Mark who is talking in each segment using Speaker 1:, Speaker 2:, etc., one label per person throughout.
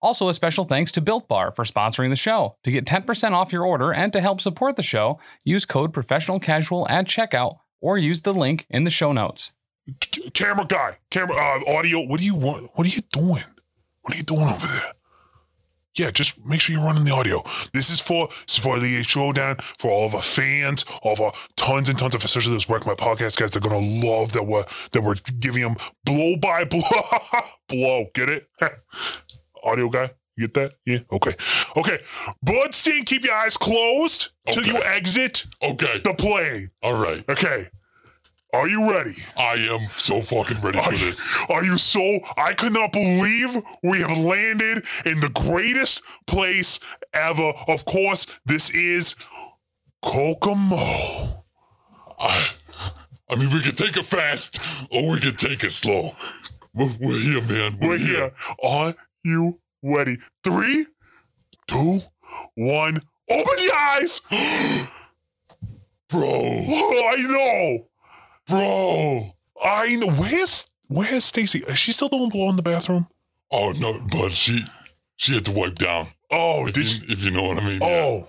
Speaker 1: Also, a special thanks to Built Bar for sponsoring the show. To get 10% off your order and to help support the show, use code Professional Casual at checkout or use the link in the show notes.
Speaker 2: C- camera guy, camera, uh, audio. What do you want? What are you doing? What are you doing over there? Yeah, just make sure you're running the audio. This is for this is for the showdown for all of our fans, all of our tons and tons of officials that's working my podcast guys. They're gonna love that we're that we're giving them blow by blow blow. Get it? audio guy, you get that? Yeah. Okay. Okay. Bloodstein, keep your eyes closed till you
Speaker 3: Okay.
Speaker 2: exit
Speaker 3: Okay.
Speaker 2: the plane.
Speaker 3: All right.
Speaker 2: Okay. Are you ready?
Speaker 3: I am so fucking ready for
Speaker 2: Are you,
Speaker 3: this.
Speaker 2: are you so? I could not believe we have landed in the greatest place ever. Of course, this is Kokomo.
Speaker 3: I, I mean, we can take it fast or we can take it slow. We're, we're here, man.
Speaker 2: We're here. Are you ready? Three, two, one. Open your eyes.
Speaker 3: Bro.
Speaker 2: I know.
Speaker 3: Bro.
Speaker 2: I know. Where's Where's Stacy? Is she still doing blow in the bathroom?
Speaker 3: Oh, no. But she she had to wipe down.
Speaker 2: Oh,
Speaker 3: If,
Speaker 2: did she?
Speaker 3: you, if you know what I mean. yeah.
Speaker 2: Oh.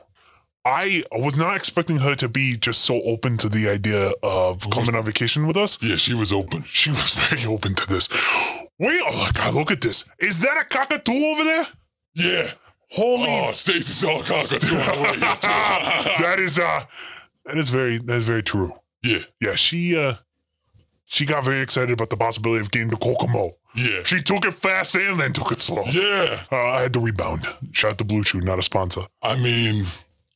Speaker 2: I was not expecting her to be just so open to the idea of coming on vacation with us.
Speaker 3: Yeah. she was open.
Speaker 2: She was very open to this. Wait, oh God, look at this. Is that a cockatoo over there?
Speaker 3: Yeah.
Speaker 2: Holy
Speaker 3: Oh, Stacy saw a cockatoo on the way here,
Speaker 2: That is uh that is very that is very true.
Speaker 3: too.
Speaker 2: Yeah, she uh she got very excited about the possibility of getting to Kokomo.
Speaker 3: Yeah.
Speaker 2: She took it fast and then took it slow.
Speaker 3: Yeah. Yeah.
Speaker 2: Uh, I had to rebound. Shout out to Blue Chew, not a sponsor.
Speaker 3: I mean,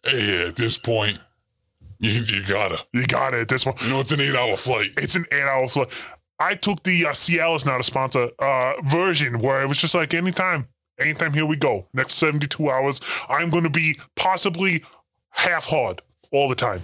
Speaker 3: hey, at this point, you, you gotta.
Speaker 2: You got it at this one.
Speaker 3: You know, it's an eight hour flight.
Speaker 2: It's an eight hour flight. I took the uh, Cialis, not a sponsor, uh, version where it was just like anytime, anytime, here we go. Next 72 hours, I'm going to be possibly half hard all the time.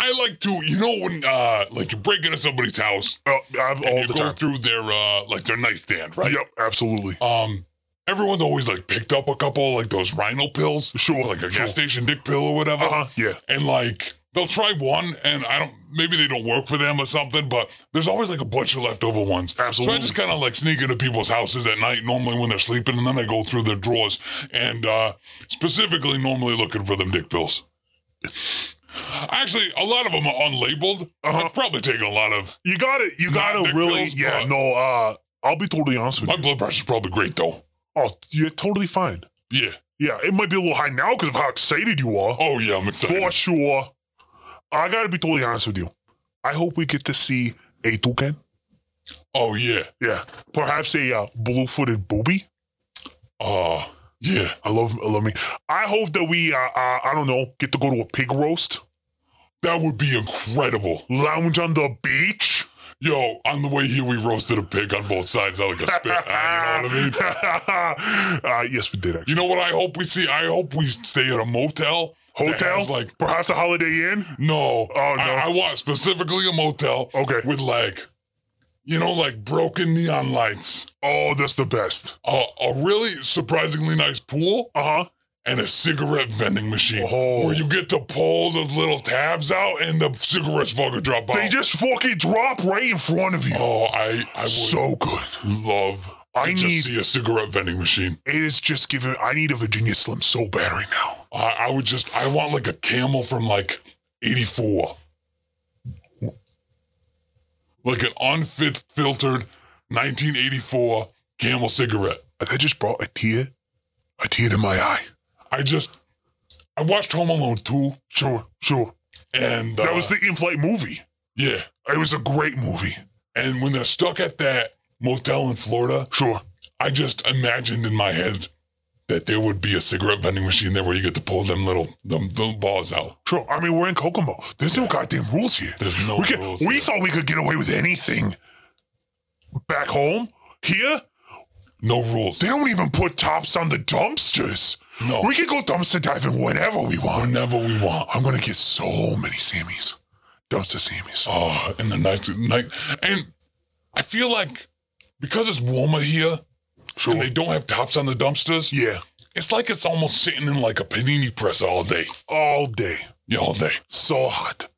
Speaker 3: I like to, you know, when uh, like you break into somebody's house
Speaker 2: Uh, I'm
Speaker 3: and
Speaker 2: all
Speaker 3: you
Speaker 2: the
Speaker 3: go
Speaker 2: time.
Speaker 3: through their uh, like their nightstand, right?
Speaker 2: Yep, absolutely.
Speaker 3: Um, everyone's always like picked up a couple like those rhino pills,
Speaker 2: Sure.
Speaker 3: like a
Speaker 2: sure.
Speaker 3: gas station dick pill or whatever,
Speaker 2: Uh huh. Yeah.
Speaker 3: and like they'll try one, and I don't, maybe they don't work for them or something, but there's always like a bunch of leftover ones. So I
Speaker 2: Absolutely.
Speaker 3: just kind of like sneak into people's houses at night, normally when they're sleeping, and then I go through their drawers and uh, specifically normally looking for them dick pills. Actually, a lot of them are unlabeled.
Speaker 2: Uh-huh.
Speaker 3: I've probably taken a lot of.
Speaker 2: You got to You got
Speaker 3: Not
Speaker 2: to
Speaker 3: big
Speaker 2: really.
Speaker 3: pills,
Speaker 2: yeah.
Speaker 3: but-
Speaker 2: No. Uh, I'll be totally honest with
Speaker 3: My
Speaker 2: you.
Speaker 3: blood pressure's probably great though.
Speaker 2: Oh, you're totally fine.
Speaker 3: Yeah.
Speaker 2: Yeah, it might be a little high now because of how excited you are.
Speaker 3: Oh yeah, I'm excited.
Speaker 2: For sure. I gotta be totally honest with you. I hope we get to see a toucan.
Speaker 3: Oh yeah.
Speaker 2: Yeah. Perhaps a uh, blue-footed booby.
Speaker 3: Uh yeah.
Speaker 2: I love, I love me. I hope that we, uh, uh, I don't know, get to go to a pig roast,
Speaker 3: That would be incredible.
Speaker 2: lounge on the beach.
Speaker 3: Yo, on the way here, we roasted a pig on both sides, not like a spit. uh, you know what I mean?
Speaker 2: uh, yes, we did. Actually.
Speaker 3: You know what I hope we see? I hope we stay at a motel. that
Speaker 2: Hotel,
Speaker 3: has, like,
Speaker 2: perhaps a Holiday Inn.
Speaker 3: no.
Speaker 2: Oh, no.
Speaker 3: I, I want specifically a motel
Speaker 2: Okay.
Speaker 3: with like, you know, like broken neon lights,
Speaker 2: Oh, that's the best.
Speaker 3: a, a really surprisingly nice pool,
Speaker 2: Uh huh.
Speaker 3: and a cigarette vending machine
Speaker 2: Oh.
Speaker 3: where you get to pull the little tabs out and the cigarettes fucking drop out.
Speaker 2: They just fucking drop right in front of you.
Speaker 3: oh, I, I would
Speaker 2: so good.
Speaker 3: love
Speaker 2: I
Speaker 3: to just
Speaker 2: need-
Speaker 3: see a cigarette vending machine.
Speaker 2: It is just giving. I need a Virginia Slim so bad right now.
Speaker 3: I, I would just, I want like a camel from like 84. Like an unfit filtered 1984 camel cigarette.
Speaker 2: That just brought a tear, a tear to my eye.
Speaker 3: I just, I watched Home Alone 2
Speaker 2: Sure, sure.
Speaker 3: and
Speaker 2: That
Speaker 3: uh,
Speaker 2: was the in-flight movie.
Speaker 3: yeah.
Speaker 2: It was a great movie.
Speaker 3: And when they're stuck at that motel in Florida,
Speaker 2: Sure.
Speaker 3: I just imagined in my head that there would be a cigarette vending machine there where you get to pull them little, them, them balls out.
Speaker 2: Sure. I mean, we're in Kokomo. There's no goddamn rules here.
Speaker 3: There's no
Speaker 2: we can,
Speaker 3: rules
Speaker 2: We
Speaker 3: here.
Speaker 2: thought we could get away with anything. Back home, here,
Speaker 3: No rules.
Speaker 2: They don't even put tops on the dumpsters.
Speaker 3: No.
Speaker 2: We can go dumpster diving whenever we want.
Speaker 3: Whenever we want.
Speaker 2: I'm gonna get so many Sammys. Dumpster Sammys.
Speaker 3: Oh, and the nights night. And I feel like because it's warmer here
Speaker 2: Sure.
Speaker 3: and they don't have tops on the dumpsters,
Speaker 2: yeah.
Speaker 3: it's like it's almost sitting in like a panini press all day.
Speaker 2: All day.
Speaker 3: Yeah, all day.
Speaker 2: So hot.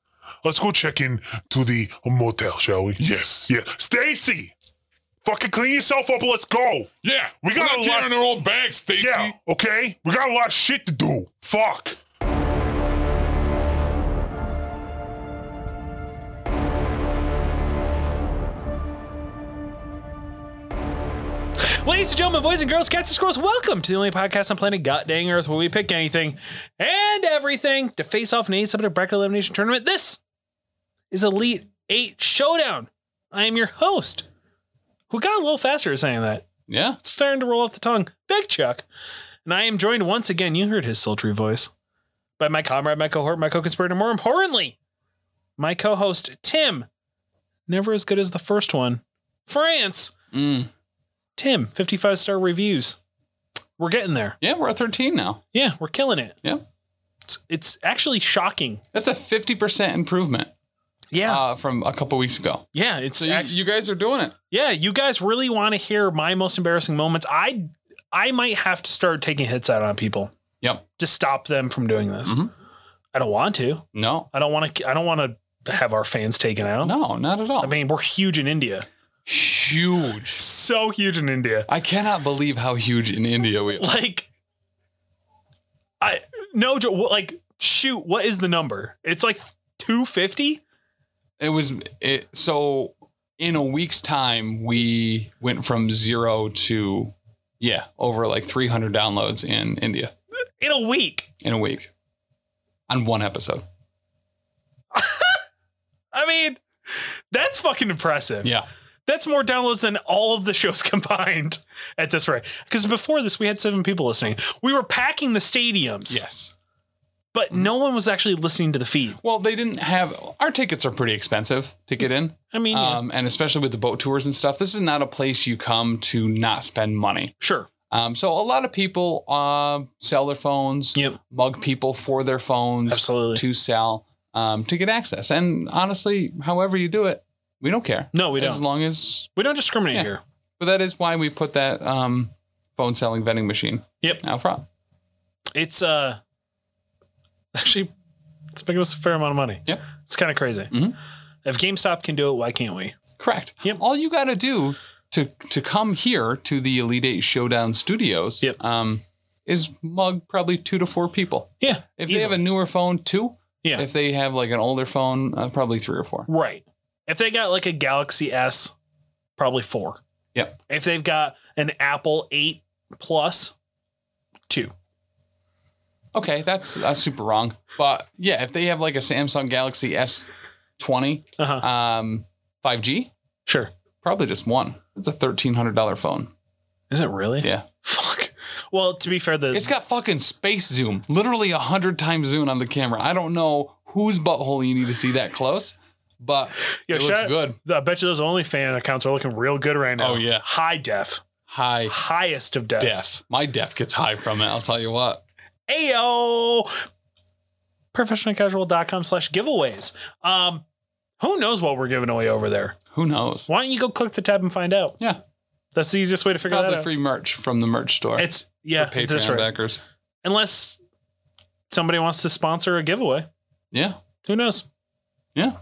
Speaker 2: Let's go check in to the motel, shall we?
Speaker 3: Yes.
Speaker 2: Yeah. Stacy! Fucking clean yourself up and let's go!
Speaker 3: Yeah.
Speaker 2: We
Speaker 3: We're
Speaker 2: got
Speaker 3: not
Speaker 2: a lot-
Speaker 3: carrying our own bags, Stacy.
Speaker 2: Yeah, okay? We got a lot of shit to do. Fuck.
Speaker 4: Ladies and gentlemen, boys and girls, cats and squirrels, welcome to the only podcast on planet God dang Earth where we pick anything and everything to face off in a subject bracket elimination tournament. This is Elite Eight Showdown. I am your host, who got a little faster at saying that.
Speaker 5: Yeah.
Speaker 4: It's starting to roll off the tongue. Big Chuck. And I am joined once again, you heard his sultry voice, by my comrade, my cohort, my co conspirator, more importantly, my co host, Tim. Never as good as the first one. France.
Speaker 5: Mm.
Speaker 4: Tim, 55 star reviews. We're getting there.
Speaker 5: Yeah, we're at 13 now.
Speaker 4: Yeah, we're killing it.
Speaker 5: Yeah.
Speaker 4: It's, it's actually shocking.
Speaker 5: That's a 50% improvement
Speaker 4: Yeah.
Speaker 5: uh, from a couple weeks ago.
Speaker 4: yeah, it's
Speaker 5: So you,
Speaker 4: act-
Speaker 5: you guys are doing it.
Speaker 4: yeah, you guys really want to hear my most embarrassing moments. I I might have to start taking hits out on people
Speaker 5: Yep.
Speaker 4: to stop them from doing this.
Speaker 5: Mhm.
Speaker 4: I don't want to.
Speaker 5: No.
Speaker 4: I don't want to I don't want to have our fans taken out.
Speaker 5: No, not at all.
Speaker 4: I mean, we're huge in India.
Speaker 5: huge.
Speaker 4: So huge in India.
Speaker 5: I cannot believe how huge in India we are.
Speaker 4: Like I no jo- like shoot, what is the number? It's like 250?
Speaker 5: It was it. So in a week's time, we went from zero to yeah, over like 300 downloads in India
Speaker 4: in a week.
Speaker 5: in a week on one episode.
Speaker 4: I mean, that's fucking impressive.
Speaker 5: Yeah.
Speaker 4: That's more downloads than all of the shows combined at this rate. Because before this, we had seven people listening. We were packing the stadiums,
Speaker 5: Yes.
Speaker 4: but no one was actually listening to the feed.
Speaker 5: Well, they didn't have our tickets are pretty expensive to get in.
Speaker 4: I mean, yeah,
Speaker 5: Um, and especially with the boat tours and stuff, this is not a place you come to not spend money.
Speaker 4: sure.
Speaker 5: Um, so a lot of people uh, sell their phones,
Speaker 4: Yep.
Speaker 5: mug people for their phones
Speaker 4: Absolutely.
Speaker 5: to sell um, to get access. And honestly, however you do it, we don't care.
Speaker 4: No, we
Speaker 5: as
Speaker 4: don't.
Speaker 5: long as,
Speaker 4: We don't discriminate
Speaker 5: Yeah.
Speaker 4: here.
Speaker 5: but that is why we put that um, phone selling vending machine
Speaker 4: Yep.
Speaker 5: out front.
Speaker 4: It's uh actually it's making us a fair amount of money.
Speaker 5: Yep.
Speaker 4: It's kind of crazy.
Speaker 5: Mhm.
Speaker 4: If GameStop can do it, why can't we?
Speaker 5: Correct.
Speaker 4: Yep.
Speaker 5: All you got to do to to come here to the Elite Eight Showdown Studios
Speaker 4: Yep.
Speaker 5: um, is mug probably two to four people.
Speaker 4: Yeah.
Speaker 5: If
Speaker 4: easily.
Speaker 5: they have a newer phone, two.
Speaker 4: Yeah.
Speaker 5: If they have like an older phone, uh, probably three or four.
Speaker 4: Right. If they got like a Galaxy S, probably four.
Speaker 5: Yep.
Speaker 4: If they've got an Apple 8 Plus, two.
Speaker 5: Okay, that's that's super wrong. But yeah, if they have like a Samsung Galaxy S twenty
Speaker 4: Uh huh.
Speaker 5: um five G,
Speaker 4: Sure.
Speaker 5: probably just one. It's a thirteen hundred dollar phone.
Speaker 4: Is it really?
Speaker 5: Yeah.
Speaker 4: Fuck. Well, to be fair, the
Speaker 5: It's got fucking space zoom, literally a hundred times zoom on the camera. I don't know whose butthole you need to see that close, but
Speaker 4: Yeah,
Speaker 5: it looks
Speaker 4: shout-
Speaker 5: good.
Speaker 4: I bet you those OnlyFan accounts are looking real good right now.
Speaker 5: Oh, yeah.
Speaker 4: High def.
Speaker 5: High
Speaker 4: Highest of def.
Speaker 5: def. My def gets high from it. I'll tell you what.
Speaker 4: Ayo. Professionalcasual.com slash giveaways. Um, who knows what we're giving away over there?
Speaker 5: Who knows?
Speaker 4: Why don't you go click the tab and find out?
Speaker 5: Yeah.
Speaker 4: That's the easiest way to figure that
Speaker 5: Probably
Speaker 4: out.
Speaker 5: free merch from the merch store.
Speaker 4: It's yeah,
Speaker 5: for
Speaker 4: that's
Speaker 5: Patreon
Speaker 4: right.
Speaker 5: backers.
Speaker 4: Unless somebody wants to sponsor a giveaway,
Speaker 5: Yeah.
Speaker 4: who knows?
Speaker 5: Yeah.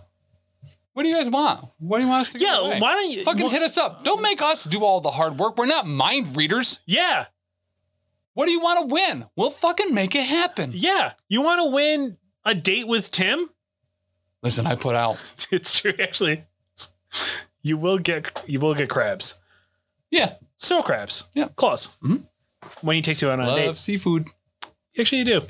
Speaker 5: What do you guys want? What do you want us to give
Speaker 4: Yeah,
Speaker 5: away?
Speaker 4: why don't you
Speaker 5: Fucking
Speaker 4: wh-
Speaker 5: hit us up. Don't make us do all the hard work. We're not mind readers.
Speaker 4: Yeah,
Speaker 5: What do you want to win? We'll fucking make it happen.
Speaker 4: yeah. You want to win a date with Tim?
Speaker 5: Listen, I put out.
Speaker 4: It's true, actually. You will get you will get crabs,
Speaker 5: Yeah.
Speaker 4: snow crabs.
Speaker 5: Yeah. Mm-hmm.
Speaker 4: claws. When you take two out on a
Speaker 5: Love
Speaker 4: date,
Speaker 5: seafood.
Speaker 4: actually you do.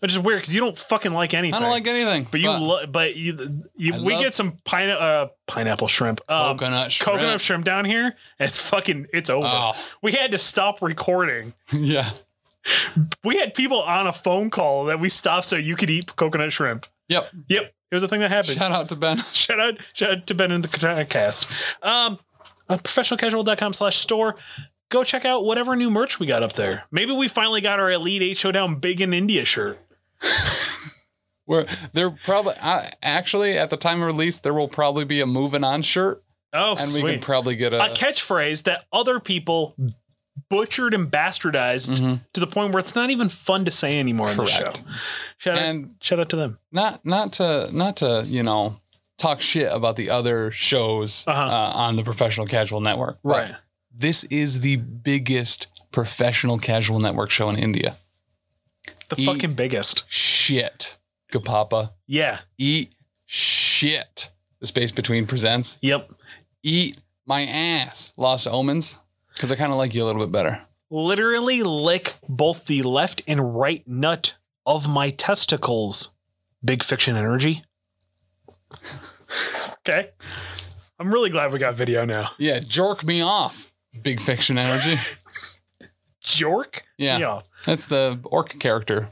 Speaker 4: Which is weird because you don't fucking like anything.
Speaker 5: I don't like anything.
Speaker 4: but you, lo- but you, you
Speaker 5: I
Speaker 4: we
Speaker 5: love-
Speaker 4: get some pine- uh, pineapple shrimp, um,
Speaker 5: coconut shrimp.
Speaker 4: coconut shrimp down here. And it's fucking, it's over.
Speaker 5: Oh,
Speaker 4: we had to stop recording.
Speaker 5: yeah.
Speaker 4: We had people on a phone call that we stopped so you could eat coconut shrimp.
Speaker 5: Yep.
Speaker 4: Yep, it was a thing that happened. Shout,
Speaker 5: Shout out to Ben.
Speaker 4: uh, out, shout out to Ben in the cast. Um, on professionalcasual.com slash store. go check out whatever new merch we got up there. Maybe we finally got our Elite Eight Showdown Big in India shirt.
Speaker 5: We're, they're probably uh, actually at the time of release there will probably be a moving on shirt,
Speaker 4: Oh,
Speaker 5: and
Speaker 4: sweet.
Speaker 5: we could probably get
Speaker 4: a catchphrase that other people butchered and bastardized
Speaker 5: Mhm.
Speaker 4: to the point where it's not even fun to say anymore on the show.
Speaker 5: Correct.
Speaker 4: Shout out,
Speaker 5: and
Speaker 4: shout out to them.
Speaker 5: not not to not to you know talk shit about the other shows uh
Speaker 4: Uh-huh.
Speaker 5: on the professional casual network but
Speaker 4: Right.
Speaker 5: this is the biggest professional casual network show in india
Speaker 4: The
Speaker 5: E-
Speaker 4: fucking biggest.
Speaker 5: shit gapapa
Speaker 4: Yeah.
Speaker 5: eat shit the space between presents
Speaker 4: Yep.
Speaker 5: eat my ass lost omens because i kind of like you a little bit better
Speaker 4: Literally lick both the left and right nut of my testicles. Big fiction energy. okay. I'm really glad we got video now.
Speaker 5: yeah jerk me off big fiction energy
Speaker 4: Jork?
Speaker 5: Yeah. that's the orc character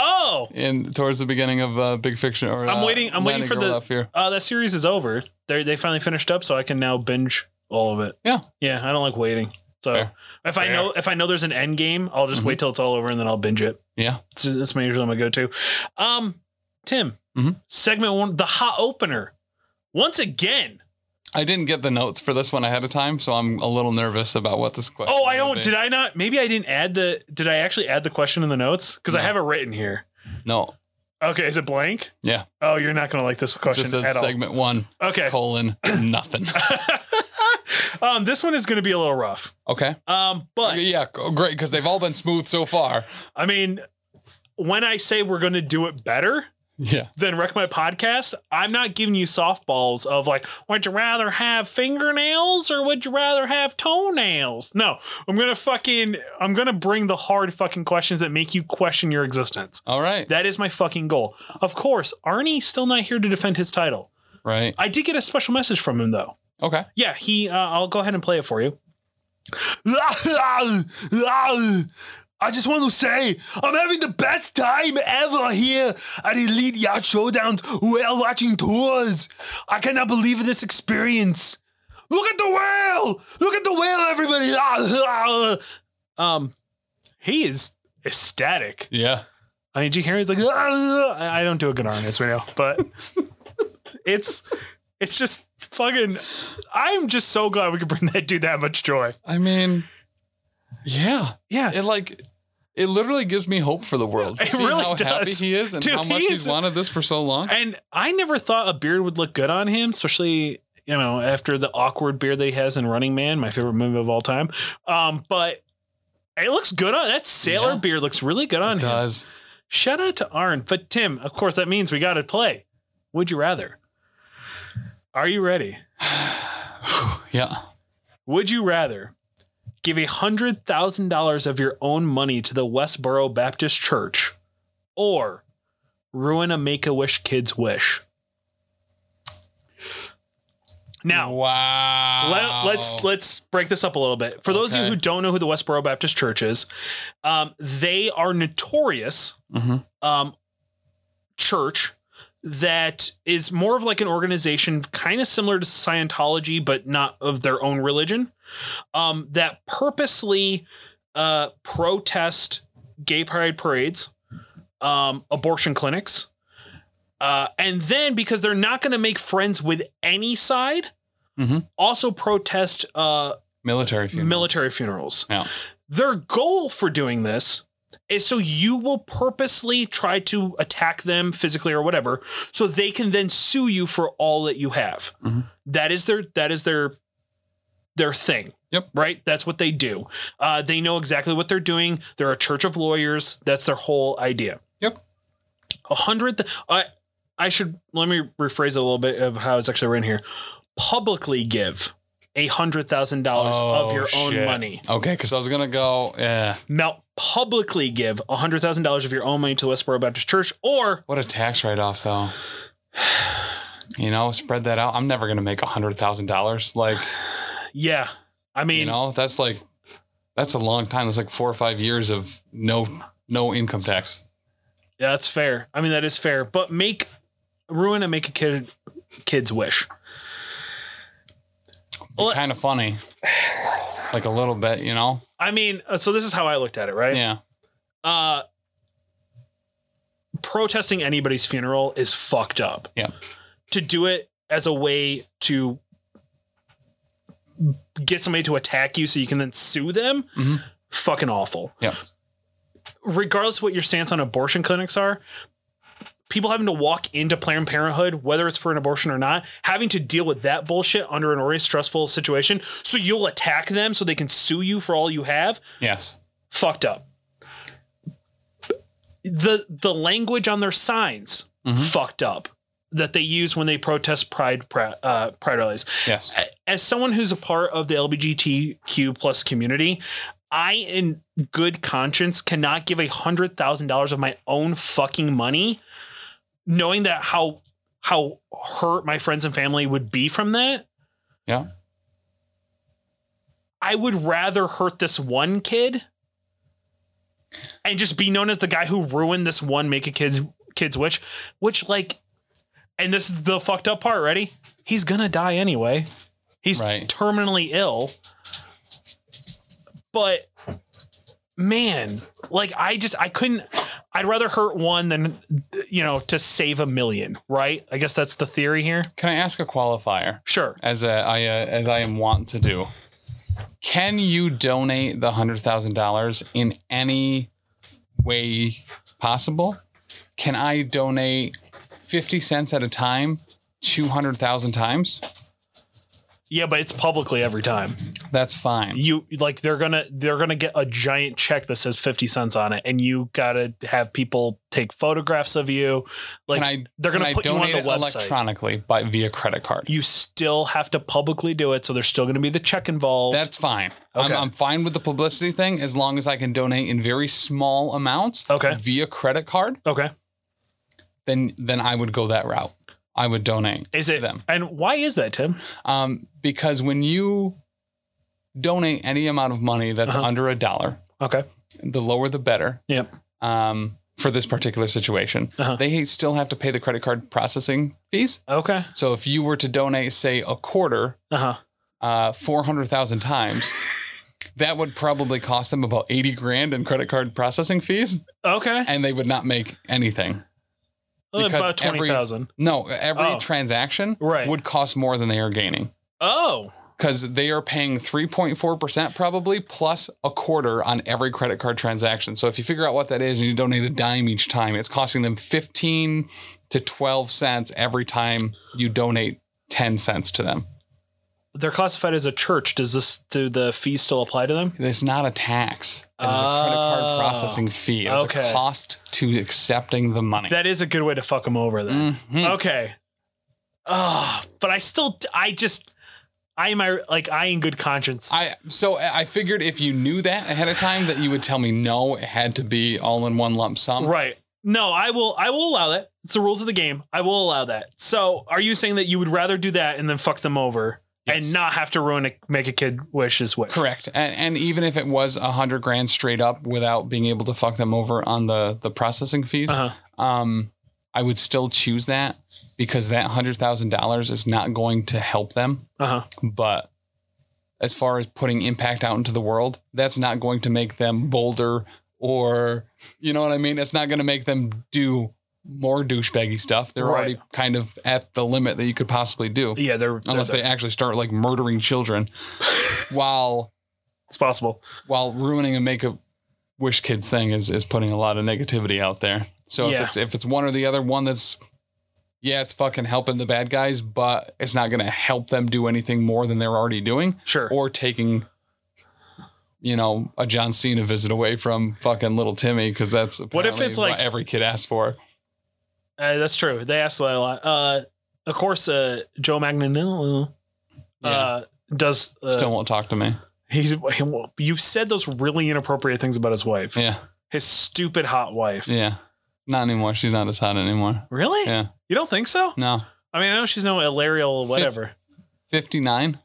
Speaker 4: Oh,
Speaker 5: in towards the beginning of uh, big fiction or,
Speaker 4: I'm
Speaker 5: uh,
Speaker 4: waiting- I'm waiting
Speaker 5: Landing
Speaker 4: for
Speaker 5: Girl
Speaker 4: the-
Speaker 5: Up Here.
Speaker 4: uh, that series is over. They they finally finished up, so I can now binge all of it.
Speaker 5: Yeah.
Speaker 4: Yeah, I don't like waiting. So
Speaker 5: Fair. Mhm.
Speaker 4: if I know if I know there's an end game, I'll just wait till it's all over and then I'll binge it.
Speaker 5: yeah
Speaker 4: It's, that's my usually my go-to. Um, Tim,
Speaker 5: Mhm.
Speaker 4: segment one, the hot opener. Once again.
Speaker 5: I didn't get the notes for this one ahead of time, so I'm a little nervous about what this question.
Speaker 4: Oh, I
Speaker 5: will
Speaker 4: don't.
Speaker 5: be.
Speaker 4: Did I not? Maybe I didn't add the. Did I actually add the question in the notes? Because I
Speaker 5: No.
Speaker 4: have it written here.
Speaker 5: No,
Speaker 4: Okay, is it blank?
Speaker 5: Yeah.
Speaker 4: Oh, you're not gonna like this
Speaker 5: it
Speaker 4: question
Speaker 5: just says
Speaker 4: at all.
Speaker 5: segment one
Speaker 4: Okay.
Speaker 5: colon nothing.
Speaker 4: um, this one is gonna be a little rough.
Speaker 5: Okay,
Speaker 4: Um, but
Speaker 5: yeah, oh, great because they've all been smooth so far.
Speaker 4: I mean, when I say we're going to do it better
Speaker 5: Yeah,
Speaker 4: than Wreck My Podcast, I'm not giving you softballs of like, would you rather have fingernails or would you rather have toenails? No, I'm going to fucking, I'm going to bring the hard fucking questions that make you question your existence.
Speaker 5: all right,
Speaker 4: That is my fucking goal. Of course, Arnie's still not here to defend his title.
Speaker 5: right,
Speaker 4: I did get a special message from him though.
Speaker 5: okay.
Speaker 4: Yeah, he. Uh, I'll go ahead and play it for you.
Speaker 2: I just want to say I'm having the best time ever here at Elite Yacht Showdowns whale watching tours. I cannot believe this experience. Look at the whale! Look at the whale, everybody!
Speaker 4: Um, he is ecstatic.
Speaker 5: Yeah,
Speaker 4: I mean, did you hear? He's like, "Ah, ah." I I don't do a good Arnis right now, but it's it's just fucking. I'm just so glad we could bring that dude that much joy.
Speaker 5: I mean, yeah,
Speaker 4: Yeah,
Speaker 5: it like it literally gives me hope for the world.
Speaker 4: It
Speaker 5: Seeing
Speaker 4: really
Speaker 5: how happy
Speaker 4: does.
Speaker 5: he is and
Speaker 4: Dude,
Speaker 5: how much
Speaker 4: he
Speaker 5: he's
Speaker 4: is-
Speaker 5: wanted this for so long.
Speaker 4: and I never thought a beard would look good on him, especially you know after the awkward beard that he has in Running Man, my favorite movie of all time. Um, but it looks good on that sailor
Speaker 5: Yeah.
Speaker 4: beard. Looks really good on him.
Speaker 5: Does
Speaker 4: Shout out to Arn. But Tim, of course, that means we got to play. Would you rather? Are you ready?
Speaker 5: yeah,
Speaker 4: Would you rather give a hundred thousand dollars of your own money to the Westboro Baptist Church or ruin a make a wish kid's wish? Now
Speaker 5: wow.
Speaker 4: let, let's let's break this up a little bit. For those of
Speaker 5: Okay.
Speaker 4: you who don't know who the Westboro Baptist Church is, um, they are notorious
Speaker 5: Mhm.
Speaker 4: um, church that is more of like an organization, kind of similar to Scientology, but not of their own religion, um, that purposely uh, protest gay pride parades, um, abortion clinics. Uh, and then because they're not going to make friends with any side,
Speaker 5: Mhm.
Speaker 4: also protest uh,
Speaker 5: military funeral.
Speaker 4: military funerals.
Speaker 5: Yeah.
Speaker 4: Their goal for doing this is so you will purposely try to attack them physically or whatever, so they can then sue you for all that you have.
Speaker 5: Mhm.
Speaker 4: That is their that is their their thing.
Speaker 5: Yep.
Speaker 4: Right. That's what they do. Uh, they know exactly what they're doing. They're a church of lawyers. That's their whole idea.
Speaker 5: Yep.
Speaker 4: A hundred. Th- I I should let me rephrase it a little bit of how it's actually written here. Publicly give a hundred thousand dollars
Speaker 5: Oh,
Speaker 4: of your
Speaker 5: shit.
Speaker 4: own money.
Speaker 5: Okay, because I was gonna go. Yeah,
Speaker 4: Now publicly give a hundred thousand dollars of your own money to Westboro Baptist Church or
Speaker 5: What a tax write off, though. You know, spread that out. I'm never gonna make a hundred thousand dollars. Like,
Speaker 4: yeah. I mean
Speaker 5: you know, that's like that's a long time. That's like four or five years of no no income tax.
Speaker 4: Yeah, that's fair. I mean, that is fair. But make ruin and make a kid kid's wish.
Speaker 5: Kind of funny. like a little bit, you know?
Speaker 4: I mean, uh, so this is how I looked at it, right?
Speaker 5: Yeah.
Speaker 4: Uh, protesting anybody's funeral is fucked up.
Speaker 5: Yeah.
Speaker 4: To do it as a way to get somebody to attack you so you can then sue them,
Speaker 5: Mhm.
Speaker 4: fucking awful.
Speaker 5: Yeah.
Speaker 4: Regardless of what your stance on abortion clinics are, people having to walk into Planned Parenthood, whether it's for an abortion or not, having to deal with that bullshit under an already stressful situation, so you'll attack them so they can sue you for all you have,
Speaker 5: Yes.
Speaker 4: fucked up. The the language on their signs fucked up that they use when they protest pride pra- uh, pride rallies.
Speaker 5: Yes.
Speaker 4: As someone who's a part of the LGBTQ plus community, I in good conscience cannot give a hundred thousand dollars of my own fucking money, knowing that how how hurt my friends and family would be from that.
Speaker 5: Yeah.
Speaker 4: I would rather hurt this one kid and just be known as the guy who ruined this one make a kid kid's witch, which like and this is the fucked up part, ready? He's gonna die anyway. He's
Speaker 5: Right.
Speaker 4: terminally ill. But man, like I just I couldn't I'd rather hurt one than you know to save a million, right? I guess that's the theory here.
Speaker 5: Can I ask a qualifier?
Speaker 4: Sure.
Speaker 5: As a, I, uh, as I am wont to do. Can you donate the hundred thousand dollars in any way possible? Can I donate fifty cents at a time, two hundred thousand times?
Speaker 4: Yeah, but it's publicly every time.
Speaker 5: That's fine.
Speaker 4: you like they're gonna they're gonna get a giant check that says 50 cents on it and you gotta have people take photographs of you like
Speaker 5: Can I?
Speaker 4: they're gonna
Speaker 5: can
Speaker 4: put
Speaker 5: I
Speaker 4: you on
Speaker 5: donate
Speaker 4: the
Speaker 5: it
Speaker 4: website
Speaker 5: electronically by via credit card?
Speaker 4: you still have to publicly do it so there's still gonna be the check involved
Speaker 5: That's fine. I'm,
Speaker 4: Okay.
Speaker 5: I'm fine with the publicity thing as long as I can donate in very small amounts
Speaker 4: Okay.
Speaker 5: via credit card.
Speaker 4: okay
Speaker 5: Then then I would go that route. I would donate.
Speaker 4: is
Speaker 5: to
Speaker 4: it
Speaker 5: them?
Speaker 4: and why is that tim
Speaker 5: Um, because when you donate any amount of money that's
Speaker 4: Uh-huh.
Speaker 5: under a dollar,
Speaker 4: okay
Speaker 5: the lower the better.
Speaker 4: yep
Speaker 5: Um, for this particular situation,
Speaker 4: Uh-huh.
Speaker 5: they still have to pay the credit card processing fees.
Speaker 4: okay
Speaker 5: So if you were to donate, say, a quarter
Speaker 4: uh-huh
Speaker 5: uh, 400,000 times, that would probably cost them about 80 grand in credit card processing fees,
Speaker 4: okay uh,
Speaker 5: and they would not make anything. because
Speaker 4: about
Speaker 5: every-
Speaker 4: 20000
Speaker 5: No, every
Speaker 4: Oh.
Speaker 5: transaction
Speaker 4: Right.
Speaker 5: would cost more than they are gaining
Speaker 4: oh
Speaker 5: because they are paying 3.4% probably plus a quarter on every credit card transaction. So if you figure out what that is and you donate a dime each time, it's costing them 15 to 12 cents every time you donate 10 cents to them.
Speaker 4: they're classified as a church does this do the fees still apply to them
Speaker 5: It's not a tax. It is a credit
Speaker 4: Oh.
Speaker 5: card processing fee. It's
Speaker 4: Okay.
Speaker 5: a cost to accepting the money.
Speaker 4: that is a good way to fuck them over then
Speaker 5: Mhm.
Speaker 4: Okay. Oh, but I still, I just, I am, I like, I in good conscience.
Speaker 5: I so I figured if you knew that ahead of time that you would tell me no, it had to be all in one lump sum.
Speaker 4: right. No, I will, I will allow that. It's the rules of the game. I will allow that. So are you saying that you would rather do that and then fuck them over
Speaker 5: Yes.
Speaker 4: and not have to ruin a, make a kid wish his wish?
Speaker 5: Correct. And, and even if it was a hundred grand straight up without being able to fuck them over on the the processing fees,
Speaker 4: Uh-huh.
Speaker 5: um, I would still choose that because that hundred thousand dollars is not going to help them.
Speaker 4: Uh-huh.
Speaker 5: But as far as putting impact out into the world, that's not going to make them bolder or you know what I mean. It's not going to make them do more douchebaggy stuff. They're
Speaker 4: Right.
Speaker 5: already kind of at the limit that you could possibly do.
Speaker 4: Yeah, they're, they're-
Speaker 5: Unless they actually start like murdering children while
Speaker 4: it's possible.
Speaker 5: while ruining a make a wish kids thing is is putting a lot of negativity out there. So
Speaker 4: Yeah.
Speaker 5: if it's if it's one or the other, one that's yeah, it's fucking helping the bad guys, but it's not gonna help them do anything more than they're already doing.
Speaker 4: Sure.
Speaker 5: Or taking you know, a John Cena visit away from fucking little Timmy because that's
Speaker 4: What if
Speaker 5: apparently
Speaker 4: it's like-
Speaker 5: what every kid asks for.
Speaker 4: Uh, that's true. They asked that a lot. Uh, of course, uh, Joe Magnanello, uh, does, uh,
Speaker 5: Still won't talk to me.
Speaker 4: he's, he, you said those really inappropriate things about his wife.
Speaker 5: Yeah,
Speaker 4: his stupid hot wife.
Speaker 5: yeah. Not anymore. She's not as hot anymore.
Speaker 4: Really?
Speaker 5: Yeah.
Speaker 4: You don't think so?
Speaker 5: No.
Speaker 4: I mean, I know she's no Illyrial whatever.
Speaker 5: 59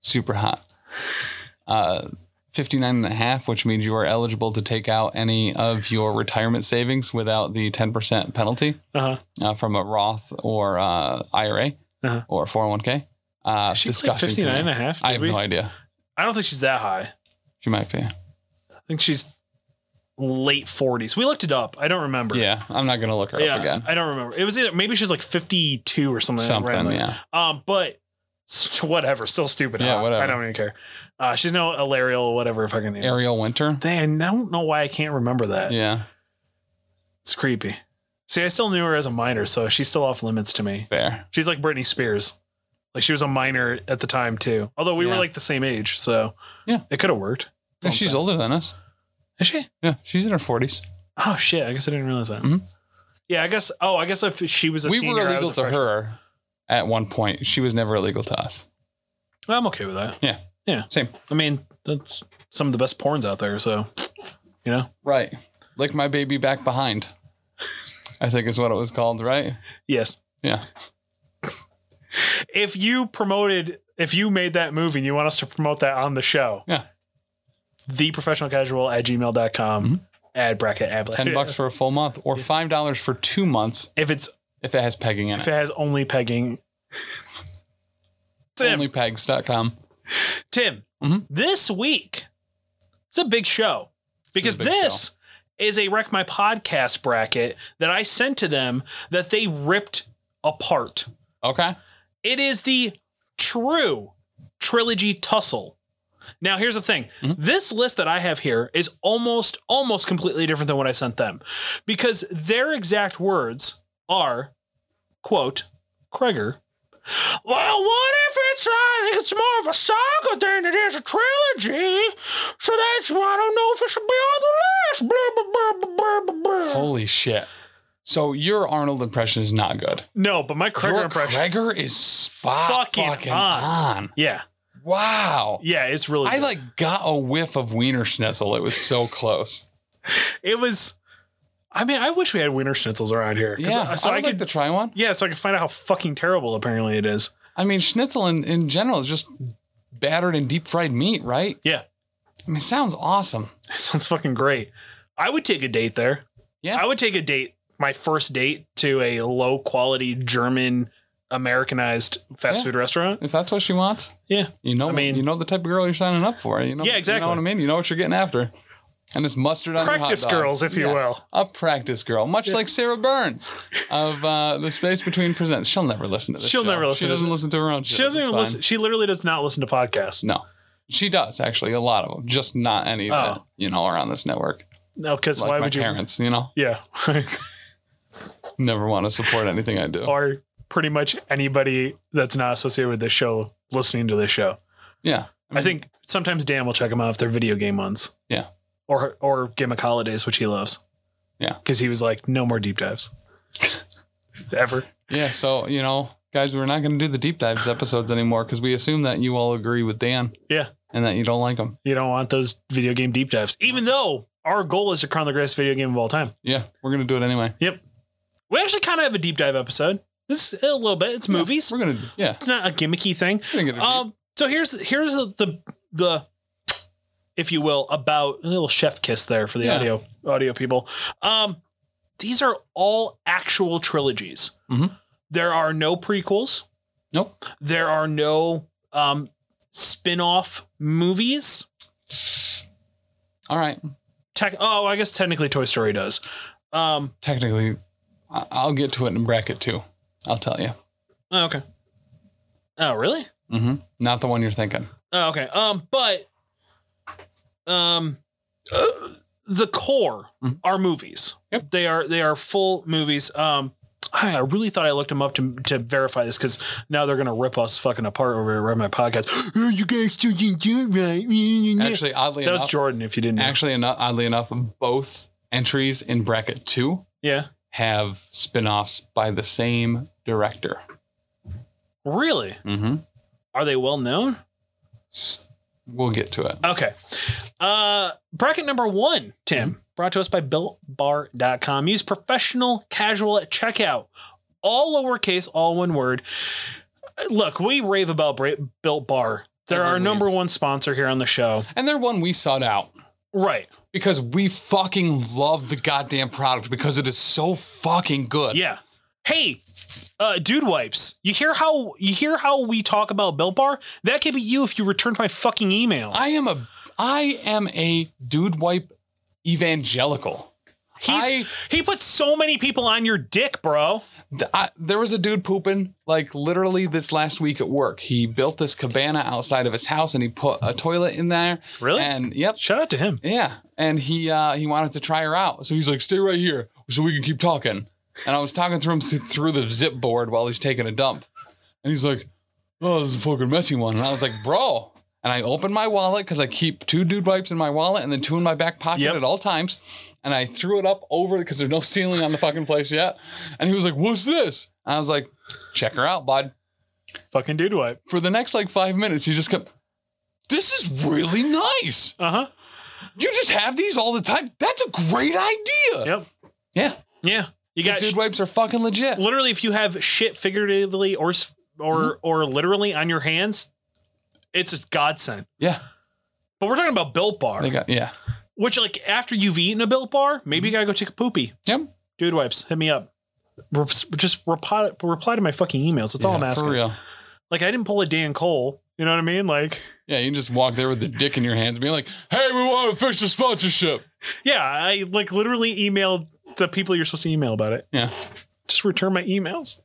Speaker 5: super hot uh 59 and a half which means you are eligible to take out any of your retirement savings without the 10% penalty
Speaker 4: Uh-huh.
Speaker 5: uh, from a roth or uh, ira
Speaker 4: Uh-huh.
Speaker 5: or 401k uh
Speaker 4: She's like
Speaker 5: disgusting to
Speaker 4: 59
Speaker 5: me.
Speaker 4: and a half.
Speaker 5: i
Speaker 4: did
Speaker 5: have
Speaker 4: we?
Speaker 5: no idea
Speaker 4: I don't think she's that high.
Speaker 5: She might be.
Speaker 4: I think she's late 40s. We looked it up. I don't remember.
Speaker 5: Yeah, I'm not gonna look her
Speaker 4: Yeah,
Speaker 5: up again.
Speaker 4: I don't remember. It was either maybe she was like 52 or something.
Speaker 5: Something,
Speaker 4: random.
Speaker 5: yeah.
Speaker 4: Um, but st- whatever, still stupid.
Speaker 5: Yeah,
Speaker 4: hot.
Speaker 5: whatever.
Speaker 4: I don't even care. Uh, she's no Alarial, whatever fucking name. Ariel.
Speaker 5: Ariel Winter.
Speaker 4: Dang, I don't know why I can't remember that.
Speaker 5: Yeah,
Speaker 4: It's creepy. See, I still knew her as a minor, so she's still off limits to me.
Speaker 5: fair.
Speaker 4: She's like Britney Spears. Like she was a minor at the time too. Although we
Speaker 5: Yeah.
Speaker 4: were like the same age, so
Speaker 5: Yeah.
Speaker 4: it could have worked.
Speaker 5: And she's older than us.
Speaker 4: Is she?
Speaker 5: Yeah, she's in her 40s.
Speaker 4: Oh shit! I guess I didn't realize that.
Speaker 5: Mhm.
Speaker 4: Yeah, I guess. Oh, I guess if she was a
Speaker 5: we
Speaker 4: senior,
Speaker 5: were
Speaker 4: I was
Speaker 5: illegal
Speaker 4: a
Speaker 5: to
Speaker 4: freshman.
Speaker 5: her at one point. She was never illegal to us.
Speaker 4: Well, I'm okay with that.
Speaker 5: Yeah.
Speaker 4: Yeah.
Speaker 5: Same.
Speaker 4: I mean, that's some of the best porns out there. So, you know.
Speaker 5: Right. Lick my baby back behind. I think is what it was called, right?
Speaker 4: Yes.
Speaker 5: Yeah.
Speaker 4: If you promoted, if you made that movie and you want us to promote that on the show,
Speaker 5: Yeah.
Speaker 4: the professional casual at gmail.com, ad bracket, ad
Speaker 5: Mm-hmm. Ten bucks for a full month or five dollars for two months
Speaker 4: If it's
Speaker 5: if it has pegging in
Speaker 4: if
Speaker 5: it.
Speaker 4: it has only pegging. Tim,
Speaker 5: Onlypegs.com.
Speaker 4: Tim,
Speaker 5: Mhm.
Speaker 4: this week it's a big show because
Speaker 5: a big
Speaker 4: this is a wreck my podcast bracket that I sent to them that they ripped apart.
Speaker 5: Okay.
Speaker 4: It is the true trilogy tussle. Now, here's the thing.
Speaker 5: Mm-hmm.
Speaker 4: This list that I have here is almost, almost completely different than what I sent them because their exact words are, quote, Kreger. Well, what if it's uh, it's more of a saga than it is a trilogy? So that's why I don't know if it should be on the list. Blah, blah, blah, blah, blah, blah.
Speaker 5: Holy shit. So your Arnold impression is not good.
Speaker 4: No, but my Kreger
Speaker 5: your
Speaker 4: impression.
Speaker 5: Gregor is spot
Speaker 4: Fucking
Speaker 5: fucking,
Speaker 4: on.
Speaker 5: on.
Speaker 4: yeah,
Speaker 5: Wow.
Speaker 4: yeah, it's really.
Speaker 5: I
Speaker 4: good.
Speaker 5: like got a whiff of Wiener Schnitzel. It was so close.
Speaker 4: it was I mean, I wish we had wiener schnitzels around here. 'Cause,
Speaker 5: Yeah.
Speaker 4: uh, So
Speaker 5: I
Speaker 4: I,
Speaker 5: would like
Speaker 4: could
Speaker 5: to try one.
Speaker 4: Yeah, so I could find out how fucking terrible apparently it is.
Speaker 5: I mean, schnitzel in, in general is just battered and deep fried meat, right?
Speaker 4: Yeah.
Speaker 5: I mean, it sounds awesome.
Speaker 4: It sounds fucking great. I would take a date there.
Speaker 5: Yeah.
Speaker 4: I would take a date, my first date to a low quality German Americanized fast
Speaker 5: Yeah.
Speaker 4: food restaurant.
Speaker 5: If that's what she wants,
Speaker 4: Yeah.
Speaker 5: you know,
Speaker 4: I mean-
Speaker 5: you know the type of girl you're signing up for. You know,
Speaker 4: Yeah,
Speaker 5: You know
Speaker 4: exactly.
Speaker 5: what I mean? You know what you're getting after. And it's mustard on your hot
Speaker 4: Practice
Speaker 5: dog.
Speaker 4: girls, if you
Speaker 5: Yeah.
Speaker 4: will.
Speaker 5: A practice girl, much like Sarah Burns of uh, the Space Between Presents. She'll never listen to this.
Speaker 4: She'll
Speaker 5: show.
Speaker 4: never listen
Speaker 5: She
Speaker 4: to
Speaker 5: doesn't
Speaker 4: it.
Speaker 5: listen to her own.
Speaker 4: She doesn't even listen. She literally does not listen to podcasts.
Speaker 5: No, she does actually. A lot of them, just not any that
Speaker 4: Oh.
Speaker 5: you know are on this network.
Speaker 4: No, because
Speaker 5: Like
Speaker 4: why
Speaker 5: my
Speaker 4: would you?
Speaker 5: parents, you know,
Speaker 4: Yeah.
Speaker 5: never want to support anything I do.
Speaker 4: or pretty much anybody that's not associated with this show listening to this show.
Speaker 5: yeah,
Speaker 4: I think sometimes Dan will check them out if they're video game ones.
Speaker 5: Yeah.
Speaker 4: Or or gimmick holidays, which he loves.
Speaker 5: Yeah.
Speaker 4: Because he was like, no more deep dives. Ever.
Speaker 5: Yeah, so you know, guys, we're not going to do the deep dives episodes anymore because we assume that you all agree with Dan.
Speaker 4: Yeah.
Speaker 5: and that you don't like him.
Speaker 4: You don't want those video game deep dives. Even though our goal is to crown the greatest video game of all time.
Speaker 5: Yeah, we're going to do it anyway.
Speaker 4: We actually kind of have a deep dive episode. This is a little bit. It's movies.
Speaker 5: We're going to yeah.
Speaker 4: It's not a gimmicky thing.
Speaker 5: We're gonna get a deep-
Speaker 4: Um, so here's here's the, the the if you will about a little chef kiss there for the
Speaker 5: Yeah.
Speaker 4: audio audio people. Um, these are all actual trilogies.
Speaker 5: Mhm.
Speaker 4: There are no prequels.
Speaker 5: Nope.
Speaker 4: There are no um spin-off movies.
Speaker 5: all right.
Speaker 4: Tech oh, I guess technically Toy Story does. Um
Speaker 5: Technically, I- I'll get to it in bracket two. I'll tell you.
Speaker 4: oh, okay. Oh, really?
Speaker 5: hmm Not the one you're thinking.
Speaker 4: Oh, okay. Um, but um, the core
Speaker 5: Mhm.
Speaker 4: are movies.
Speaker 5: Yep.
Speaker 4: They are they are full movies. Um, I I really thought I looked them up to to verify this because now they're gonna rip us fucking apart over at my podcast.
Speaker 6: Oh, you guys still didn't do it right.
Speaker 5: Actually, oddly
Speaker 4: That was
Speaker 5: enough,
Speaker 4: Jordan. If you didn't, know.
Speaker 5: actually enough, oddly enough, both entries in bracket two
Speaker 4: yeah,
Speaker 5: have spin-offs by the same director.
Speaker 4: really,
Speaker 5: Mm-hmm.
Speaker 4: are they well known?
Speaker 5: We'll get to it.
Speaker 4: Okay. Uh, bracket number one, Tim,
Speaker 5: Mm-hmm.
Speaker 4: brought to us by BuiltBar.com. Use professional casual at checkout. All lowercase, all one word. Look, we rave about Bra- Built Bar. They're
Speaker 5: Every
Speaker 4: our
Speaker 5: week.
Speaker 4: number one sponsor here on the show.
Speaker 5: And they're one we sought out.
Speaker 4: Right.
Speaker 5: Because we fucking love the goddamn product because it is so fucking good.
Speaker 4: Yeah. Hey, uh, dude wipes. You hear how you hear how we talk about Bill Bar? That could be you if you returned my fucking emails.
Speaker 5: I am a I am a dude wipe evangelical.
Speaker 4: He's, he put so many people on your dick, bro.
Speaker 5: Th- I, there was a dude pooping like literally this last week at work. He built this cabana outside of his house and he put a toilet in there.
Speaker 4: Really?
Speaker 5: And yep,
Speaker 4: Shout out to him.
Speaker 5: yeah. And he uh, he wanted to try her out, so he's like, "Stay right here, so we can keep talking." And I was talking to him s- through the zip board while he's taking a dump, and he's like, "Oh, this is a fucking messy one." And I was like, "Bro." And I opened my wallet because I keep two dude wipes in my wallet and then two in my back pocket
Speaker 4: Yep.
Speaker 5: at all times. And I threw it up over because there's no ceiling on the fucking place yet. And he was like, "What's this?" And I was like, "Check her out, bud."
Speaker 4: Fucking dude wipe.
Speaker 5: For the next like five minutes, he just kept. This is really nice.
Speaker 4: Uh huh.
Speaker 5: You just have these all the time. That's a great idea.
Speaker 4: Yep.
Speaker 5: Yeah.
Speaker 4: Yeah. You got
Speaker 5: Dude wipes are fucking legit.
Speaker 4: literally if you have shit figuratively or s- or
Speaker 5: Mm-hmm.
Speaker 4: or literally on your hands, it's a godsend.
Speaker 5: Yeah.
Speaker 4: But we're talking about Built Bar,
Speaker 5: They got yeah.
Speaker 4: which like after you've eaten a Built Bar, maybe you gotta go take a poopy.
Speaker 5: Mm-hmm. Yep.
Speaker 4: Dude wipes, hit me up. Re- just reply, reply to my fucking emails. That's all
Speaker 5: yeah,
Speaker 4: I'm asking.
Speaker 5: For real.
Speaker 4: Like I didn't pull a Dan Cole. You know what I mean? Like,
Speaker 5: Yeah, you can just walk there with the dick in your hands being like, hey, we want to fix the sponsorship.
Speaker 4: yeah, I like literally emailed the people you're supposed to email about it.
Speaker 5: Yeah.
Speaker 4: Just return my emails.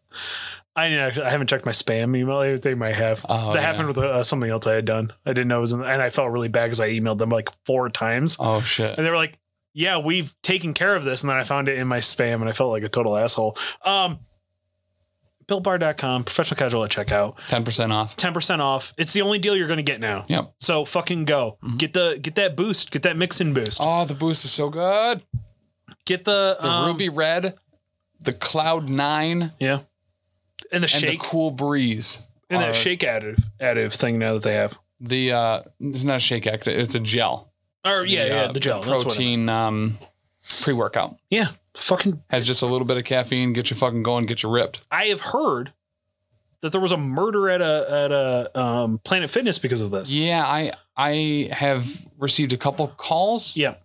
Speaker 4: I didn't actually, I haven't checked my spam email. I- They might have.
Speaker 5: Oh,
Speaker 4: that
Speaker 5: yeah.
Speaker 4: happened with uh, something else I had done. I didn't know it was, in the, and I felt really bad because I emailed them like four times,
Speaker 5: Oh shit.
Speaker 4: and they were like, "Yeah, we've taken care of this." And then I found it in my spam, and I felt like a total asshole. Um, BillBar.com, professional casual at checkout,
Speaker 5: Ten percent off.
Speaker 4: ten percent off. It's the only deal you're going to get now.
Speaker 5: Yep. Mm-hmm.
Speaker 4: So fucking go get the get that boost, get that mixin boost,
Speaker 5: Oh, the boost is so good.
Speaker 4: get the,
Speaker 5: The
Speaker 4: um,
Speaker 5: ruby red, the cloud nine,
Speaker 4: yeah, and the uh,
Speaker 5: and
Speaker 4: shake
Speaker 5: the cool breeze.
Speaker 4: and
Speaker 5: are-
Speaker 4: that shake additive additive thing now that they have.
Speaker 5: The uh, it's not a shake act. It's a gel.
Speaker 4: Or yeah, yeah,
Speaker 5: uh,
Speaker 4: the gel that's what I meant.
Speaker 5: protein um, pre workout
Speaker 4: Yeah, fucking
Speaker 5: has just a little bit of caffeine. Get you fucking going. Get you ripped.
Speaker 4: I have heard that there was a murder at a at a um, Planet Fitness because of this.
Speaker 5: Yeah, I I have received a couple calls.
Speaker 4: Yeah.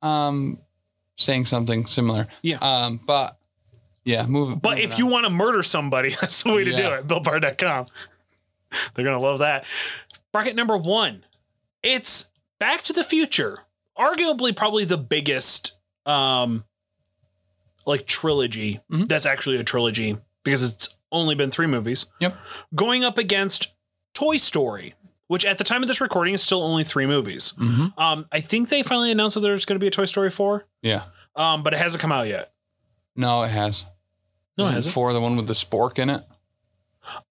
Speaker 5: Um, saying something similar.
Speaker 4: Yeah.
Speaker 5: Um, but yeah, move.
Speaker 4: But if you want to murder somebody, that's the way to do
Speaker 5: Yeah.
Speaker 4: it. BillBar.com. They're gonna love that. Bracket number one. It's Back to the Future. Arguably, probably the biggest um, like trilogy.
Speaker 5: Mhm.
Speaker 4: That's actually a trilogy because it's only been three movies.
Speaker 5: Yep.
Speaker 4: Going up against Toy Story, which at the time of this recording is still only three movies.
Speaker 5: Mm-hmm.
Speaker 4: Um, I think they finally announced that there's going to be a Toy Story four.
Speaker 5: Yeah.
Speaker 4: Um, but it hasn't come out yet.
Speaker 5: No, it has.
Speaker 4: No, it
Speaker 5: Isn't
Speaker 4: hasn't.
Speaker 5: Four, the one with the spork in it.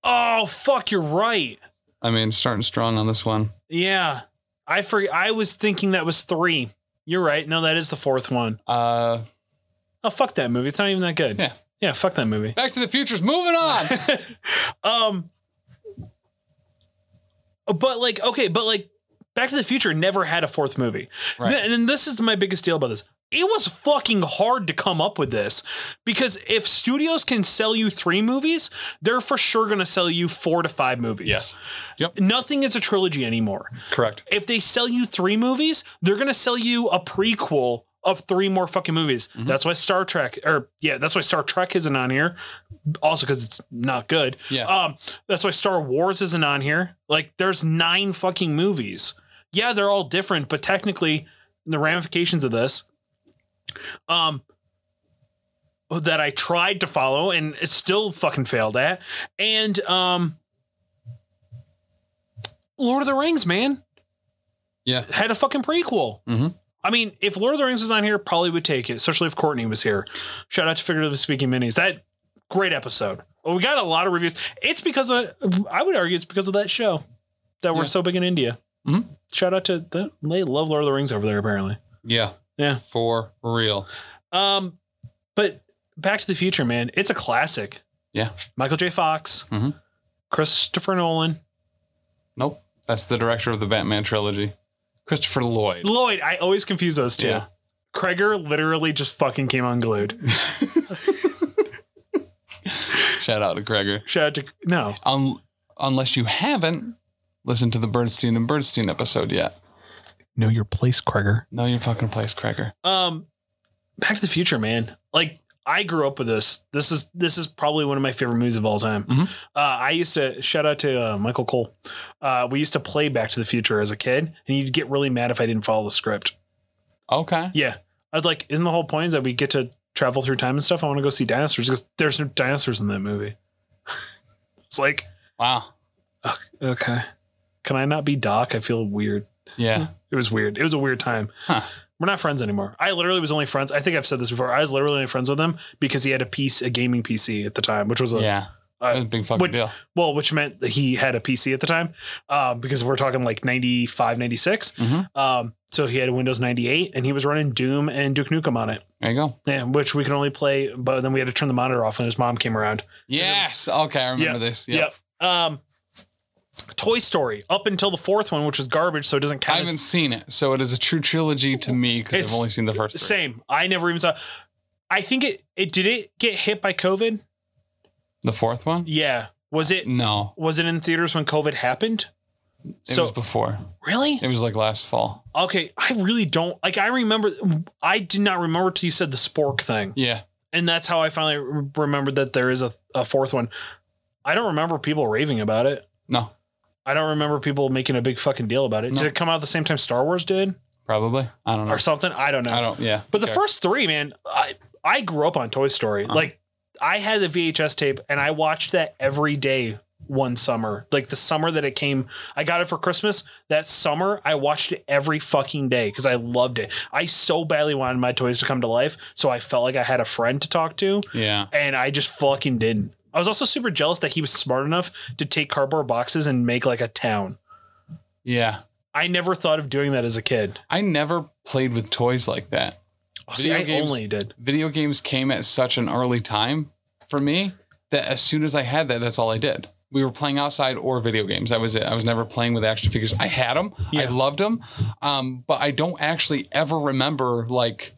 Speaker 4: Oh fuck, you're right.
Speaker 5: I mean, starting strong on this one.
Speaker 4: Yeah, I for I was thinking that was three. You're right. No, that is the fourth one.
Speaker 5: Uh,
Speaker 4: Oh fuck that movie. It's not even that good.
Speaker 5: Yeah.
Speaker 4: Yeah. Fuck that movie.
Speaker 5: Back to the Future's moving on.
Speaker 4: Um. Uh, But like, okay, but like, Back to the Future never had a fourth movie,
Speaker 5: Right.
Speaker 4: Th- and this is my biggest deal about this. It was fucking hard to come up with this because if studios can sell you three movies, they're for sure going to sell you four to five movies.
Speaker 5: Yes. Yep.
Speaker 4: Nothing is a trilogy anymore.
Speaker 5: Correct.
Speaker 4: If they sell you three movies, they're going to sell you a prequel of three more fucking movies. That's why Star Trek, or yeah, that's why Star Trek isn't on here. Also, because it's not good.
Speaker 5: Yeah.
Speaker 4: Um, that's why Star Wars isn't on here. Like, there's nine fucking movies. Yeah, they're all different, but technically, the ramifications of this, um, that I tried to follow and it still fucking failed at, and um, Lord of the Rings, man,
Speaker 5: Yeah.
Speaker 4: had a fucking prequel.
Speaker 5: Mhm.
Speaker 4: I mean, if Lord of the Rings was on here, probably would take it, especially if Courtney was here. Shout out to Figuratively Speaking Minis. That great episode. We got a lot of reviews. It's because of, I would argue it's because of that show that we're
Speaker 5: Yeah.
Speaker 4: so big in India.
Speaker 5: Mhm.
Speaker 4: Shout out to the, they love Lord of the Rings over there apparently.
Speaker 5: Yeah.
Speaker 4: Yeah.
Speaker 5: For real.
Speaker 4: Um, but Back to the Future, man, it's a classic.
Speaker 5: Yeah.
Speaker 4: Michael J. Fox,
Speaker 5: Mhm.
Speaker 4: Christopher Nolan,
Speaker 5: Nope. That's the director of the Batman trilogy, Christopher Lloyd.
Speaker 4: Lloyd. I always confuse those two.
Speaker 5: Yeah.
Speaker 4: Kreger literally just fucking came unglued.
Speaker 5: Shout out to Gregor.
Speaker 4: Shout out to no.
Speaker 5: Un- unless you haven't listened to the Bernstein and Bernstein episode yet.
Speaker 4: Know your place, Kreger.
Speaker 5: No, your fucking place, Cracker.
Speaker 4: Um, Back to the Future, man. Like I grew up with this. This is this is probably one of my favorite movies of all time.
Speaker 5: Mhm.
Speaker 4: Uh, I used to shout out to uh, Michael Cole. Uh, we used to play Back to the Future as a kid, and you'd get really mad if I didn't follow the script.
Speaker 5: Okay.
Speaker 4: Yeah, I was like, isn't the whole point is that we get to travel through time and stuff? I want to go see dinosaurs because there's no dinosaurs in that movie. it's like,
Speaker 5: Wow.
Speaker 4: okay, can I not be Doc? I feel weird.
Speaker 5: Yeah.
Speaker 4: It was weird. It was a weird time.
Speaker 5: Huh.
Speaker 4: We're not friends anymore. I literally was only friends. I think I've said this before. I was literally only friends with him because he had a piece, a gaming PC at the time, which was a
Speaker 5: Yeah.
Speaker 4: Uh,
Speaker 5: That's a big fucking
Speaker 4: what-
Speaker 5: deal.
Speaker 4: well, which meant that he had a PC at the time, um, because we're talking like 95, 96.
Speaker 5: Mhm.
Speaker 4: Um, so he had a Windows 98 and he was running Doom and Duke Nukem on it,
Speaker 5: There you go.
Speaker 4: and, which we could only play, but then we had to turn the monitor off when his mom came around.
Speaker 5: Yes. Okay. I remember this. Yep.
Speaker 4: Yep. Um, Toy Story up until the fourth one, which was garbage, so it doesn't
Speaker 5: I
Speaker 4: count.
Speaker 5: haven't
Speaker 4: as,
Speaker 5: seen it, so it is a true trilogy to me because
Speaker 4: It's
Speaker 5: I've only seen the first three.
Speaker 4: same. I never even saw. I think it, it did it get hit by COVID?
Speaker 5: The fourth one?
Speaker 4: Yeah. Was it
Speaker 5: No,
Speaker 4: was it in theaters when COVID happened?
Speaker 5: it
Speaker 4: so
Speaker 5: was before.
Speaker 4: really?
Speaker 5: It was like last fall.
Speaker 4: Okay, I really don't like. I remember, I did not remember till you said the spork thing,
Speaker 5: Yeah.
Speaker 4: and that's how I finally re- remembered that there is a, a fourth one. I don't remember people raving about it.
Speaker 5: No,
Speaker 4: I don't remember people making a big fucking deal about it.
Speaker 5: No.
Speaker 4: Did it come out the same time Star Wars did
Speaker 5: probably. I don't know.
Speaker 4: or something? I don't know.
Speaker 5: I don't. Yeah.
Speaker 4: but the
Speaker 5: Okay. Uh-huh.
Speaker 4: first three, man, I I grew up on Toy Story. Like I had the VHS tape, and I watched that every day one summer. Like the summer that it came, I got it for Christmas. That summer, I watched it every fucking day because I loved it. I so badly wanted my toys to come to life, so I felt like I had a friend to talk to,
Speaker 5: Yeah.
Speaker 4: and I just fucking didn't. I was also super jealous that he was smart enough to take cardboard boxes and make like a town.
Speaker 5: Yeah.
Speaker 4: I never thought of doing that as a kid.
Speaker 5: I never played with toys like that.
Speaker 4: See,
Speaker 5: Video
Speaker 4: I
Speaker 5: games-
Speaker 4: only did.
Speaker 5: Video games came at such an early time for me that as soon as I had that, that's all I did. We were playing outside or video games. That was it. I was never playing with action figures. I had them. I
Speaker 4: Yeah.
Speaker 5: loved them. Um, but I don't actually ever remember like.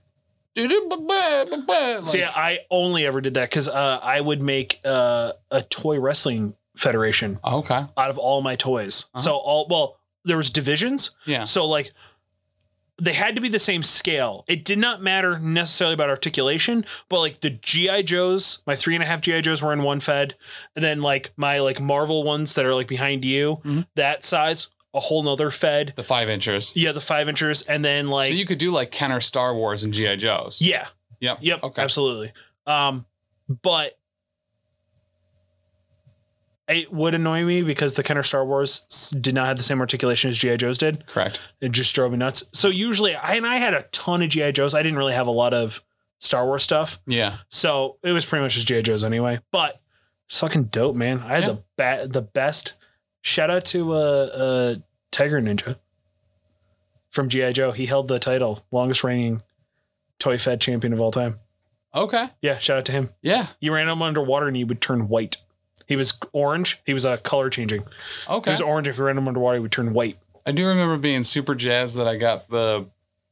Speaker 5: like
Speaker 4: See, I only ever did that because uh, I would make uh, a toy wrestling federation
Speaker 5: okay.
Speaker 4: out of all my toys. So all well, there was divisions.
Speaker 5: Uh-huh. Yeah.
Speaker 4: So like, they had to be the same scale. It did not matter necessarily about articulation, but like the GI Joes, my three and a half GI Joes were in one fed, and then like my like Marvel ones that are like behind you,
Speaker 5: Mm-hmm.
Speaker 4: that size, a whole nother fed.
Speaker 5: The five inchers.
Speaker 4: Yeah, the five inchers, and then like
Speaker 5: so you could do like Kenner Star Wars and G.I. Joe's.
Speaker 4: yeah.
Speaker 5: Yep.
Speaker 4: Yep.
Speaker 5: Okay.
Speaker 4: Absolutely. Um, but it would annoy me because the Kenner Star Wars s- did not have the same articulation as GI Joes did.
Speaker 5: Correct.
Speaker 4: It just drove me nuts. So usually, I and I had a ton of GI Joes. I didn't really have a lot of Star Wars stuff,
Speaker 5: Yeah.
Speaker 4: so it was pretty much just GI Joes anyway. But it's fucking dope, man. I had
Speaker 5: Yeah.
Speaker 4: the ba- the best. Shout out to uh, uh, Tiger Ninja from GI Joe. He held the title longest reigning toy fed champion of all time.
Speaker 5: Okay.
Speaker 4: Yeah, shout out to him.
Speaker 5: Yeah.
Speaker 4: You ran him underwater and he would turn white. He was orange. He was uh, color changing. He
Speaker 5: Okay.
Speaker 4: was orange. If you ran him underwater, he would turn white.
Speaker 5: I do remember being super jazzed that I got the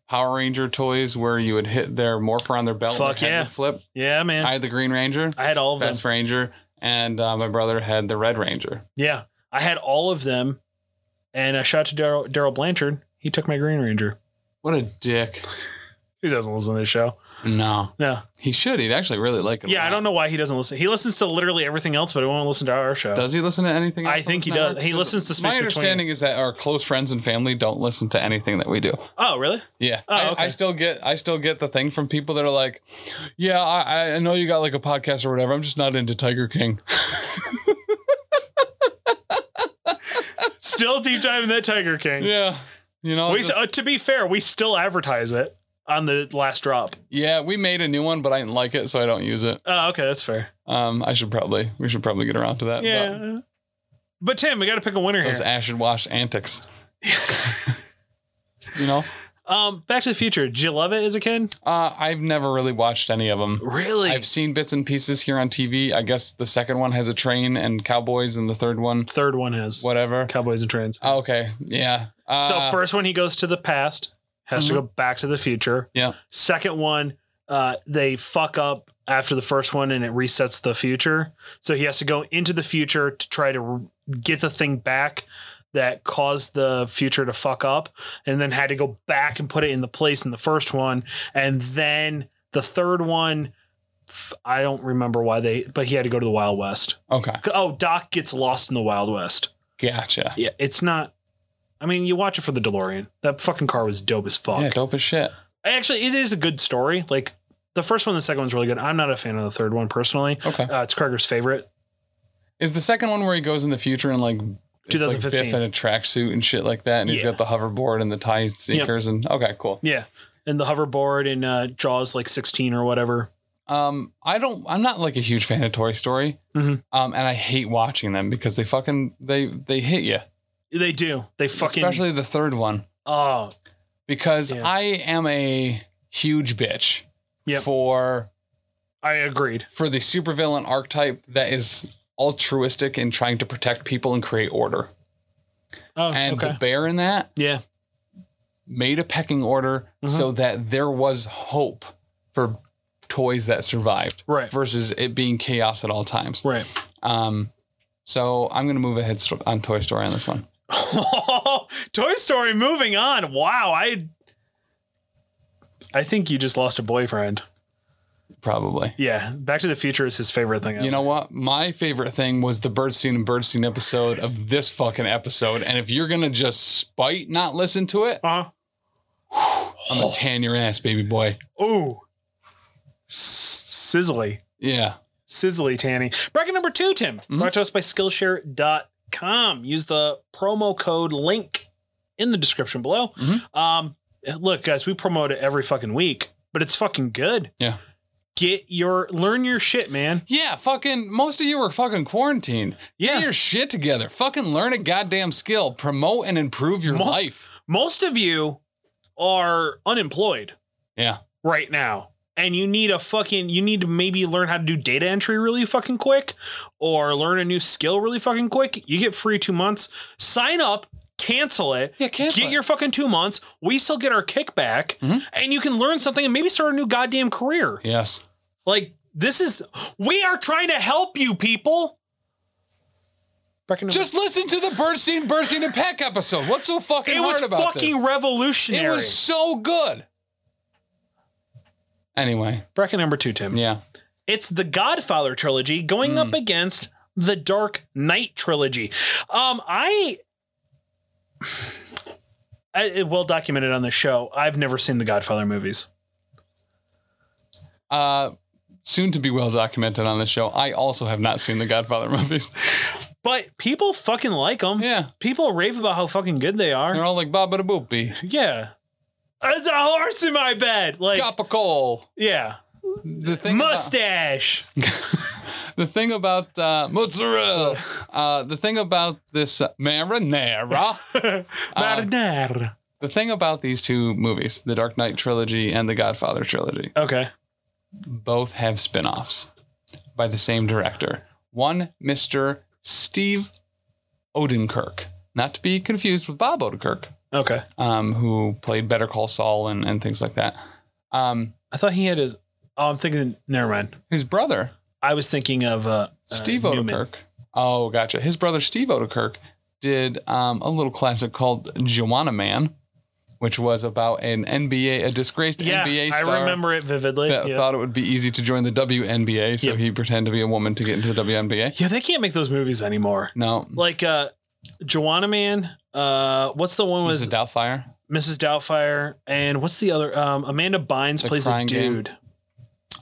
Speaker 5: Power Ranger toys where you would hit their morpher on their belt. and
Speaker 4: Fuck
Speaker 5: their head
Speaker 4: yeah.
Speaker 5: would Flip.
Speaker 4: Yeah, man.
Speaker 5: I
Speaker 4: I,
Speaker 5: had the Green Ranger,
Speaker 4: had all of them.
Speaker 5: Best Ranger, and uh, my brother had the Red Ranger.
Speaker 4: Yeah, I had all of them. And a shout out to Daryl Daryl Blanchard. He took my Green Ranger.
Speaker 5: What a dick.
Speaker 4: He doesn't listen to this show.
Speaker 5: No.
Speaker 4: No.
Speaker 5: He should. He'd actually really like it. a
Speaker 4: Yeah, I
Speaker 5: lot.
Speaker 4: don't know why he doesn't listen. He listens to literally everything else, but he won't listen to our show.
Speaker 5: Does he listen to anything?
Speaker 4: I
Speaker 5: else on
Speaker 4: think
Speaker 5: this
Speaker 4: he
Speaker 5: network?
Speaker 4: does. He
Speaker 5: 'Cause
Speaker 4: listens to Space
Speaker 5: My
Speaker 4: Between.
Speaker 5: understanding is that our close friends and family don't listen to anything that we do.
Speaker 4: oh, really?
Speaker 5: Yeah,
Speaker 4: Oh,
Speaker 5: I,
Speaker 4: okay.
Speaker 5: I still get I still get the thing from people that are like, "Yeah, I, I know you got like a podcast or whatever. I'm just not into Tiger King."
Speaker 4: Still deep diving that Tiger King.
Speaker 5: yeah, you know,
Speaker 4: We,
Speaker 5: just-
Speaker 4: uh, to be fair, we still advertise it on the last drop.
Speaker 5: yeah, we made a new one, but I didn't like it, so I don't use it.
Speaker 4: Oh, okay, that's fair.
Speaker 5: Um, I should probably we should probably get around to that. but
Speaker 4: Yeah. But Tim, we got to pick a winner here.
Speaker 5: those ash and wash antics. you know,
Speaker 4: Um, Back to the Future. Did you love it as a kid?
Speaker 5: uh, I've never really watched any of them.
Speaker 4: Really?
Speaker 5: I've seen bits and pieces here on TV. I guess the second one has a train and cowboys, and the third one,
Speaker 4: Third one is
Speaker 5: whatever. Oh,
Speaker 4: Cowboys and Trains.
Speaker 5: Okay, yeah. Uh, Mm-hmm.
Speaker 4: so first one, he goes to the past, has to go back to the future.
Speaker 5: yeah.
Speaker 4: Second one, uh, they fuck up after the first one and it resets the future. So he has to go into the future to try to re- get the thing back that caused the future to fuck up and then had to go back and put it in the place in the first one. And then the third one I don't remember why they, but he had to go to the Wild West.
Speaker 5: Okay.
Speaker 4: Oh, Doc gets lost in the Wild West.
Speaker 5: Gotcha.
Speaker 4: Yeah, it's not. I mean, you watch it for the DeLorean. That fucking car was dope as fuck.
Speaker 5: Yeah, dope as shit.
Speaker 4: Actually, it is a good story. Like the first one, and the second one's really good. I'm not a fan of the third one personally.
Speaker 5: Okay.
Speaker 4: Uh, it's Kreger's favorite.
Speaker 5: Is the second one where he goes in the future and like it's like
Speaker 4: 2015.
Speaker 5: Biff in a tracksuit and shit like that, and he's
Speaker 4: Yeah.
Speaker 5: got the hoverboard and the tie and sneakers and okay, cool.
Speaker 4: Yeah, and the hoverboard and uh, Jaws like 16 or whatever.
Speaker 5: Um, I don't, I'm not like a huge fan of Toy Story,
Speaker 4: Mhm.
Speaker 5: um, and I hate watching them because they fucking they they hit you,
Speaker 4: They do. They fucking.
Speaker 5: especially the third one
Speaker 4: oh,
Speaker 5: because
Speaker 4: Yeah.
Speaker 5: I am a huge bitch
Speaker 4: Yep.
Speaker 5: for
Speaker 4: I agreed.
Speaker 5: for the supervillain archetype that is altruistic and trying to protect people and create order.
Speaker 4: Oh,
Speaker 5: And
Speaker 4: okay.
Speaker 5: the bear in that
Speaker 4: yeah.
Speaker 5: made a pecking order
Speaker 4: Mm-hmm.
Speaker 5: so that there was hope for toys that survived
Speaker 4: Right.
Speaker 5: versus it being chaos at all times.
Speaker 4: Right.
Speaker 5: Um, so I'm going to move ahead st- on Toy Story on this one.
Speaker 4: Toy Story moving on. Wow, I I think you just lost a boyfriend.
Speaker 5: Probably.
Speaker 4: Yeah, Back to the Future is his favorite thing.
Speaker 5: You know what? My favorite thing was the Birdstein and Birdstein episode of this fucking episode. And if you're going to just spite not listen to it,
Speaker 4: Uh-huh.
Speaker 5: I'm going to tan your ass, baby boy.
Speaker 4: Oh. Sizzly.
Speaker 5: Yeah.
Speaker 4: Sizzly Tanny. Bracket number two, Tim. Brought to us by Skillshare.com. Use the promo code link in the description below. Um, look, guys, we promote it every fucking week, but it's fucking good.
Speaker 5: Yeah.
Speaker 4: Get your learn your shit, man.
Speaker 5: Yeah, fucking most of you are fucking quarantined.
Speaker 4: Yeah.
Speaker 5: Get your shit together. Fucking learn a goddamn skill. Promote and improve your
Speaker 4: Most-
Speaker 5: life.
Speaker 4: Most of you are unemployed
Speaker 5: Yeah.
Speaker 4: right now. And you need a fucking you need to maybe learn how to do data entry really fucking quick or learn a new skill really fucking quick. You get free 2 months. Sign up, cancel it.
Speaker 5: Yeah, cancel
Speaker 4: Get
Speaker 5: it. Mm-hmm.
Speaker 4: your fucking 2 months. We still get our kickback and you can learn something and maybe start a new goddamn career.
Speaker 5: Yes.
Speaker 4: Like this is we are trying to help you people.
Speaker 5: Just listen to the Bernstein, Bernstein and Peck episode. What's so fucking
Speaker 4: it
Speaker 5: hard
Speaker 4: was
Speaker 5: about
Speaker 4: fucking
Speaker 5: this?
Speaker 4: revolutionary.
Speaker 5: It was so good. Anyway,
Speaker 4: bracket number 2 Tim.
Speaker 5: yeah.
Speaker 4: it's the Godfather trilogy going
Speaker 5: Hmm.
Speaker 4: up against the Dark Knight trilogy. Um, I, I it well documented on the show. I've never seen the Godfather movies.
Speaker 5: Uh soon to be well documented on this show. I also have not seen the Godfather movies.
Speaker 4: But people fucking like them.
Speaker 5: Yeah.
Speaker 4: People rave about how fucking good they are.
Speaker 5: They're all like Baba da Boopy.
Speaker 4: Yeah. There's a horse in my bed. Like,
Speaker 5: Copical.
Speaker 4: yeah.
Speaker 5: The thing about-
Speaker 4: Mustache.
Speaker 5: The thing about uh, mozzarella. Uh, the thing about this uh, marinara.
Speaker 4: Marinara.
Speaker 5: the thing about these two movies, the Dark Knight trilogy and the Godfather trilogy,
Speaker 4: Okay.
Speaker 5: both have spin-offs by the same director. One, Mr. Steve Odenkirk, not to be confused with Bob Odenkirk,
Speaker 4: Okay.
Speaker 5: um, who played Better Call Saul and, and things like that. Um,
Speaker 4: I thought he had his. Oh, I'm thinking. Never mind.
Speaker 5: his brother,
Speaker 4: I was thinking of uh,
Speaker 5: Steve
Speaker 4: uh, Newman.
Speaker 5: Odekirk. Oh, gotcha. His brother Steve Odekirk did um, a little classic called Joanna Man, which was about an NBA, a disgraced
Speaker 4: Yeah,
Speaker 5: NBA
Speaker 4: I
Speaker 5: star
Speaker 4: remember it vividly.
Speaker 5: that
Speaker 4: yes.
Speaker 5: thought it would be easy to join the WNBA, so
Speaker 4: Yep.
Speaker 5: he pretended to be a woman to get into the WNBA.
Speaker 4: Yeah, they can't make those movies anymore.
Speaker 5: No,
Speaker 4: Like uh Joanna Man, uh what's the one
Speaker 5: was
Speaker 4: with
Speaker 5: it Doubtfire?
Speaker 4: Mrs. Doubtfire and what's the other um Amanda Bynes
Speaker 5: The
Speaker 4: plays a
Speaker 5: crying game?
Speaker 4: dude.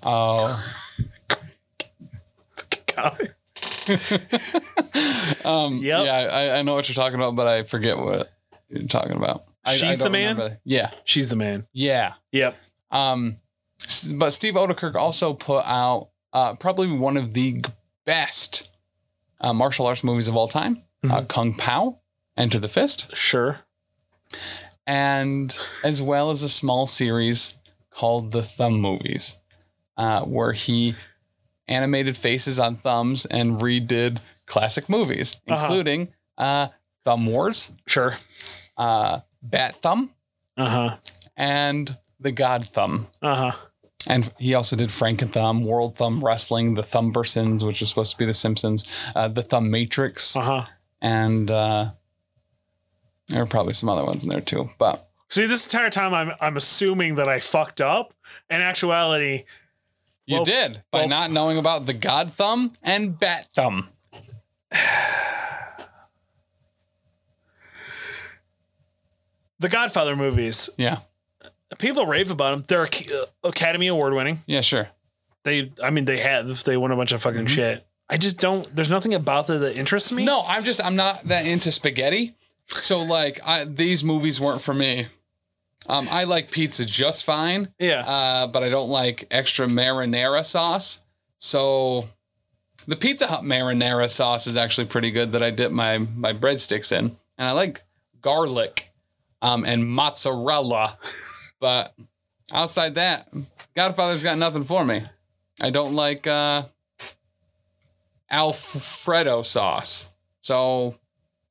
Speaker 5: Oh,
Speaker 4: God.
Speaker 5: um,
Speaker 4: Yep.
Speaker 5: yeah, I, I know what you're talking about, but I forget what you're talking about. I- I
Speaker 4: She's the
Speaker 5: don't
Speaker 4: man?
Speaker 5: remember. Yeah,
Speaker 4: She's the man.
Speaker 5: yeah.
Speaker 4: Yep.
Speaker 5: Um, s- but Steve Odekirk also put out uh, probably one of the g- best uh, martial arts movies of all time,
Speaker 4: Mm-hmm.
Speaker 5: uh, Kung Pao, Enter the Fist,
Speaker 4: Sure.
Speaker 5: and as well as a small series called the Thumb Movies, uh, where he animated faces on thumbs and redid classic movies,
Speaker 4: Uh-huh.
Speaker 5: including uh, Thumb Wars,
Speaker 4: Sure.
Speaker 5: uh, Bat Thumb,
Speaker 4: Uh-huh.
Speaker 5: and The God Thumb.
Speaker 4: Uh-huh.
Speaker 5: And he also did Frank and Thumb, World Thumb Wrestling, The Thumbersons, which is supposed to be The Simpsons, uh, The Thumb Matrix,
Speaker 4: Uh-huh.
Speaker 5: and uh, there are probably some other ones in there too. But
Speaker 4: See, this entire time I'm I'm assuming that I fucked up. In actuality,
Speaker 5: You did by not knowing about the God Thumb and Bat Thumb.
Speaker 4: The Godfather movies.
Speaker 5: Yeah.
Speaker 4: People rave about them. They're ac- uh, Academy Award winning.
Speaker 5: Yeah, sure.
Speaker 4: They, I mean, they have. They won a bunch of fucking shit. I just don't. There's nothing about that that interests me.
Speaker 5: Mm-hmm. No, I'm just I'm not that into spaghetti. So like I, these movies weren't for me. Um, I like pizza just fine,
Speaker 4: Yeah.
Speaker 5: uh, but I don't like extra marinara sauce. So the Pizza Hut marinara sauce is actually pretty good that I dip my my breadsticks in, and I like garlic um, and mozzarella. But outside that, Godfather's got nothing for me. I don't like uh, Alfredo sauce. So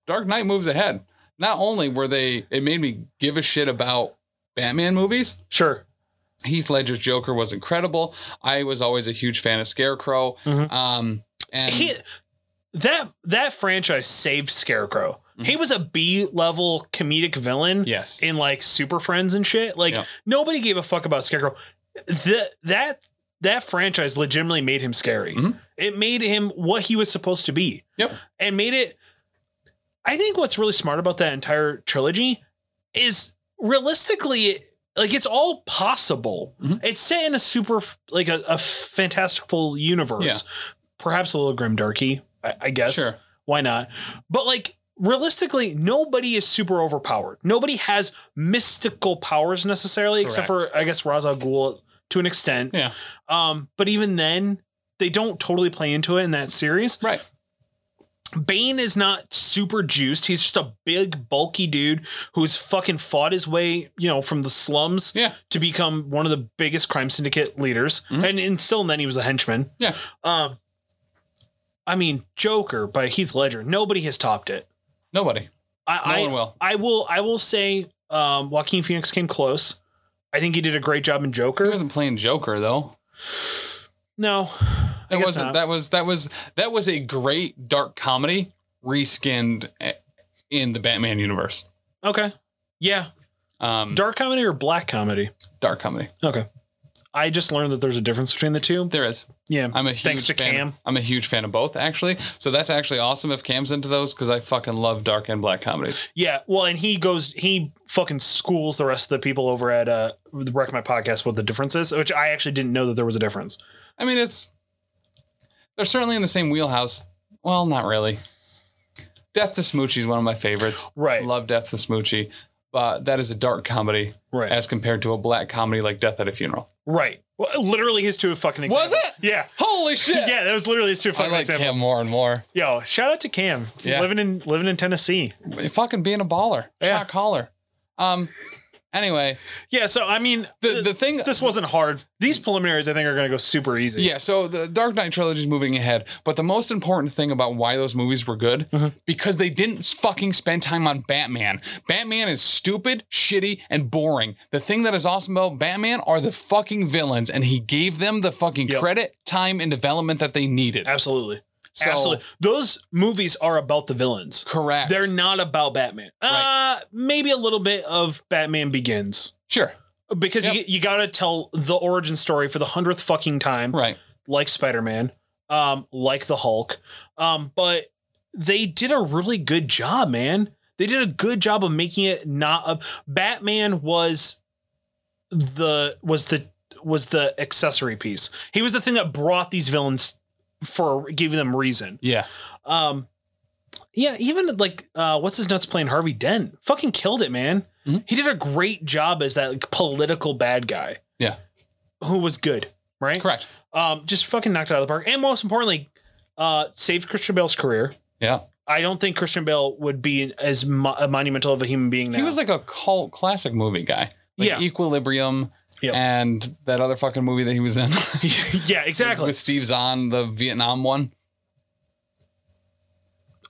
Speaker 5: Dark Knight moves ahead. Not only were they, it made me give a shit about Batman movies.
Speaker 4: sure.
Speaker 5: Heath Ledger's Joker was incredible. I was always a huge fan of Scarecrow.
Speaker 4: Mhm.
Speaker 5: Um, and
Speaker 4: he that that franchise saved Scarecrow.
Speaker 5: Mm-hmm.
Speaker 4: He was a B level comedic villain
Speaker 5: yes,
Speaker 4: in like Super Friends and shit. Like
Speaker 5: Yeah.
Speaker 4: nobody gave a fuck about Scarecrow. The, that that franchise legitimately made him scary.
Speaker 5: Mhm.
Speaker 4: It made him what he was supposed to be.
Speaker 5: Yep.
Speaker 4: And made it I think what's really smart about that entire trilogy is realistically like it's all possible.
Speaker 5: Mhm.
Speaker 4: It's set in a super like a, a fantastical universe. Perhaps a little grim darky, I, I guess.
Speaker 5: sure.
Speaker 4: Why not? But like realistically, nobody is super overpowered. Nobody has mystical powers necessarily, except
Speaker 5: Correct.
Speaker 4: for I guess Ra's al Ghul to an extent.
Speaker 5: Yeah.
Speaker 4: Um, but even then, they don't totally play into it in that series.
Speaker 5: Right.
Speaker 4: Bane is not super juiced. He's just a big, bulky dude who's fucking fought his way, you know, from the slums
Speaker 5: Yeah.
Speaker 4: to become one of the biggest crime syndicate leaders.
Speaker 5: Mhm.
Speaker 4: And, and still then he was a henchman.
Speaker 5: Yeah.
Speaker 4: Um I mean, Joker by Heath Ledger. Nobody has topped it.
Speaker 5: Nobody. No
Speaker 4: I
Speaker 5: one will.
Speaker 4: I, I will I will say um Joaquin Phoenix came close. I think he did a great job in
Speaker 5: He
Speaker 4: Joker.
Speaker 5: wasn't playing Joker though.
Speaker 4: No. I
Speaker 5: That
Speaker 4: guess
Speaker 5: wasn't.
Speaker 4: not.
Speaker 5: That was. That was. That was a great dark comedy reskinned eh, in the Batman universe.
Speaker 4: Okay. Yeah.
Speaker 5: Um, dark,
Speaker 4: Dark comedy or black comedy?
Speaker 5: comedy.
Speaker 4: Okay. I just learned that there's a difference between the two.
Speaker 5: There is.
Speaker 4: Yeah.
Speaker 5: I'm a huge
Speaker 4: Thanks to
Speaker 5: fan.
Speaker 4: Cam.
Speaker 5: I'm a huge fan of both actually. So that's actually awesome if Cam's into those because I fucking love dark and black comedies.
Speaker 4: Yeah, well, and he goes, he fucking schools the rest of the people over at uh, the Wreck My Podcast what the difference is, which I actually didn't know that there was a difference.
Speaker 5: I mean, it's they're certainly in the same wheelhouse. Well, not really. Death to Smoochie is one of my favorites.
Speaker 4: Right,
Speaker 5: Love Death to Smoochie, but that is a dark comedy
Speaker 4: right,
Speaker 5: as compared to a black comedy like Death at a Funeral.
Speaker 4: right. Well, literally, his two fucking examples.
Speaker 5: Was it?
Speaker 4: Yeah,
Speaker 5: Holy shit!
Speaker 4: yeah. That was literally his two
Speaker 5: I
Speaker 4: fucking
Speaker 5: like
Speaker 4: examples.
Speaker 5: Cam more and more.
Speaker 4: Yo, shout out to Cam,
Speaker 5: Yeah.
Speaker 4: living in living in Tennessee.
Speaker 5: Fucking being a baller,
Speaker 4: Yeah.
Speaker 5: shot caller. Um. Anyway,
Speaker 4: Yeah, so I mean,
Speaker 5: the the thing
Speaker 4: this wasn't hard. These preliminaries, I think, are going to go super easy.
Speaker 5: Yeah, so the Dark Knight trilogy is moving ahead, but the most important thing about why those movies were good
Speaker 4: Mm-hmm.
Speaker 5: because they didn't fucking spend time on Batman. Batman is stupid, shitty, and boring. The thing that is awesome about Batman are the fucking villains, and he gave them the fucking
Speaker 4: Yep.
Speaker 5: credit, time, and development that they needed.
Speaker 4: absolutely,
Speaker 5: So,
Speaker 4: absolutely. Those movies are about the villains.
Speaker 5: Correct.
Speaker 4: They're not about Batman. Uh, maybe a little bit of Batman Begins
Speaker 5: sure.
Speaker 4: because you, you got to tell the origin story for the hundredth fucking time,
Speaker 5: Right.
Speaker 4: like Spider Man, um, like the Hulk. Um, but they did a really good job, man. They did a good job of making it not a Batman was the was the was the accessory piece. He was the thing that brought these villains for giving them reason.
Speaker 5: Yeah.
Speaker 4: Um, yeah, even like uh, what's his nuts playing Harvey Dent fucking killed it, man.
Speaker 5: Mhm.
Speaker 4: He did a great job as that like, political bad guy.
Speaker 5: Yeah.
Speaker 4: who was good, right?
Speaker 5: Correct.
Speaker 4: Um, just fucking knocked it out of the park, and most importantly, uh, saved Christian Bale's career.
Speaker 5: Yeah.
Speaker 4: I don't think Christian Bale would be as mo- a monumental of a human being now.
Speaker 5: He was like a cult classic movie guy. Like
Speaker 4: Yeah.
Speaker 5: Equilibrium
Speaker 4: Yep.
Speaker 5: and that other fucking movie that he was in.
Speaker 4: yeah, exactly.
Speaker 5: with Steve Zahn, the Vietnam one.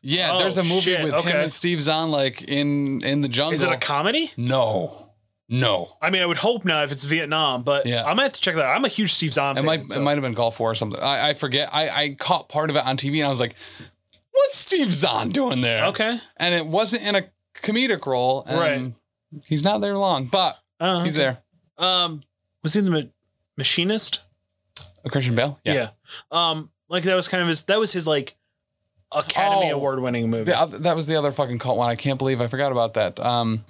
Speaker 5: Yeah,
Speaker 4: Oh,
Speaker 5: there's a movie
Speaker 4: shit,
Speaker 5: with him
Speaker 4: okay.
Speaker 5: and Steve Zahn, like in in the jungle.
Speaker 4: Is it a comedy?
Speaker 5: no, no?
Speaker 4: I mean, I would hope not if it's Vietnam, but
Speaker 5: Yeah.
Speaker 4: I'm gonna have to check that out. I'm a huge Steve Zahn
Speaker 5: It
Speaker 4: fan.
Speaker 5: might
Speaker 4: so-
Speaker 5: it might have been Gulf War or something. I, I forget. I I caught part of it on TV and I was like, "What's Steve Zahn doing there?"
Speaker 4: okay.
Speaker 5: and it wasn't in a comedic role. And
Speaker 4: Right.
Speaker 5: He's not there long, but
Speaker 4: Uh,
Speaker 5: he's there.
Speaker 4: Um, was he the ma- machinist?
Speaker 5: Uh, Christian Bale? Yeah.
Speaker 4: Yeah. Um, like that was kind of his that was his like Academy
Speaker 5: Oh.
Speaker 4: Award winning movie.
Speaker 5: The oth- that was the other fucking cult one. I can't believe I forgot about that. Um,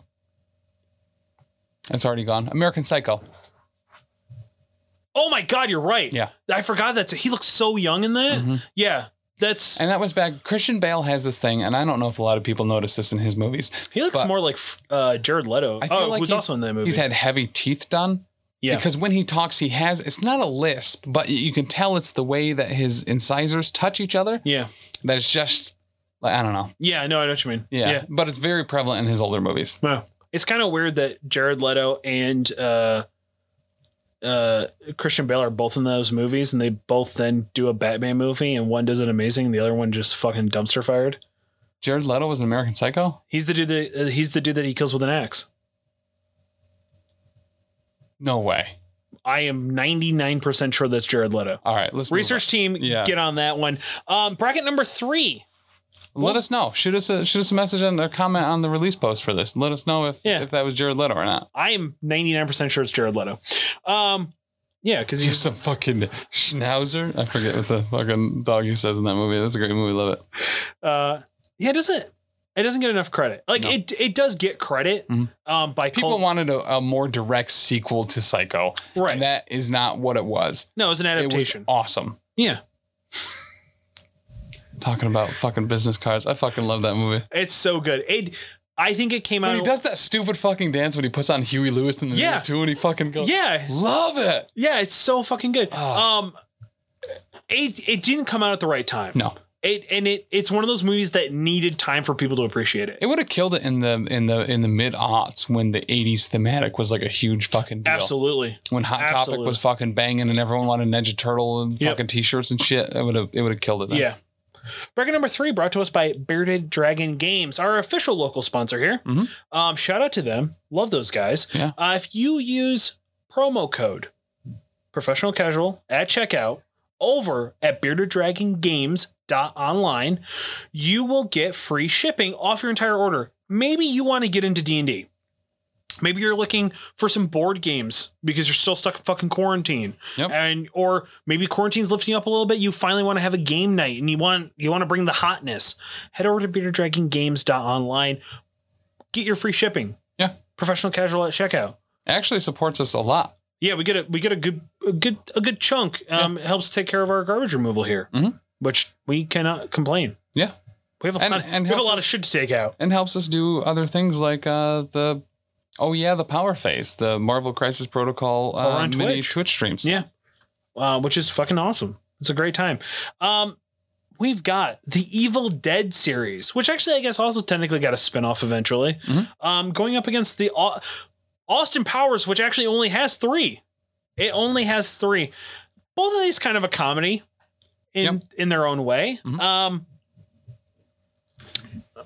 Speaker 5: it's already gone. American Psycho.
Speaker 4: Oh my god, you're right.
Speaker 5: Yeah. Mm-hmm.
Speaker 4: I forgot that he looks so young in that. Yeah. That's
Speaker 5: And that was back. Christian Bale has this thing, and I don't know if a lot of people notice this in his movies.
Speaker 4: he looks
Speaker 5: but-
Speaker 4: more like uh Jared Leto.
Speaker 5: I feel
Speaker 4: Oh,
Speaker 5: like
Speaker 4: who's
Speaker 5: he's-
Speaker 4: also in that movie.
Speaker 5: He's had heavy teeth done.
Speaker 4: yeah.
Speaker 5: Because when he talks, he has it's not a lisp, but you can tell it's the way that his incisors touch each other.
Speaker 4: yeah.
Speaker 5: That it's just like I don't know.
Speaker 4: Yeah, no, I know what you mean.
Speaker 5: Yeah. But it's very prevalent in his older movies.
Speaker 4: Wow. It's kind of weird that Jared Leto and uh, uh, Christian Bale are both in those movies, and they both then do a Batman movie, and one does it amazing, and the other one just fucking dumpster fired.
Speaker 5: Jared Leto was an American Psycho?
Speaker 4: He's the dude that uh, he's the dude that he kills with an axe.
Speaker 5: No way.
Speaker 4: I am ninety nine percent sure that's Jared Leto.
Speaker 5: All right, let's move
Speaker 4: Research team,
Speaker 5: Yeah.
Speaker 4: get on that one. Um, bracket number three.
Speaker 5: on. Let us know. Shoot us a shoot us a message and a comment on the release post for this. Let us know if
Speaker 4: Yeah.
Speaker 5: if that was Jared Leto or not.
Speaker 4: I am ninety nine percent sure it's Jared Leto. Um, yeah, because he's
Speaker 5: some fucking schnauzer. I forget what the fucking dog he says in that movie. That's a great movie. Love it.
Speaker 4: uh, yeah, it doesn't it doesn't get enough credit. Like it it does get credit um by
Speaker 5: People
Speaker 4: cult-
Speaker 5: wanted a, a more direct sequel to Psycho.
Speaker 4: Right.
Speaker 5: And that is not what it was.
Speaker 4: No, it's an
Speaker 5: It was
Speaker 4: adaptation.
Speaker 5: awesome.
Speaker 4: yeah.
Speaker 5: Talking about fucking business cards. I fucking love that movie.
Speaker 4: It's so good. It I think it came
Speaker 5: When
Speaker 4: out
Speaker 5: he does that stupid fucking dance when he puts on Huey Lewis in the
Speaker 4: Yeah.
Speaker 5: news too and he fucking goes.
Speaker 4: Yeah.
Speaker 5: Love it.
Speaker 4: Yeah, it's so fucking good.
Speaker 5: Ah.
Speaker 4: Um it it didn't come out at the right time.
Speaker 5: No.
Speaker 4: It and it it's one of those movies that needed time for people to appreciate it.
Speaker 5: It would have killed it in the in the in the mid aughts when the eighties thematic was like a huge fucking deal.
Speaker 4: Absolutely.
Speaker 5: When Hot Topic
Speaker 4: Absolutely.
Speaker 5: was fucking banging and everyone wanted Ninja Turtle and
Speaker 4: Yep.
Speaker 5: fucking t shirts and shit. It would have it would have killed it then.
Speaker 4: Yeah. Bracket number three brought to us by Bearded Dragon Games, our official local sponsor here.
Speaker 5: Mhm.
Speaker 4: Um, shout out to them. Love those guys.
Speaker 5: Yeah.
Speaker 4: Uh, if you use promo code professional casual at checkout over at bearded dragon games online you will get free shipping off your entire order maybe you want to get into d&d maybe you're looking for some board games because you're still stuck in fucking quarantine
Speaker 5: Yep.
Speaker 4: and or maybe quarantine's lifting up a little bit you finally want to have a game night and you want you want to bring the hotness head over to bearded dragon online get your free shipping
Speaker 5: Yeah.
Speaker 4: professional casual at checkout
Speaker 5: Actually supports us a lot.
Speaker 4: yeah, we get a we get a good a good a good chunk. Um, it helps take care of our garbage removal here,
Speaker 5: Mhm.
Speaker 4: which we cannot complain.
Speaker 5: Yeah.
Speaker 4: We have a
Speaker 5: And-
Speaker 4: lot.
Speaker 5: and
Speaker 4: we have a
Speaker 5: helps
Speaker 4: lot of shit to take out.
Speaker 5: and helps us do other things like uh, the oh yeah the power phase the marvel crisis protocol
Speaker 4: Or
Speaker 5: uh,
Speaker 4: Oh, on
Speaker 5: mini
Speaker 4: Twitch.
Speaker 5: twitch. streams
Speaker 4: Yeah. uh, which is fucking awesome. It's a great time. Um, we've got the Evil Dead series, which actually I guess also technically got a spinoff eventually.
Speaker 5: Mhm.
Speaker 4: Um, going up against the Au- Austin Powers, which actually only has three. It only has three. Both of these kind of a comedy in
Speaker 5: Yep.
Speaker 4: in their own way.
Speaker 5: Mhm.
Speaker 4: Um,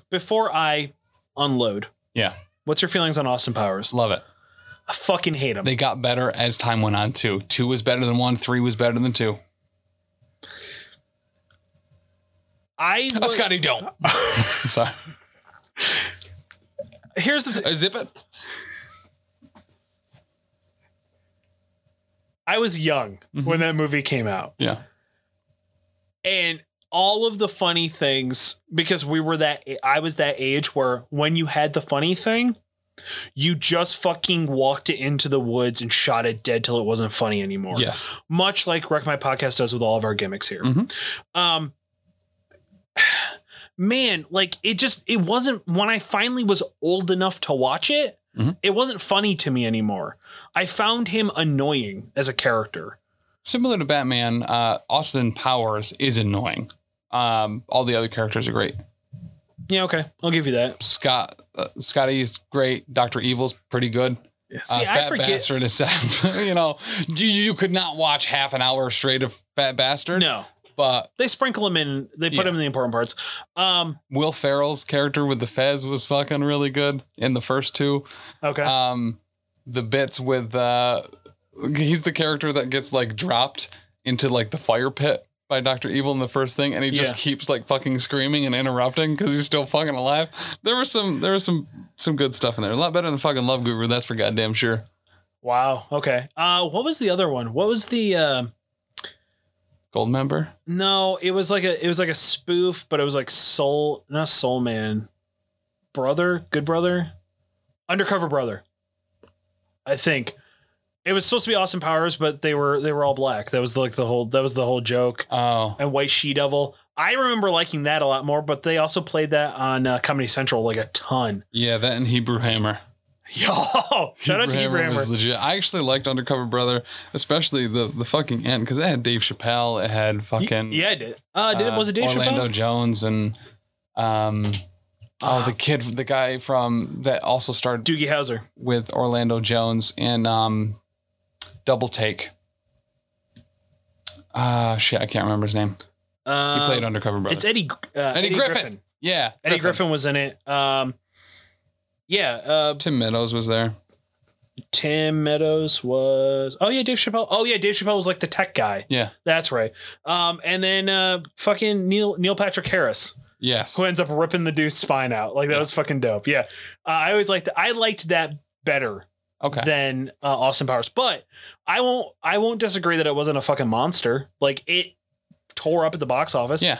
Speaker 4: before I unload,
Speaker 5: yeah
Speaker 4: what's your feelings on Austin Powers?
Speaker 5: love it
Speaker 4: I fucking hate him.
Speaker 5: they got better as time went on too two was better than one three was better than two
Speaker 4: I
Speaker 5: oh,
Speaker 4: was-
Speaker 5: Scotty don't sorry
Speaker 4: here's the thing.
Speaker 5: Uh, zip it
Speaker 4: I was young when that movie came out.
Speaker 5: yeah
Speaker 4: And all of the funny things, because we were that, I was that age where when you had the funny thing, you just fucking walked it into the woods and shot it dead till it wasn't funny anymore.
Speaker 5: yes
Speaker 4: Much like Wreck My Podcast does with all of our gimmicks here.
Speaker 5: Mhm.
Speaker 4: Um, man, like it just, it wasn't, when I finally was old enough to watch it,
Speaker 5: Mhm.
Speaker 4: it wasn't funny to me anymore. I found him annoying as a character.
Speaker 5: similar to Batman uh, Austin Powers is annoying um, all the other characters are great
Speaker 4: Yeah, okay. I'll give you that.
Speaker 5: Scott uh, Scotty is great Doctor Evil's pretty good
Speaker 4: See,
Speaker 5: uh,
Speaker 4: I
Speaker 5: Fat
Speaker 4: forget.
Speaker 5: Bastard is you know you, you could not watch half an hour straight of Fat Bastard
Speaker 4: No,
Speaker 5: but
Speaker 4: they sprinkle them in. They put
Speaker 5: Yeah.
Speaker 4: them in the important parts. Um,
Speaker 5: Will Farrell's character with the fez was fucking really good in the first two.
Speaker 4: okay.
Speaker 5: Um, the bits with uh, he's the character that gets like dropped into like the fire pit by Doctor Evil in the first thing, and he just
Speaker 4: Yeah.
Speaker 5: keeps like fucking screaming and interrupting because he's still fucking alive. There was some there was some some good stuff in there. A lot better than fucking Love Guru, that's for goddamn sure.
Speaker 4: wow. Okay. Uh, what was the other one? What was the? um
Speaker 5: Gold member?
Speaker 4: No, it was like a it was like a spoof, but it was like Soul, not Soul Man, Brother, Good Brother, Undercover Brother. I think it was supposed to be Austin Powers, but they were they were all black. That was like the whole that was the whole joke.
Speaker 5: Oh.
Speaker 4: And White She Devil. I remember liking that a lot more, but they also played that on uh, Comedy Central like a ton.
Speaker 5: Yeah, that and Hebrew Hammer.
Speaker 4: Yo, shout out to Hebrew Hammer.
Speaker 5: was legit. I actually liked Undercover Brother, especially the the fucking end because it had Dave Chappelle, it had fucking
Speaker 4: Yeah, I did. Uh, did it
Speaker 5: uh,
Speaker 4: was it Dave
Speaker 5: Orlando
Speaker 4: Chappelle?
Speaker 5: Jones and um oh
Speaker 4: Um,
Speaker 5: the kid the guy from that also started
Speaker 4: Doogie Howser.
Speaker 5: with Orlando Jones and um Double Take. Ah shit, I can't remember his name. He
Speaker 4: Uh,
Speaker 5: played Undercover Brother.
Speaker 4: It's Eddie. Uh,
Speaker 5: Eddie, Griffin. Yeah,
Speaker 4: Eddie Griffin was in it. Um, yeah, uh,
Speaker 5: Tim Meadows was there.
Speaker 4: Tim Meadows was. Oh yeah, Dave Chappelle. Oh yeah, Dave Chappelle was like the tech guy.
Speaker 5: Yeah.
Speaker 4: That's right. Um, and then uh, fucking Neil Neil Patrick Harris,
Speaker 5: Yes.
Speaker 4: who ends up ripping the dude's spine out. Like that was fucking dope. Yeah, uh, I always liked. I liked that better
Speaker 5: Okay.
Speaker 4: than uh, Austin Powers, but I won't. I won't disagree that it wasn't a fucking monster. Like it tore up at the box office.
Speaker 5: Yeah.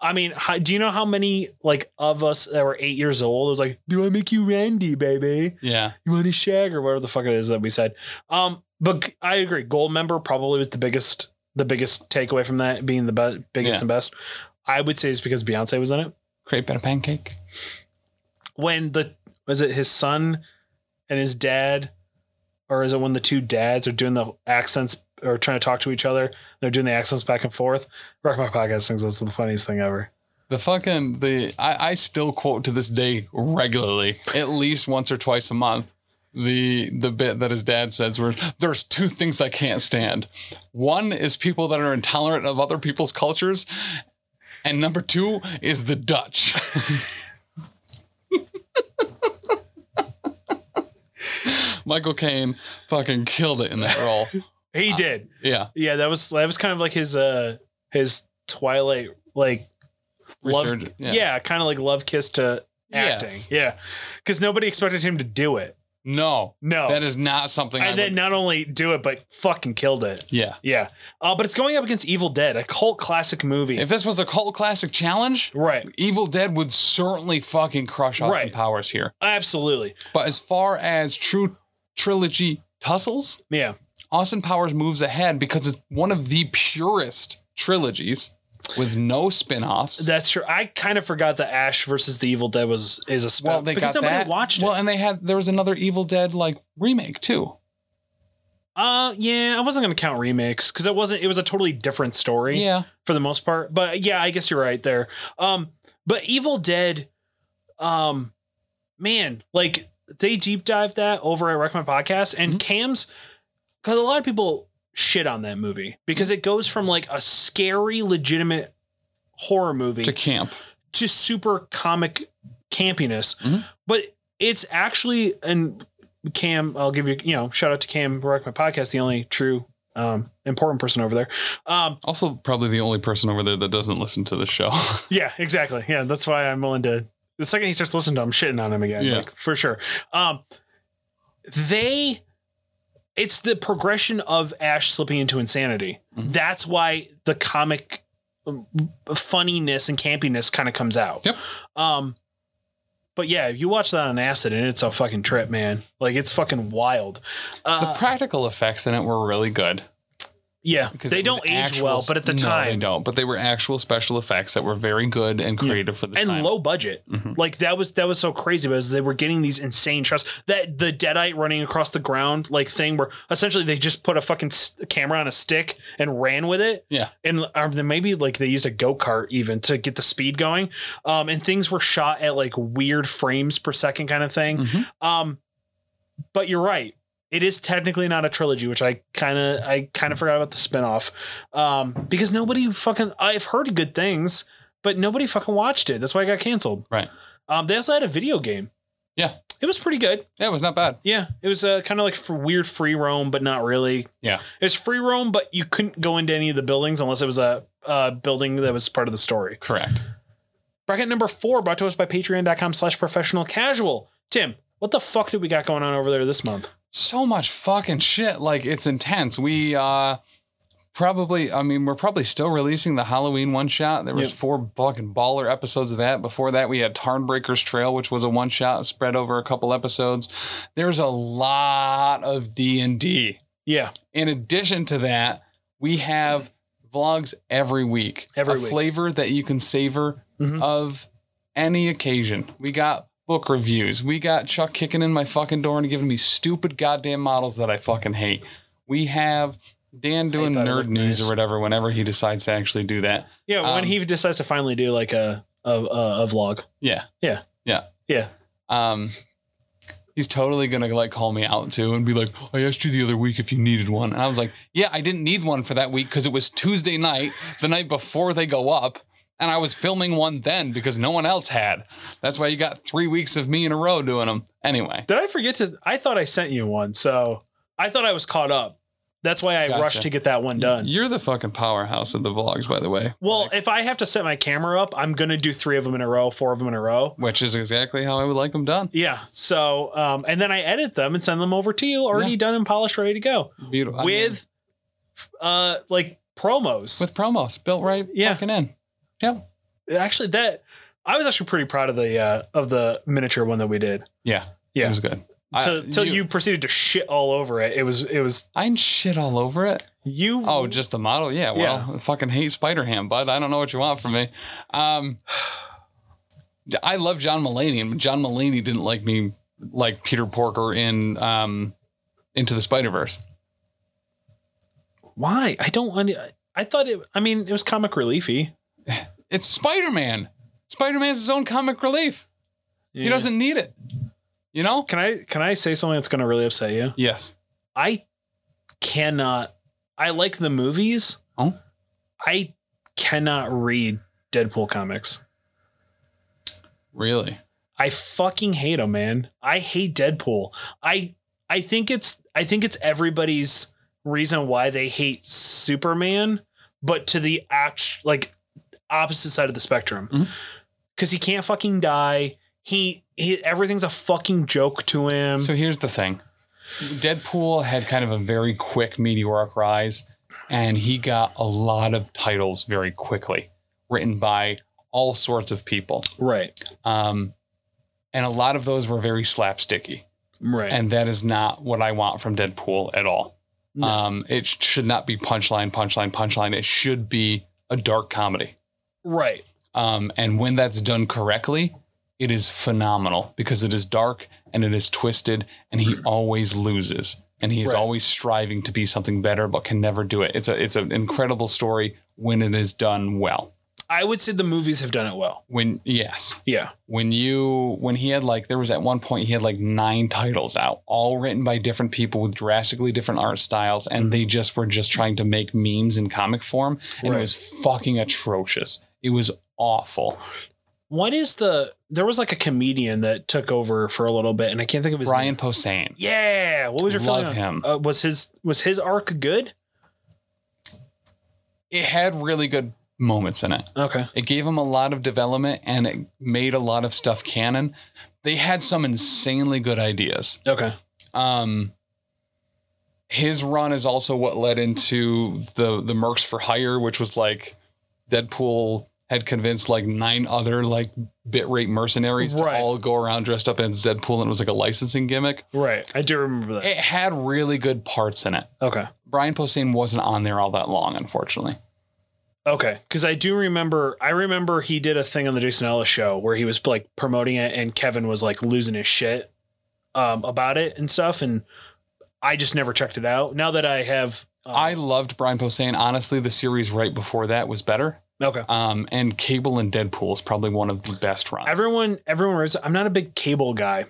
Speaker 4: I mean, how, do you know how many like of us that were eight years old was like, "Do I make you Randy, baby?
Speaker 5: yeah.
Speaker 4: You want to shag or whatever the fuck it is that we said." Um, but g- I agree. Gold member probably was the biggest, the biggest takeaway from that being the be- biggest
Speaker 5: Yeah.
Speaker 4: and best. I would say it's because Beyonce was in it.
Speaker 5: Crepe and a pancake.
Speaker 4: When the was it his son and his dad, or is it when the two dads are doing the accents or trying to talk to each other? They're doing the accents back and forth. Rock my podcast thinks that's the funniest thing ever.
Speaker 5: The fucking the I, I still quote to this day regularly, at least once or twice a month. The the bit that his dad says where there's two things I can't stand. One is people that are intolerant of other people's cultures, and number two is the Dutch. Michael Caine fucking killed it in that role.
Speaker 4: He
Speaker 5: Uh,
Speaker 4: did.
Speaker 5: Yeah.
Speaker 4: Yeah, that was that was kind of like his uh his Twilight like love
Speaker 5: Resurg-
Speaker 4: yeah, kind of like love kiss to acting.
Speaker 5: Yes.
Speaker 4: Yeah. Cuz nobody expected him to do it.
Speaker 5: No.
Speaker 4: No.
Speaker 5: That is not something I
Speaker 4: Oh. and then
Speaker 5: would-
Speaker 4: not only do it but fucking killed it.
Speaker 5: Yeah.
Speaker 4: Yeah. Uh but it's going up against Evil Dead, a cult classic movie.
Speaker 5: If this was a cult classic challenge,
Speaker 4: right.
Speaker 5: Evil Dead would certainly fucking crush Austin
Speaker 4: Right.
Speaker 5: Powers here.
Speaker 4: Absolutely.
Speaker 5: But as far as true trilogy tussles,
Speaker 4: Yeah.
Speaker 5: Austin Powers moves ahead because it's one of the purest trilogies with no spin-offs.
Speaker 4: That's true. I kind of forgot that Ash versus the Evil Dead was is a spell
Speaker 5: well, they
Speaker 4: because
Speaker 5: got
Speaker 4: nobody
Speaker 5: that.
Speaker 4: watched it.
Speaker 5: Well, and they had there was another Evil Dead like remake too.
Speaker 4: uh yeah, I wasn't going to count remakes cuz it wasn't it was a totally different story.
Speaker 5: Yeah.
Speaker 4: for the most part. But yeah, I guess you're right there. Um, but Evil Dead, um, man, like they deep dive that over at Recommend Podcast and
Speaker 5: Mhm.
Speaker 4: Cam's because a lot of people shit on that movie because it goes from like a scary, legitimate horror movie
Speaker 5: To camp.
Speaker 4: to super comic campiness,
Speaker 5: Mhm.
Speaker 4: but it's actually and Cam, I'll give you you know shout out to Cam Recommend Podcast, the only true um important person over there. Um,
Speaker 5: Also probably the only person over there that doesn't listen to the show.
Speaker 4: Yeah, exactly. Yeah, that's why I'm willing to. The second he starts listening to, him, I'm shitting on him again,
Speaker 5: Yeah.
Speaker 4: like, for sure. Um, they, it's the progression of Ash slipping into insanity.
Speaker 5: Mm-hmm.
Speaker 4: That's why the comic um, funniness and campiness kind of comes out.
Speaker 5: Yep.
Speaker 4: Um, but yeah, you watch that on acid and it's a fucking trip, man. Like it's fucking wild.
Speaker 5: the
Speaker 4: Uh,
Speaker 5: practical effects in it were really good.
Speaker 4: yeah,
Speaker 5: because
Speaker 4: they
Speaker 5: it was
Speaker 4: don't age
Speaker 5: actual-
Speaker 4: well, but at the
Speaker 5: No, they
Speaker 4: time,
Speaker 5: don't. But they were actual special effects that were very good and creative for the
Speaker 4: and
Speaker 5: time. Mm-hmm.
Speaker 4: low budget. Like that was that was so crazy because they were getting these insane shots. That the deadite running across the ground like thing where essentially they just put a fucking s- camera on a stick and ran with it.
Speaker 5: Yeah.
Speaker 4: And or then maybe like they used a go kart even to get the speed going. Um, and things were shot at like weird frames per second kind of thing.
Speaker 5: Mhm.
Speaker 4: Um, but you're right. It is technically not a trilogy, which I kind of I kind of forgot about the spinoff, um, because nobody fucking I've heard good things, but nobody fucking watched it. That's why it got canceled.
Speaker 5: Right.
Speaker 4: Um, they also had a video game.
Speaker 5: Yeah.
Speaker 4: It was pretty good.
Speaker 5: Yeah, it was not bad.
Speaker 4: Yeah, it was uh, kind of like for weird free roam, but not really.
Speaker 5: Yeah.
Speaker 4: It was free roam, but you couldn't go into any of the buildings unless it was a, uh building that was part of the story.
Speaker 5: Correct.
Speaker 4: Bracket number four brought to us by patreon.com slash professional casual. Tim, what the fuck did we got going on over there this month?
Speaker 5: So much fucking shit. Like it's intense. We uh probably I mean we're probably still releasing the Halloween one shot. There was
Speaker 4: Yep.
Speaker 5: four fucking baller episodes of that. Before that we had Tarnbreaker's Trail, which was a one shot spread over a couple episodes. There's a lot of D and D.
Speaker 4: Yeah.
Speaker 5: In addition to that, we have vlogs every week.
Speaker 4: Every
Speaker 5: a
Speaker 4: week.
Speaker 5: flavor that you can savor
Speaker 4: Mhm.
Speaker 5: of any occasion. We got book reviews. We got Chuck kicking in my fucking door and giving me stupid goddamn models that I fucking hate. We have Dan doing
Speaker 4: thought it
Speaker 5: nerd
Speaker 4: looked
Speaker 5: news
Speaker 4: nice.
Speaker 5: or whatever whenever he decides to actually do that.
Speaker 4: Yeah. When
Speaker 5: Um,
Speaker 4: he decides to finally do like a a, a, a vlog.
Speaker 5: Yeah.
Speaker 4: Yeah.
Speaker 5: Yeah.
Speaker 4: Yeah.
Speaker 5: Um He's totally gonna like call me out too and be like, I asked you the other week if you needed one. And I was like, Yeah, I didn't need one for that week because it was Tuesday night, the night before they go up, and I was filming one then because no one else had. That's why you got three weeks of me in a row doing them. Anyway.
Speaker 4: Did I forget to? I thought I sent you one, so I thought I was caught up. That's why I
Speaker 5: Gotcha.
Speaker 4: rushed to get that one done.
Speaker 5: You're the fucking powerhouse of the vlogs, by the way.
Speaker 4: well, if I have to set my camera up, I'm gonna do three of them in a row, four of them in a row.
Speaker 5: Which is exactly how I would like them done.
Speaker 4: Yeah. So, um, and then I edit them and send them over to you, already done and polished, ready to go
Speaker 5: Beautiful. I mean,
Speaker 4: with, uh, like promos.
Speaker 5: with promos built right
Speaker 4: Yeah.
Speaker 5: fucking in. Yeah.
Speaker 4: actually, that I was actually pretty proud of the uh, of the miniature one that we did.
Speaker 5: Yeah.
Speaker 4: Yeah.
Speaker 5: It was good. I-
Speaker 4: Till till you proceeded to shit all over it. It was it was
Speaker 5: I ain't shit all over it.
Speaker 4: you.
Speaker 5: Oh, just the model. Yeah. Well, I fucking hate Spider Ham, bud. I don't know what you want from me. Um, I love John Mulaney, and John Mulaney didn't like me like Peter Porker in um, Into the Spider Verse.
Speaker 4: why? I don't. under- I thought it. I mean, it was comic reliefy.
Speaker 5: It's Spider Man. Spider Man's his own comic relief. He
Speaker 4: Yeah.
Speaker 5: doesn't need it. You know?
Speaker 4: Can I can I say something that's going to really upset you?
Speaker 5: Yes.
Speaker 4: I cannot. I like the movies.
Speaker 5: Oh.
Speaker 4: I cannot read Deadpool comics.
Speaker 5: Really?
Speaker 4: I fucking hate him, man. I hate Deadpool. I I think it's I think it's everybody's reason why they hate Superman, but to the act like opposite side of the spectrum.
Speaker 5: Mhm.
Speaker 4: Cause he can't fucking die. He he everything's a fucking joke to him.
Speaker 5: So here's the thing Deadpool had kind of a very quick meteoric rise, and he got a lot of titles very quickly, written by all sorts of people.
Speaker 4: right.
Speaker 5: Um, and a lot of those were very slapsticky.
Speaker 4: Right.
Speaker 5: And that is not what I want from Deadpool at all.
Speaker 4: No.
Speaker 5: Um, it sh- should not be punchline, punchline, punchline. It should be a dark comedy.
Speaker 4: right.
Speaker 5: Um, and when that's done correctly, it is phenomenal because it is dark and it is twisted, and he always loses, and he is
Speaker 4: Right.
Speaker 5: always striving to be something better, but can never do it. It's a it's an incredible story when it is done well.
Speaker 4: I would say the movies have done it well.
Speaker 5: When yes,
Speaker 4: Yeah.
Speaker 5: when you when he had like there was at one point he had like nine titles out all written by different people with drastically different art styles
Speaker 4: Mm-hmm.
Speaker 5: and they just were just trying to make memes in comic form and
Speaker 4: Right.
Speaker 5: it was fucking atrocious it was awful
Speaker 4: What is the there was like a comedian that took over for a little bit and I can't think of his name.
Speaker 5: brian posehn
Speaker 4: Yeah. What was your
Speaker 5: Love
Speaker 4: feeling? on-
Speaker 5: him.
Speaker 4: Uh, was his was his arc good?
Speaker 5: it had really good moments in it
Speaker 4: Okay.
Speaker 5: it gave him a lot of development and it made a lot of stuff canon they had some insanely good ideas
Speaker 4: Okay.
Speaker 5: um his run is also what led into the the mercs for hire which was like deadpool had convinced like nine other like bitrate mercenaries
Speaker 4: Right.
Speaker 5: to all go around dressed up as deadpool and it was like a licensing gimmick
Speaker 4: Right. I do remember that.
Speaker 5: it had really good parts in it
Speaker 4: Okay.
Speaker 5: brian posehn wasn't on there all that long unfortunately
Speaker 4: Okay. Because I do remember. I remember he did a thing on the Jason Ellis show where he was like promoting it, and Kevin was like losing his shit um, about it and stuff. And I just never checked it out. Now that I have, um,
Speaker 5: i loved brian posehn honestly the series right before that was better
Speaker 4: okay.
Speaker 5: um and cable and deadpool is probably one of the best runs
Speaker 4: Everyone, everyone, remembers- I'm not a big cable guy.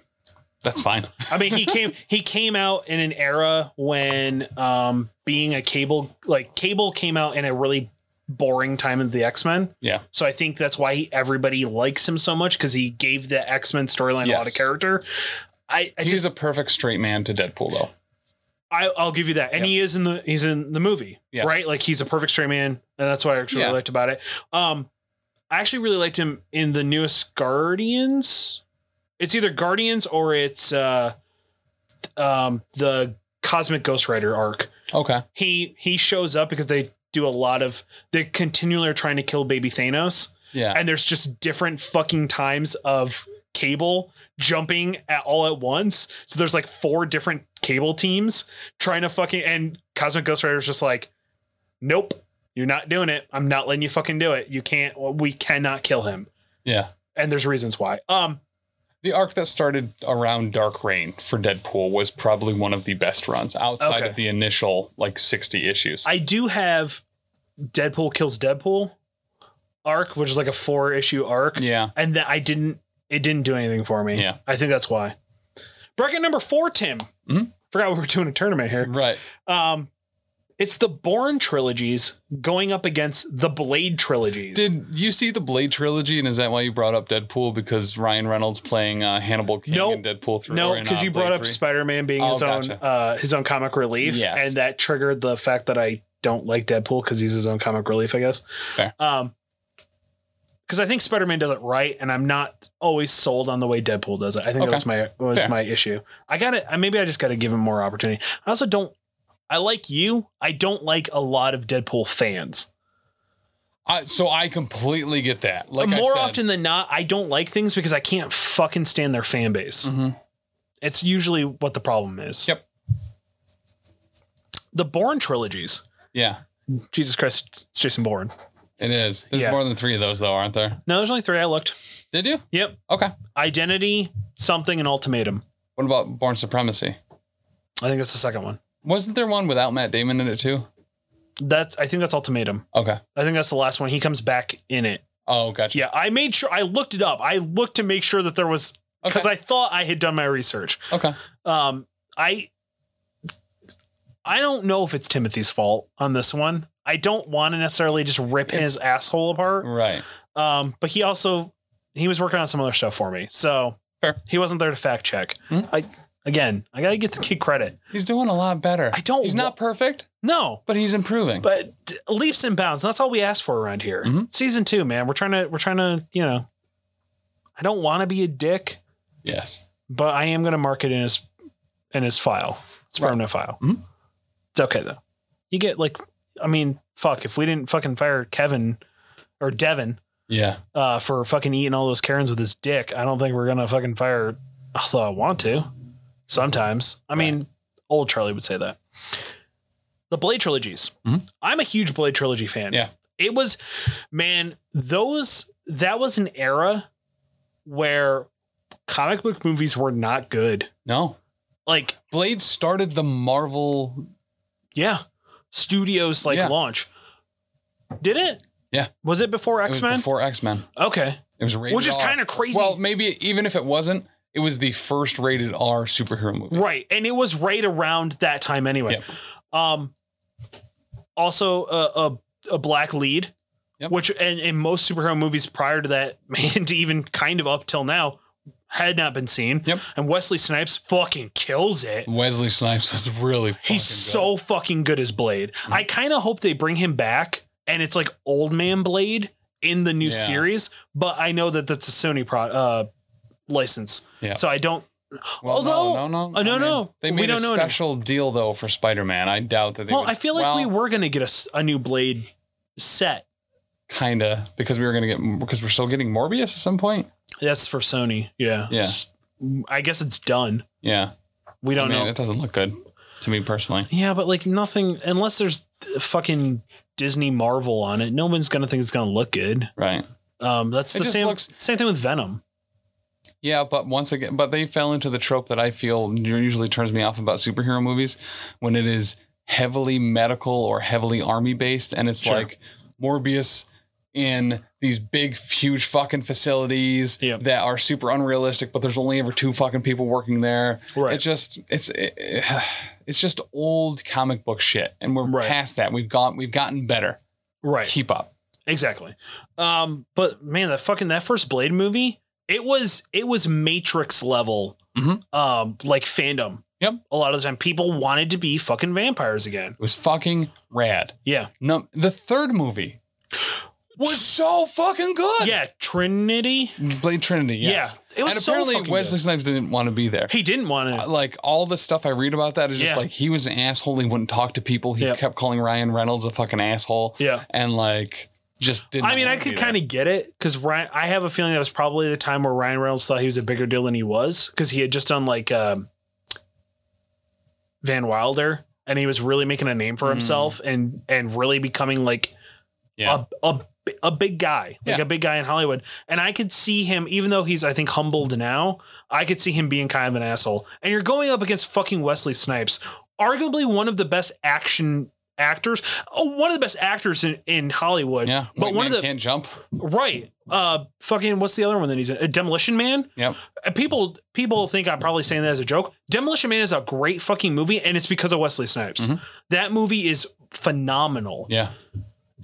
Speaker 5: that's fine
Speaker 4: I mean, he came he came out in an era when um being a cable like cable came out in a really boring time of the X-Men.
Speaker 5: Yeah.
Speaker 4: So I think that's why he, everybody likes him so much cuz he gave the X-Men storyline a lot of
Speaker 5: Yes.
Speaker 4: character. I I
Speaker 5: he's
Speaker 4: just
Speaker 5: a perfect straight man to deadpool though
Speaker 4: I, I'll give you that. And he is in the he's in the movie,
Speaker 5: Yeah.
Speaker 4: right? Like he's a perfect straight man and that's what I actually
Speaker 5: Yeah.
Speaker 4: liked about it. Um I actually really liked him in the newest Guardians. It's either Guardians or it's uh um the Cosmic Ghost Rider arc.
Speaker 5: Okay.
Speaker 4: He he shows up because they do a lot of they continually are trying to kill baby Thanos.
Speaker 5: Yeah.
Speaker 4: and there's just different fucking times of cable jumping at all at once. So there's like four different cable teams trying to fucking and Cosmic Ghost Rider's just like, nope, you're not doing it. I'm not letting you fucking do it. You can't. We cannot kill him.
Speaker 5: yeah.
Speaker 4: And there's reasons why. Um,
Speaker 5: The arc that started around Dark Reign for Deadpool was probably one of the best runs outside
Speaker 4: Okay.
Speaker 5: of the initial like 60 issues.
Speaker 4: I do have Deadpool kills Deadpool arc, which is like a four issue arc.
Speaker 5: yeah.
Speaker 4: and that I didn't it didn't do anything for me.
Speaker 5: Yeah.
Speaker 4: I think that's why. Bracket number four, Tim.
Speaker 5: Mhm.
Speaker 4: Forgot we were doing a tournament here.
Speaker 5: Right.
Speaker 4: Um, it's the Bourne trilogies going up against the Blade trilogies.
Speaker 5: Did you see the Blade trilogy? And is that why you brought up Deadpool? Because Ryan Reynolds playing uh, Hannibal King
Speaker 4: Nope.
Speaker 5: in Deadpool 3?
Speaker 4: no,
Speaker 5: or in,
Speaker 4: because
Speaker 5: uh,
Speaker 4: you
Speaker 5: Blade
Speaker 4: brought up
Speaker 5: 3?
Speaker 4: Spider-Man being
Speaker 5: Oh,
Speaker 4: his own
Speaker 5: gotcha.
Speaker 4: uh, his own comic relief,
Speaker 5: Yes.
Speaker 4: and that triggered the fact that I don't like Deadpool because he's his own comic relief, I guess.
Speaker 5: Fair.
Speaker 4: Um, because I think Spider-Man does it right, and I'm not always sold on the way Deadpool does it. I think
Speaker 5: Okay.
Speaker 4: that was my was
Speaker 5: Fair.
Speaker 4: my issue. I got to Maybe I just got to give him more opportunity. I also don't. I like you. I don't like a lot of Deadpool fans.
Speaker 5: I, so I completely get that. Like I
Speaker 4: more
Speaker 5: said,
Speaker 4: often than not, I don't like things because I can't fucking stand their fan base.
Speaker 5: Mhm.
Speaker 4: It's usually what the problem is.
Speaker 5: Yep.
Speaker 4: The Bourne trilogies.
Speaker 5: Yeah,
Speaker 4: Jesus Christ, it's Jason Bourne.
Speaker 5: it is. There's
Speaker 4: Yeah.
Speaker 5: more than three of those, though, aren't there?
Speaker 4: No, there's only three I looked.
Speaker 5: Did you?
Speaker 4: Yep.
Speaker 5: Okay.
Speaker 4: Identity, something, and ultimatum.
Speaker 5: What about Born Supremacy?
Speaker 4: I think that's the second one.
Speaker 5: Wasn't there one without Matt Damon in it too?
Speaker 4: That's I think that's ultimatum.
Speaker 5: Okay.
Speaker 4: I think that's the last one. He comes back in it.
Speaker 5: Oh, gotcha.
Speaker 4: Yeah, I made sure I looked it up. I looked to make sure that there was
Speaker 5: Okay.
Speaker 4: because I thought I had done my research.
Speaker 5: okay.
Speaker 4: Um, I I don't know if it's Timothy's fault on this one. I don't want to necessarily just rip his asshole apart.
Speaker 5: Right.
Speaker 4: Um, but he also he was working on some other stuff for me, so
Speaker 5: Fair.
Speaker 4: he wasn't there to fact check.
Speaker 5: Hmm.
Speaker 4: I again, I gotta get the kid credit.
Speaker 5: He's doing a lot better.
Speaker 4: I don't
Speaker 5: He's not perfect,
Speaker 4: No,
Speaker 5: but he's improving.
Speaker 4: but d- leaps and bounds. That's all we asked for around here.
Speaker 5: Mhm.
Speaker 4: Season two, man. We're trying to we're trying to you know. I don't want to be a dick,
Speaker 5: yes.
Speaker 4: but I am going to mark it in his in his file. It's
Speaker 5: Right.
Speaker 4: permanent file.
Speaker 5: Mhm.
Speaker 4: It's okay though. You get like, I mean, fuck. If we didn't fucking fire Kevin or Devin
Speaker 5: Yeah.
Speaker 4: uh, for fucking eating all those Karens with his dick, I don't think we're gonna fucking fire. Although I want to, sometimes. I mean, old Charlie would say that. The Blade trilogies.
Speaker 5: Mhm.
Speaker 4: I'm a huge Blade trilogy fan.
Speaker 5: Yeah.
Speaker 4: it was, man. Those that was an era where comic book movies were not good.
Speaker 5: No.
Speaker 4: Like,
Speaker 5: Blade started the Marvel.
Speaker 4: yeah, studios like
Speaker 5: Yeah.
Speaker 4: launch. Did it?
Speaker 5: Yeah.
Speaker 4: Was it before
Speaker 5: It was
Speaker 4: X Men?
Speaker 5: before X Men.
Speaker 4: Okay.
Speaker 5: It was rated
Speaker 4: Which is
Speaker 5: R.
Speaker 4: kind of crazy.
Speaker 5: Well, maybe even if it wasn't, it was the first rated R superhero movie.
Speaker 4: Right. And it was right around that time anyway. Um also a a, a black lead
Speaker 5: Yep.
Speaker 4: which and in most superhero movies prior to that and even kind of up till now had not been seen.
Speaker 5: Yep.
Speaker 4: And Wesley Snipes fucking kills it.
Speaker 5: Wesley Snipes is really. fucking good. Mm-hmm.
Speaker 4: He's so fucking good as Blade. I kind of hope they bring him back and it's like old man Blade in the new
Speaker 5: Yeah.
Speaker 4: series, but I know that that's a Sony pro uh license.
Speaker 5: Yeah.
Speaker 4: So I don't
Speaker 5: Well,
Speaker 4: Although-
Speaker 5: no, no, no,
Speaker 4: uh, no,
Speaker 5: I mean,
Speaker 4: no,
Speaker 5: They
Speaker 4: we
Speaker 5: made
Speaker 4: don't
Speaker 5: a
Speaker 4: know anymore.
Speaker 5: special deal though for Spider-Man. I doubt that. They
Speaker 4: Well,
Speaker 5: would-
Speaker 4: I feel like we were going to get a s- a, new Blade set.
Speaker 5: kinda because we were gonna get because we're still getting Morbius at some point.
Speaker 4: That's for Sony. Yeah.
Speaker 5: Yeah.
Speaker 4: S- I guess it's done.
Speaker 5: Yeah,
Speaker 4: We
Speaker 5: I
Speaker 4: don't
Speaker 5: mean,
Speaker 4: know.
Speaker 5: it doesn't look good to me personally.
Speaker 4: Yeah, but like nothing, unless there's fucking Disney Marvel on it, no one's going to think it's going to look good.
Speaker 5: Right.
Speaker 4: Um, that's
Speaker 5: It
Speaker 4: the
Speaker 5: just
Speaker 4: same
Speaker 5: looks-
Speaker 4: same thing with Venom.
Speaker 5: Yeah, but once again, but they fell into the trope that I feel usually turns me off about superhero movies when it is heavily medical or heavily army based, and it's
Speaker 4: Sure.
Speaker 5: like Morbius in these big, huge fucking facilities
Speaker 4: Yep.
Speaker 5: that are super unrealistic, but there's only ever two fucking people working there.
Speaker 4: Right.
Speaker 5: It's just it's it, it's just old comic book shit, and we're
Speaker 4: Right.
Speaker 5: past that. We've gone we've gotten better.
Speaker 4: Right.
Speaker 5: Keep up.
Speaker 4: Exactly. Um, but man, that fucking that first Blade movie, it was it was Matrix level,
Speaker 5: Mhm.
Speaker 4: um, like fandom.
Speaker 5: Yep.
Speaker 4: A lot of the time, people wanted to be fucking vampires again.
Speaker 5: It was fucking rad.
Speaker 4: Yeah.
Speaker 5: No, the third movie was so fucking good.
Speaker 4: Yeah, Trinity.
Speaker 5: Blade Trinity. Yes.
Speaker 4: Yeah. It was
Speaker 5: and
Speaker 4: so
Speaker 5: apparently
Speaker 4: fucking
Speaker 5: Wesley
Speaker 4: good.
Speaker 5: Snipes didn't want to be there.
Speaker 4: He didn't want to.
Speaker 5: Like all the stuff I read about that is just
Speaker 4: Yeah.
Speaker 5: like he was an asshole. He wouldn't talk to people. He
Speaker 4: Yep.
Speaker 5: kept calling Ryan Reynolds a fucking asshole.
Speaker 4: Yeah.
Speaker 5: and like just didn't.
Speaker 4: I mean, I
Speaker 5: want to
Speaker 4: could
Speaker 5: be there.
Speaker 4: kind of get it because Ryan. I have a feeling that was probably the time where Ryan Reynolds thought he was a bigger deal than he was because he had just done like um, Van Wilder, and he was really making a
Speaker 5: Mm.
Speaker 4: name for himself and and really becoming like
Speaker 5: Yeah.
Speaker 4: a a a big guy, like
Speaker 5: Yeah.
Speaker 4: a big guy in Hollywood. And I could see him, even though he's I think humbled now. I could see him being kind of an asshole. And you're going up against fucking Wesley Snipes, arguably one of the best action actors, oh, one of the best actors in, in Hollywood.
Speaker 5: Yeah,
Speaker 4: but
Speaker 5: White
Speaker 4: one of
Speaker 5: Man
Speaker 4: the
Speaker 5: can't jump.
Speaker 4: Right. Uh fucking what's the other one that he's in? Uh, Demolition Man?
Speaker 5: Yep.
Speaker 4: Uh, People people think I'm probably saying that as a joke. Demolition Man is a great fucking movie and it's because of Wesley Snipes. That movie is phenomenal.
Speaker 5: Mm-hmm. Yeah,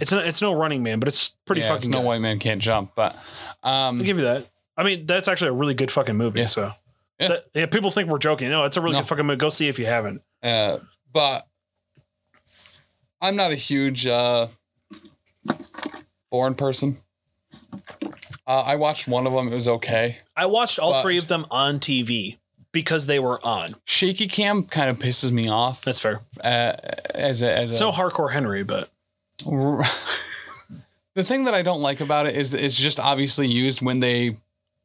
Speaker 4: It's no, it's no running man, but it's pretty
Speaker 5: yeah,
Speaker 4: fucking
Speaker 5: it's no
Speaker 4: good.
Speaker 5: White Man can't jump. But um,
Speaker 4: I'll give you that. I mean, that's actually a really good fucking movie,
Speaker 5: Yeah.
Speaker 4: so
Speaker 5: Yeah.
Speaker 4: That- yeah, people think we're joking. No, it's a really
Speaker 5: No.
Speaker 4: good fucking movie. Go see if you haven't.
Speaker 5: Uh, but I'm not a huge uh, Bourne person. Uh, I watched one of them. It was okay.
Speaker 4: I watched all
Speaker 5: But-
Speaker 4: three of them on TV because they were on.
Speaker 5: Shaky cam kind of pisses me off
Speaker 4: That's fair.
Speaker 5: uh, as a as a.
Speaker 4: It's no hardcore Henry, but
Speaker 5: the thing that I don't like about it is it's just obviously used when they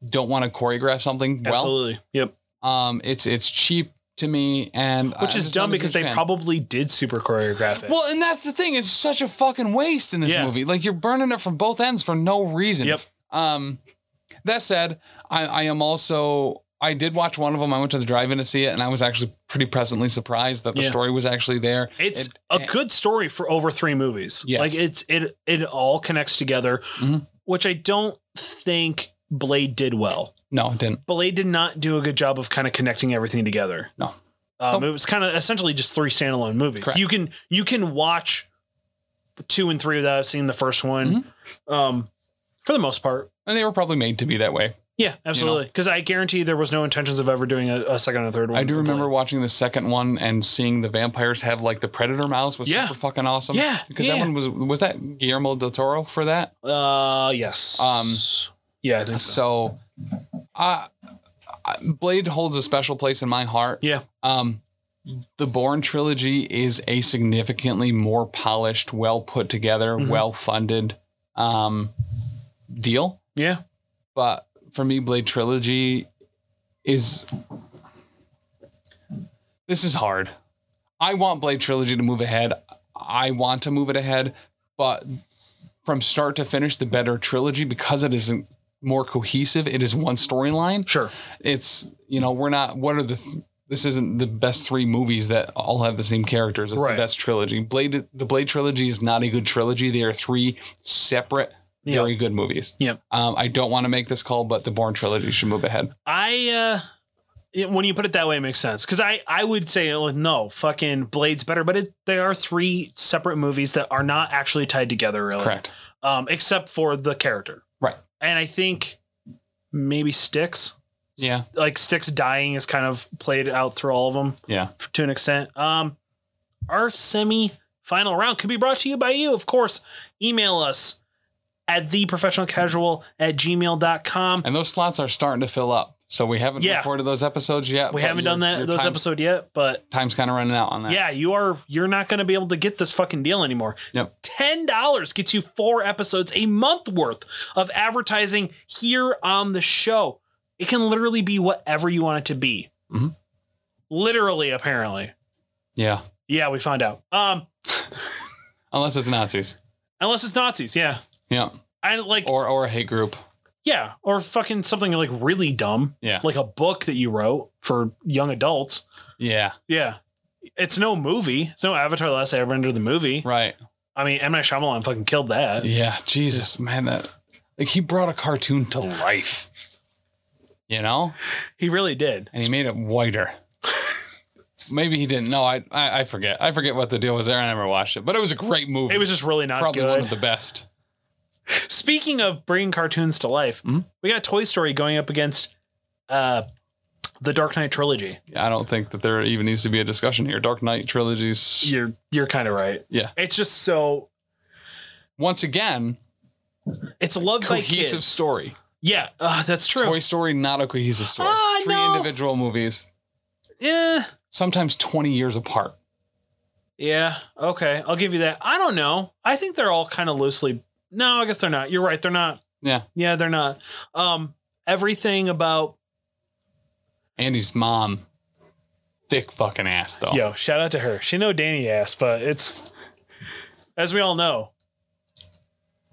Speaker 5: don't want to choreograph something well.
Speaker 4: absolutely. Yep.
Speaker 5: Um, it's it's cheap to me, and
Speaker 4: Which is dumb because they
Speaker 5: probably.
Speaker 4: probably did super choreograph it.
Speaker 5: Well, and that's the thing. It's such a fucking waste in this
Speaker 4: Yeah.
Speaker 5: movie. Like you're burning it from both ends for no reason.
Speaker 4: Yep.
Speaker 5: Um, that said, I, I am also I did watch one of them. I went to the drive-in to see it, and I was actually pretty pleasantly surprised that the
Speaker 4: Yeah.
Speaker 5: story was actually there.
Speaker 4: it's
Speaker 5: It-
Speaker 4: a good story for over three movies.
Speaker 5: Yes.
Speaker 4: Like it's it it all connects together,
Speaker 5: Mhm.
Speaker 4: which I don't think Blade did well.
Speaker 5: no, it didn't.
Speaker 4: Blade did not do a good job of kind of connecting everything together.
Speaker 5: No.
Speaker 4: Um,
Speaker 5: Nope.
Speaker 4: it was kind of essentially just three standalone movies.
Speaker 5: Correct.
Speaker 4: You can you can watch two and three without seeing the first one,
Speaker 5: Mm-hmm.
Speaker 4: um, for the most part.
Speaker 5: And they were probably made to be that way.
Speaker 4: Yeah, absolutely. Because I guarantee there was no intentions of ever doing a, a second or third one.
Speaker 5: I do
Speaker 4: for Blade.
Speaker 5: remember watching the second one and seeing the vampires have like the predator mouths was
Speaker 4: Yeah.
Speaker 5: super fucking awesome.
Speaker 4: Yeah,
Speaker 5: because that
Speaker 4: yeah.
Speaker 5: one was was that Guillermo del Toro for that.
Speaker 4: Uh, yes.
Speaker 5: Um,
Speaker 4: yeah, I think so.
Speaker 5: So, uh, Blade holds a special place in my heart.
Speaker 4: Yeah.
Speaker 5: Um, the Bourne trilogy is a significantly more polished, well put together, well funded um, deal.
Speaker 4: Yeah.
Speaker 5: But for me, Blade trilogy is this is hard. I want Blade trilogy to move ahead. I want to move it ahead, but from start to finish, the better trilogy because it isn't more cohesive. It is one storyline
Speaker 4: Sure.
Speaker 5: it's you know we're not what are the th- this isn't the best three movies that all have the same characters it's
Speaker 4: Right.
Speaker 5: the best trilogy blade the blade trilogy is not a good trilogy they are three separate
Speaker 4: Yeah.
Speaker 5: very good movies
Speaker 4: Yep.
Speaker 5: um, i don't want to make this call but the Bourne trilogy should move ahead
Speaker 4: I uh it- when you put it that way, it makes sense. Because I I would say oh, no, fucking Blade's better, but it, they are three separate movies that are not actually tied together, really.
Speaker 5: correct
Speaker 4: Um, except for the character,
Speaker 5: Right.
Speaker 4: And I think maybe Sticks,
Speaker 5: Yeah.
Speaker 4: like Sticks dying is kind of played out through all of them
Speaker 5: yeah
Speaker 4: to an extent. Um, our semi final round could be brought to you by you, of course. Email us at theprofessionalcasual at gmail.com.
Speaker 5: and those slots are starting to fill up so we haven't
Speaker 4: Yeah.
Speaker 5: recorded those episodes yet
Speaker 4: We
Speaker 5: but
Speaker 4: haven't
Speaker 5: your-
Speaker 4: done that
Speaker 5: your
Speaker 4: those
Speaker 5: time's-
Speaker 4: episode yet, but
Speaker 5: time's kind of running out on that
Speaker 4: yeah, you are you're not going to be able to get this fucking deal anymore.
Speaker 5: Yep.
Speaker 4: Ten dollars gets you four episodes, a month worth of advertising here on the show. It can literally be whatever you want it to be.
Speaker 5: Mhm.
Speaker 4: Literally, apparently.
Speaker 5: yeah
Speaker 4: Yeah, we found out. Um,
Speaker 5: unless it's nazis
Speaker 4: unless it's Nazis, yeah.
Speaker 5: yeah
Speaker 4: I like
Speaker 5: or or a hate group
Speaker 4: yeah, or fucking something like really dumb.
Speaker 5: Yeah.
Speaker 4: Like a book that you wrote for young adults.
Speaker 5: yeah
Speaker 4: Yeah. It's no movie. It's no Avatar: The Last Airbender the movie.
Speaker 5: right
Speaker 4: I mean, M Night Shyamalan fucking killed that.
Speaker 5: Yeah, Jesus, man, that like he brought a cartoon to life. You know,
Speaker 4: He really did.
Speaker 5: and he made it whiter. Maybe he didn't know. I, I I forget. I forget what the deal was there. I never watched it, but it was a great movie.
Speaker 4: It was just really not
Speaker 5: probably
Speaker 4: good.
Speaker 5: one of the best.
Speaker 4: Speaking of bringing cartoons to life,
Speaker 5: Hmm?
Speaker 4: we got Toy Story going up against uh, the Dark Knight trilogy.
Speaker 5: I don't think that there even needs to be a discussion here. Dark Knight trilogies.
Speaker 4: You're you're kind of right.
Speaker 5: Yeah.
Speaker 4: It's just so
Speaker 5: Once again,
Speaker 4: It's loved by
Speaker 5: cohesive
Speaker 4: kids.
Speaker 5: story.
Speaker 4: Yeah, uh, that's true.
Speaker 5: Toy Story, not a cohesive story.
Speaker 4: Ah,
Speaker 5: Three
Speaker 4: no.
Speaker 5: individual movies,
Speaker 4: Yeah.
Speaker 5: sometimes 20 years apart.
Speaker 4: Yeah. Okay. I'll give you that. I don't know. I think they're all kind of loosely. No, I guess they're not. You're right. They're not.
Speaker 5: Yeah.
Speaker 4: Yeah, they're not. Um, everything about.
Speaker 5: Andy's mom, thick fucking ass though.
Speaker 4: Yo, shout out to her. She know Danny ass, but it's as we all know,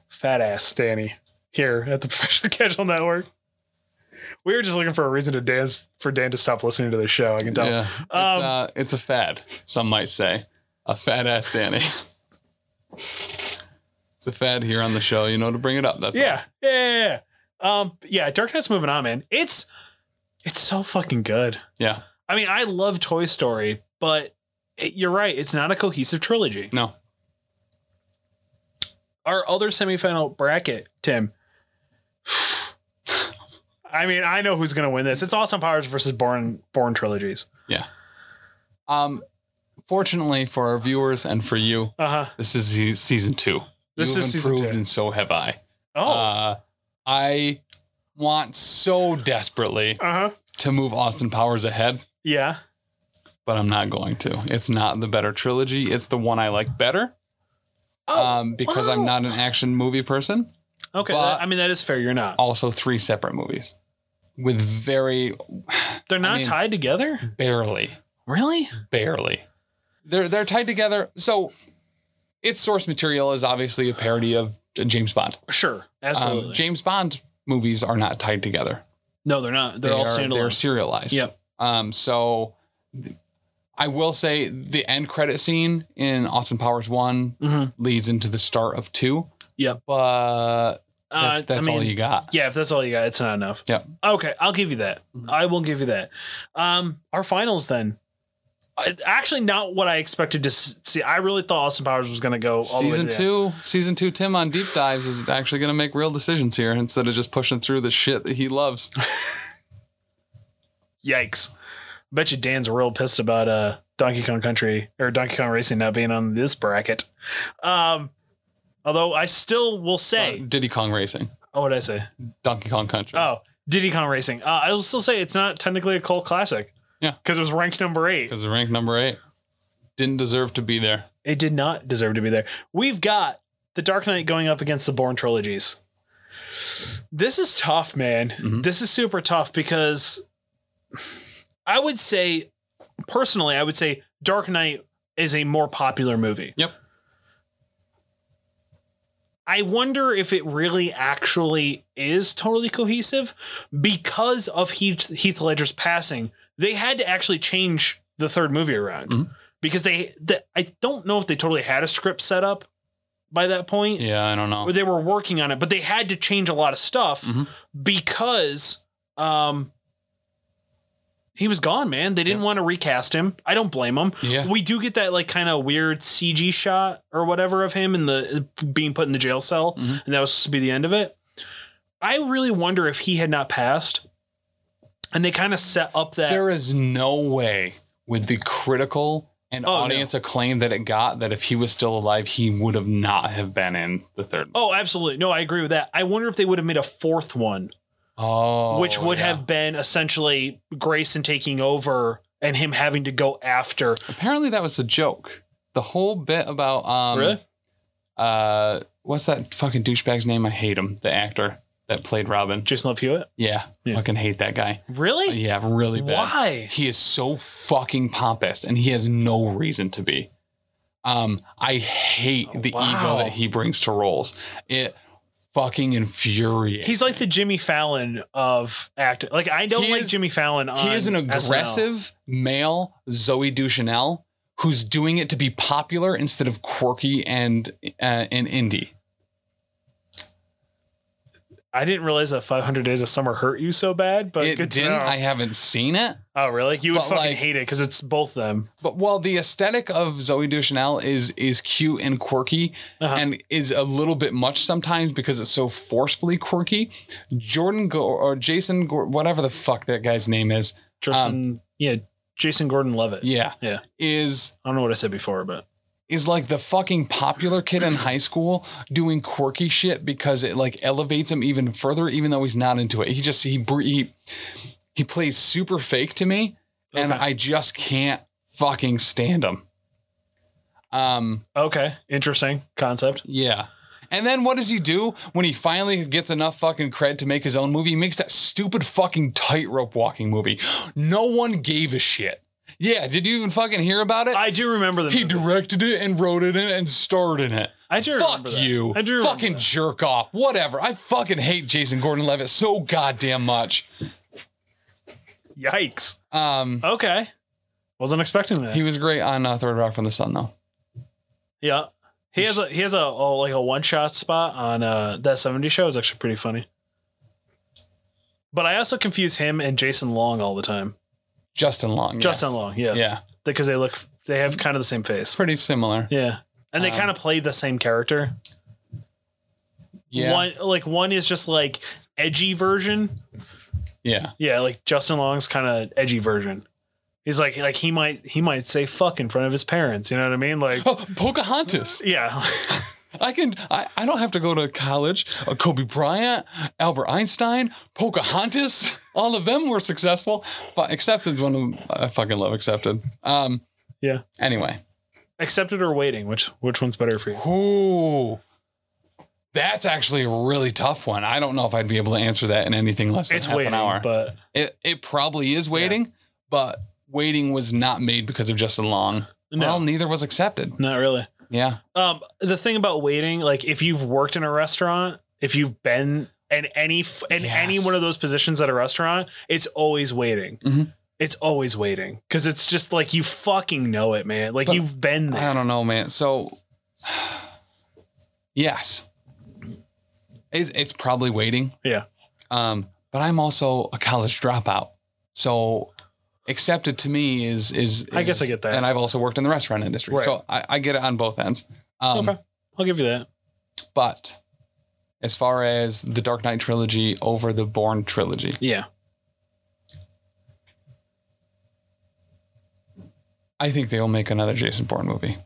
Speaker 4: fat ass Danny here at the Professional Casual Network. We were just looking for a reason to dance for Dan to stop listening to this show. I can tell.
Speaker 5: Yeah. It's,
Speaker 4: um,
Speaker 5: uh, it's a fad, some might say. A fat ass Danny. it's a fad here on the show, you know, to bring it up. That's
Speaker 4: Yeah, yeah, yeah, yeah. Um, yeah, Dark Knight's moving on, man. It's it's so fucking good.
Speaker 5: all. Yeah.
Speaker 4: I mean, I love Toy Story, but it- you're right. It's not a cohesive trilogy.
Speaker 5: No.
Speaker 4: Our other semifinal bracket, Tim. I mean, I know who's going to win this. It's Awesome Powers versus Born Born trilogies.
Speaker 5: Um, fortunately for our viewers and for you,
Speaker 4: Uh huh.
Speaker 5: this is se- season two.
Speaker 4: This
Speaker 5: you
Speaker 4: is
Speaker 5: have
Speaker 4: season
Speaker 5: improved,
Speaker 4: two.
Speaker 5: and so have I.
Speaker 4: Oh. Uh
Speaker 5: Uh, I want so desperately
Speaker 4: huh.
Speaker 5: to move Austin Powers ahead,
Speaker 4: Uh-huh. Yeah.
Speaker 5: but I'm not going to. It's not the better trilogy. It's the one I like better.
Speaker 4: Oh.
Speaker 5: um, because I'm
Speaker 4: wow.
Speaker 5: not an action movie person.
Speaker 4: Oh. Okay.
Speaker 5: But-
Speaker 4: that- I mean, that is fair. You're not.
Speaker 5: Also, three separate movies with very
Speaker 4: They're not
Speaker 5: Oh, mean-
Speaker 4: tied together.
Speaker 5: barely,
Speaker 4: Really?
Speaker 5: barely. They're they're tied together. So, its source material is obviously a parody of James Bond.
Speaker 4: Sure. Absolutely.
Speaker 5: Um, James Bond movies are not tied together.
Speaker 4: no, they're not. They're all
Speaker 5: are- They're
Speaker 4: standalone.
Speaker 5: serialized.
Speaker 4: Yep.
Speaker 5: Um, so th- I will say the end credit scene in Austin Powers one
Speaker 4: Mhm.
Speaker 5: leads into the start of two.
Speaker 4: Yep.
Speaker 5: But
Speaker 4: Uh,
Speaker 5: that's,
Speaker 4: I
Speaker 5: that's
Speaker 4: mean,
Speaker 5: all you got.
Speaker 4: Yeah, if that's all you got, it's not enough.
Speaker 5: Yep.
Speaker 4: Okay, I'll give you that. I will give you that. Um, our finals then. I- Actually, not what I expected to s- see. I really thought Austin Powers was going to go all the
Speaker 5: Season
Speaker 4: way to the end.
Speaker 5: two, season two, Tim on deep dives is actually going to make real decisions here instead of just pushing through the shit that he loves.
Speaker 4: Yikes! Bet you Dan's real pissed about uh Donkey Kong Country or Donkey Kong Racing not being on this bracket. Um, although I still will say,
Speaker 5: Uh, Diddy Kong Racing,
Speaker 4: oh, what did I say?
Speaker 5: Donkey Kong Country.
Speaker 4: Oh, Diddy Kong Racing. Uh, I will still say it's not technically a cult classic.
Speaker 5: Yeah.
Speaker 4: because it was ranked number eight.
Speaker 5: because ranked number eight didn't deserve to be there.
Speaker 4: It did not deserve to be there. We've got the Dark Knight going up against the Bourne trilogies. This is tough, man. This is super tough because I would say, personally, I would say Dark Knight is a more popular movie.
Speaker 5: Yep.
Speaker 4: I wonder if it really actually is totally cohesive because of Heath, Heath Ledger's passing. They had to actually change the third movie around because they, the, I don't know if they totally had a script set up by that point
Speaker 5: Yeah, I don't know.
Speaker 4: or they were working on it, but they had to change a lot of stuff
Speaker 5: Mhm.
Speaker 4: because um he was gone, man. They didn't want to recast him. I don't blame them.
Speaker 5: Yeah.
Speaker 4: We do get that like kind of weird CG shot or whatever of him in the being put in the jail cell,
Speaker 5: Mhm.
Speaker 4: and that was supposed to be the end of it. I really wonder if he had not passed, and they kind of set up that
Speaker 5: There is no way with the critical and
Speaker 4: Oh, no.
Speaker 5: audience acclaim that it got that if he was still alive, he would have not have been in the third.
Speaker 4: Oh, absolutely. No, I agree with that. I wonder if they would have made a fourth one
Speaker 5: Oh,
Speaker 4: which would
Speaker 5: yeah.
Speaker 4: have been essentially Grayson taking over and him having to go after.
Speaker 5: apparently that was a joke. The whole bit about um,
Speaker 4: Really?
Speaker 5: uh, what's that fucking douchebag's name? I hate him. The actor that played Robin.
Speaker 4: Jason Love Hewitt.
Speaker 5: Yeah,
Speaker 4: Yeah.
Speaker 5: fucking hate that guy.
Speaker 4: Really?
Speaker 5: Yeah, really bad.
Speaker 4: Why?
Speaker 5: He is so fucking pompous and he has no reason to be. Um, I hate the ego
Speaker 4: Oh, Wow.
Speaker 5: that he brings to roles. It fucking infuriates.
Speaker 4: He's like the Jimmy Fallon of acting. Like I don't
Speaker 5: He
Speaker 4: like
Speaker 5: is-
Speaker 4: Jimmy Fallon. On
Speaker 5: he is an
Speaker 4: SNL.
Speaker 5: aggressive male Zoe Duchanel who's doing it to be popular instead of quirky and uh, and indie.
Speaker 4: I didn't realize that 500 Days of Summer hurt you so bad, but
Speaker 5: it
Speaker 4: good
Speaker 5: didn't.
Speaker 4: to know.
Speaker 5: I haven't seen it.
Speaker 4: oh, really? You would
Speaker 5: but,
Speaker 4: fucking
Speaker 5: like-
Speaker 4: hate it because it's both them.
Speaker 5: But while the aesthetic of Zoe Deschanel is is cute and quirky,
Speaker 4: Uh-huh.
Speaker 5: and is a little bit much sometimes because it's so forcefully quirky, Jordan Go- or Jason Go- whatever the fuck that guy's name is,
Speaker 4: Jason, yeah, Jason Gordon-Levitt.
Speaker 5: Um, yeah,
Speaker 4: Yeah.
Speaker 5: is
Speaker 4: I don't know what I said before, but
Speaker 5: is like the fucking popular kid in high school doing quirky shit because it like elevates him even further, even though he's not into it. He just he br- he, he plays super fake to me, and I just can't fucking stand him. Um,
Speaker 4: Okay, interesting concept.
Speaker 5: yeah. And then what does he do when he finally gets enough fucking cred to make his own movie? He makes that stupid fucking tightrope walking movie. No one gave a shit. Yeah, did you even fucking hear about it?
Speaker 4: I do remember the
Speaker 5: He
Speaker 4: movie.
Speaker 5: directed it and wrote it in and starred in it.
Speaker 4: I do
Speaker 5: Fuck
Speaker 4: remember that.
Speaker 5: you.
Speaker 4: I do remember
Speaker 5: fucking
Speaker 4: that.
Speaker 5: jerk off. Whatever. I fucking hate Jason Gordon Levitt so goddamn much.
Speaker 4: Yikes.
Speaker 5: Um,
Speaker 4: Okay, wasn't expecting that.
Speaker 5: he was great on uh, Third Rock from the Sun, though.
Speaker 4: yeah, he has a he has a oh, like a one shot spot on uh that seventy show is actually pretty funny. But I also confuse him and Jason Long all the time.
Speaker 5: Justin Long.
Speaker 4: Justin
Speaker 5: yes.
Speaker 4: Long, yes,
Speaker 5: Yeah.
Speaker 4: because they look they have kind of the same face.
Speaker 5: Pretty similar.
Speaker 4: Yeah. And they
Speaker 5: Um,
Speaker 4: kind of play the same character.
Speaker 5: Yeah.
Speaker 4: One like one is just like edgy version.
Speaker 5: Yeah.
Speaker 4: Yeah, like Justin Long's kind of edgy version. He's like like he might he might say fuck in front of his parents, you know what I mean? Like
Speaker 5: Oh, Pocahontas.
Speaker 4: yeah.
Speaker 5: I can. I, I don't have to go to college. Uh, Kobe Bryant, Albert Einstein, Pocahontas. All of them were successful. But Accepted's one of them. I fucking love Accepted. Um.
Speaker 4: Yeah.
Speaker 5: Anyway.
Speaker 4: Accepted or waiting, which which one's better for you?
Speaker 5: Ooh. That's actually a really tough one. I don't know if I'd be able to answer that in anything less than
Speaker 4: It's
Speaker 5: half
Speaker 4: waiting,
Speaker 5: an hour.
Speaker 4: but
Speaker 5: it it probably is waiting, but waiting was not made because of Justin Long.
Speaker 4: No.
Speaker 5: Well, neither was accepted.
Speaker 4: not really.
Speaker 5: Yeah.
Speaker 4: Um the thing about waiting, like if you've worked in a restaurant, if you've been in any f- in any
Speaker 5: Yes.
Speaker 4: one of those positions at a restaurant, it's always waiting.
Speaker 5: Mhm.
Speaker 4: It's always waiting because it's just like you fucking know it, man. Like
Speaker 5: But
Speaker 4: you've been there.
Speaker 5: I don't know, man. So, yes, it's, it's probably waiting.
Speaker 4: Yeah.
Speaker 5: Um, but I'm also a college dropout, so accepted to me is is.
Speaker 4: I guess I get that.
Speaker 5: And I've also worked in the restaurant industry,
Speaker 4: Right.
Speaker 5: so I, I get it on both ends. Um,
Speaker 4: okay, I'll give you that.
Speaker 5: But as far as the Dark Knight trilogy over the Bourne trilogy,
Speaker 4: Yeah,
Speaker 5: I think they'll make another Jason Bourne movie.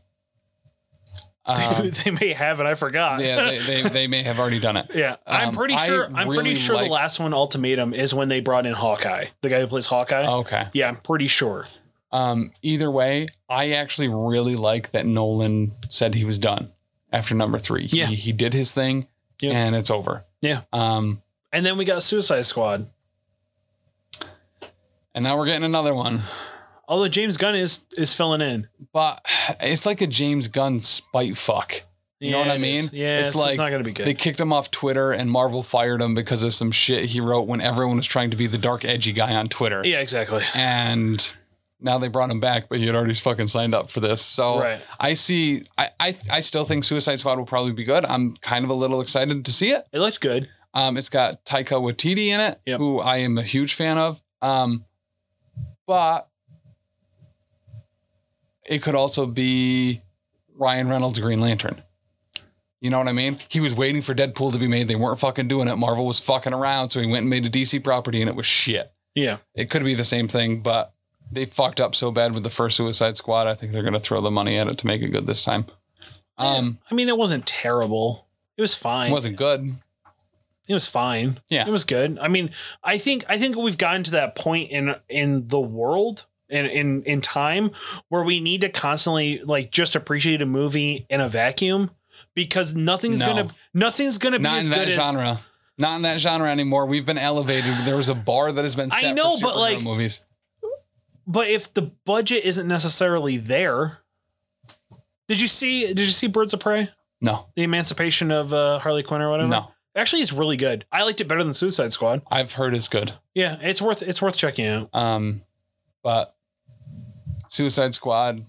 Speaker 5: Um,
Speaker 4: they may have it. I forgot.
Speaker 5: yeah, they, they, they may have already done it.
Speaker 4: Yeah, I'm
Speaker 5: Um,
Speaker 4: pretty
Speaker 5: I
Speaker 4: sure. I'm
Speaker 5: really
Speaker 4: pretty sure
Speaker 5: like-
Speaker 4: the last one, Ultimatum, is when they brought in Hawkeye, the guy who plays Hawkeye.
Speaker 5: Okay.
Speaker 4: yeah, I'm pretty sure.
Speaker 5: Um, either way, I actually really like that Nolan said he was done after number three. He,
Speaker 4: Yeah.
Speaker 5: he did his thing
Speaker 4: Yeah.
Speaker 5: and it's over.
Speaker 4: Yeah.
Speaker 5: Um,
Speaker 4: And then we got Suicide Squad.
Speaker 5: and now we're getting another one,
Speaker 4: Although James Gunn is is filling in.
Speaker 5: but it's like a James Gunn spite fuck. You know
Speaker 4: Yeah,
Speaker 5: what I
Speaker 4: it
Speaker 5: mean?
Speaker 4: is. Yeah, it's, it's
Speaker 5: like
Speaker 4: not gonna be good.
Speaker 5: They kicked him off Twitter and Marvel fired him because of some shit he wrote when everyone was trying to be the dark, edgy guy on Twitter.
Speaker 4: yeah, exactly.
Speaker 5: and now they brought him back, but he had already fucking signed up for this. So
Speaker 4: Right.
Speaker 5: I see. I, I I still think Suicide Squad will probably be good. I'm kind of a little excited to see it.
Speaker 4: It looked good.
Speaker 5: Um, it's got Taika Waititi in it,
Speaker 4: Yep.
Speaker 5: who I am a huge fan of. Um, but it could also be Ryan Reynolds' Green Lantern. You know what I mean? He was waiting for Deadpool to be made. They weren't fucking doing it. Marvel was fucking around, so he went and made a DC property, and it was shit
Speaker 4: Yeah,
Speaker 5: it could be the same thing, but they fucked up so bad with the first Suicide Squad. I think they're going to throw the money at it to make it good this time. Um,
Speaker 4: I mean, it wasn't terrible. It was fine.
Speaker 5: it wasn't good.
Speaker 4: it was fine.
Speaker 5: Yeah.
Speaker 4: It was good. I mean, I think I think we've gotten to that point in in the world in in in time where we need to constantly like just appreciate a movie in a vacuum because nothing's
Speaker 5: No.
Speaker 4: gonna nothing's gonna be
Speaker 5: Not
Speaker 4: as
Speaker 5: in
Speaker 4: good
Speaker 5: that
Speaker 4: as
Speaker 5: genre. Not in that genre anymore. We've been elevated. There was a bar that has been
Speaker 4: I
Speaker 5: set
Speaker 4: know,
Speaker 5: for
Speaker 4: but,
Speaker 5: superhero
Speaker 4: like-
Speaker 5: movies.
Speaker 4: but if the budget isn't necessarily there. Did you see did you see Birds of Prey?
Speaker 5: No,
Speaker 4: The Emancipation of uh, Harley Quinn or whatever?
Speaker 5: no.
Speaker 4: Actually it's really good. I liked it better than Suicide Squad.
Speaker 5: I've heard it's good.
Speaker 4: Yeah, it's worth it's worth checking out.
Speaker 5: Um, but Suicide Squad.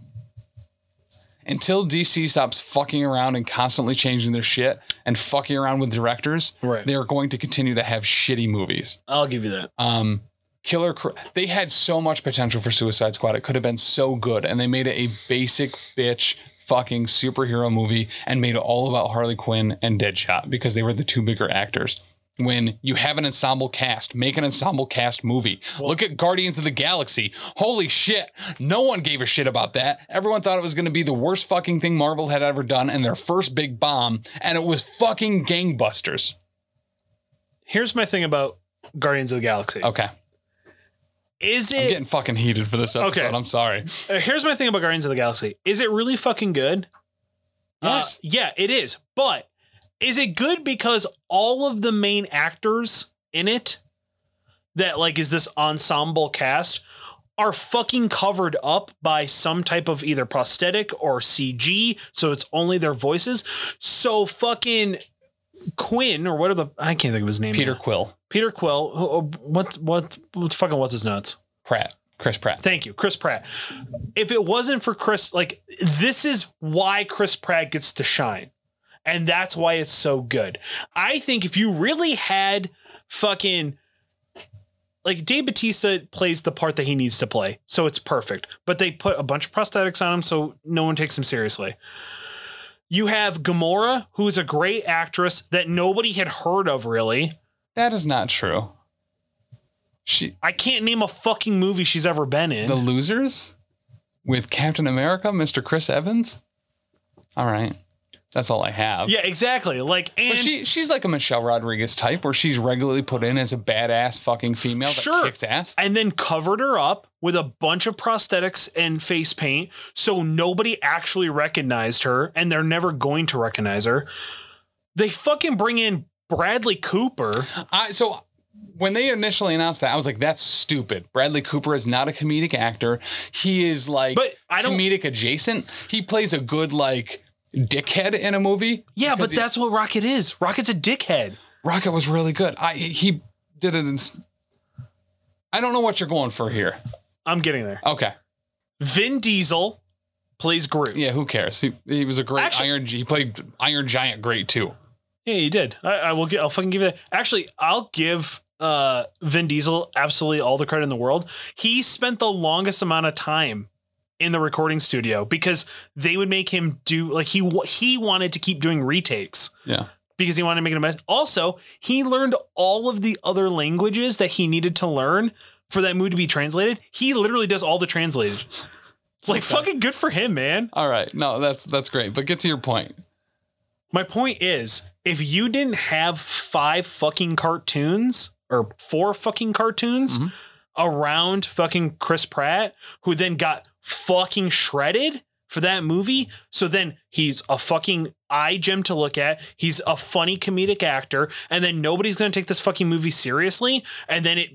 Speaker 5: Until DC stops fucking around and constantly changing their shit and fucking around with directors,
Speaker 4: Right.
Speaker 5: they are going to continue to have shitty movies.
Speaker 4: I'll give you that.
Speaker 5: um killer Cro- they had so much potential for suicide squad it could have been so good and they made it a basic bitch fucking superhero movie and made it all about harley quinn and deadshot because they were the two bigger actors when you have an ensemble cast. Make an ensemble cast movie. Look at Guardians of the Galaxy. Holy shit. No one gave a shit about that. Everyone thought it was going to be the worst fucking thing Marvel had ever done and their first big bomb, and it was fucking gangbusters.
Speaker 4: Here's my thing about Guardians of the Galaxy.
Speaker 5: Okay.
Speaker 4: Is
Speaker 5: I'm
Speaker 4: it
Speaker 5: getting fucking heated for this episode.
Speaker 4: Okay.
Speaker 5: I'm sorry.
Speaker 4: Uh, here's my thing about Guardians of the Galaxy. Is it really fucking good? Uh,
Speaker 5: Yes.
Speaker 4: yeah, it is. But is it good because all of the main actors in it that like is this ensemble cast are fucking covered up by some type of either prosthetic or CG, so it's only their voices. So fucking Quinn or whatever the I can't think of his name.
Speaker 5: Peter
Speaker 4: now.
Speaker 5: Quill,
Speaker 4: Peter Quill. who- who- What what what fucking what's his nuts?
Speaker 5: Pratt, Chris Pratt.
Speaker 4: Thank you, Chris Pratt. If it wasn't for Chris, like this is why Chris Pratt gets to shine. And that's why it's so good. I think if you really had fucking like Dave Batista plays the part that he needs to play, so it's perfect. But they put a bunch of prosthetics on him so no one takes him seriously. You have Gamora, who is a great actress that nobody had heard of really.
Speaker 5: That is not true. She,
Speaker 4: I can't name a fucking movie she's ever been in.
Speaker 5: the losers with Captain America, Mr. Chris Evans. All right, that's all I have.
Speaker 4: yeah, exactly. Like and
Speaker 5: But she she's like a Michelle Rodriguez type, where she's regularly put in as a badass fucking female
Speaker 4: Sure.
Speaker 5: that kicks ass.
Speaker 4: and then covered her up with a bunch of prosthetics and face paint so nobody actually recognized her and they're never going to recognize her. They fucking bring in Bradley Cooper.
Speaker 5: I so when they initially announced that, I was like, "That's stupid." Bradley Cooper is not a comedic actor. He is like
Speaker 4: But I don't-
Speaker 5: comedic adjacent. He plays a good like dickhead in a movie.
Speaker 4: Yeah,
Speaker 5: because
Speaker 4: but
Speaker 5: he-
Speaker 4: that's what Rocket is. Rocket's a dickhead.
Speaker 5: Rocket was really good. I he did it. In, s- I don't know what you're going for here.
Speaker 4: I'm getting there.
Speaker 5: Okay,
Speaker 4: Vin Diesel plays Groot.
Speaker 5: yeah, who cares? He, he was a great
Speaker 4: Actually-
Speaker 5: Iron. He played Iron Giant great too.
Speaker 4: Yeah, you did. I, I will get. I'll fucking give it. Actually, I'll give uh Vin Diesel absolutely all the credit in the world. He spent the longest amount of time in the recording studio because they would make him do like he wa- he wanted to keep doing retakes
Speaker 5: Yeah,
Speaker 4: because he wanted to make it a mess. Also, he learned all of the other languages that he needed to learn for that movie to be translated. He literally does all the translated. Like fucking good for him, man.
Speaker 5: All right. No, that's that's great. But get to your point.
Speaker 4: My point is, if you didn't have five fucking cartoons or four fucking cartoons around fucking Chris Pratt, who then got fucking shredded for that movie, so then he's a fucking eye gem to look at. He's a funny comedic actor, and then nobody's gonna take this fucking movie seriously, and then it.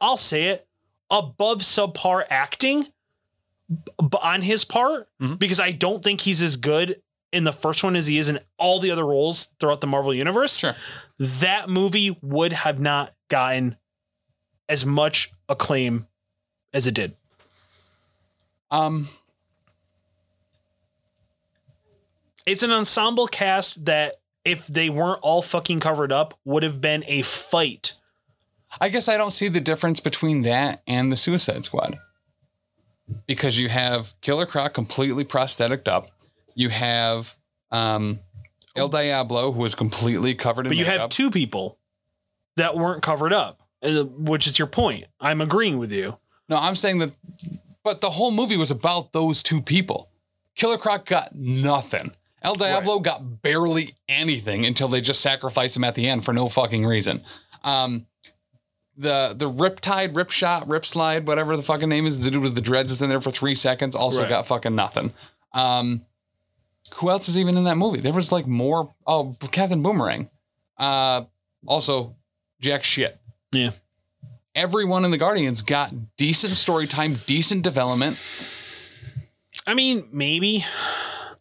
Speaker 4: I'll say it above subpar acting b- on his part because I don't think he's as good in the first one as he is in all the other roles throughout the Marvel universe.
Speaker 5: Sure.
Speaker 4: That movie would have not gotten as much acclaim as it did.
Speaker 5: Um,
Speaker 4: It's an ensemble cast that if they weren't all fucking covered up would have been a fight.
Speaker 5: I guess I don't see the difference between that and the Suicide Squad. Because you have Killer Croc completely prostheticed up. You have um, El Diablo, who is completely covered in
Speaker 4: But you
Speaker 5: makeup.
Speaker 4: have two people that weren't covered up, uh, which is your point. I'm agreeing with you.
Speaker 5: no, I'm saying that, but the whole movie was about those two people. Killer Croc got nothing. El Diablo got barely anything until they just sacrificed him at the end for no fucking reason. Um, the the Riptide, Rip Shot, Rip Slide, whatever the fucking name is, the dude with the dreads is in there for three seconds, also
Speaker 4: Right.
Speaker 5: got fucking nothing. Um, who else is even in that movie? There was like more. Oh, Captain Boomerang. Uh, also, jack shit.
Speaker 4: Yeah.
Speaker 5: Everyone in the Guardians got decent story time, decent development.
Speaker 4: I mean, maybe.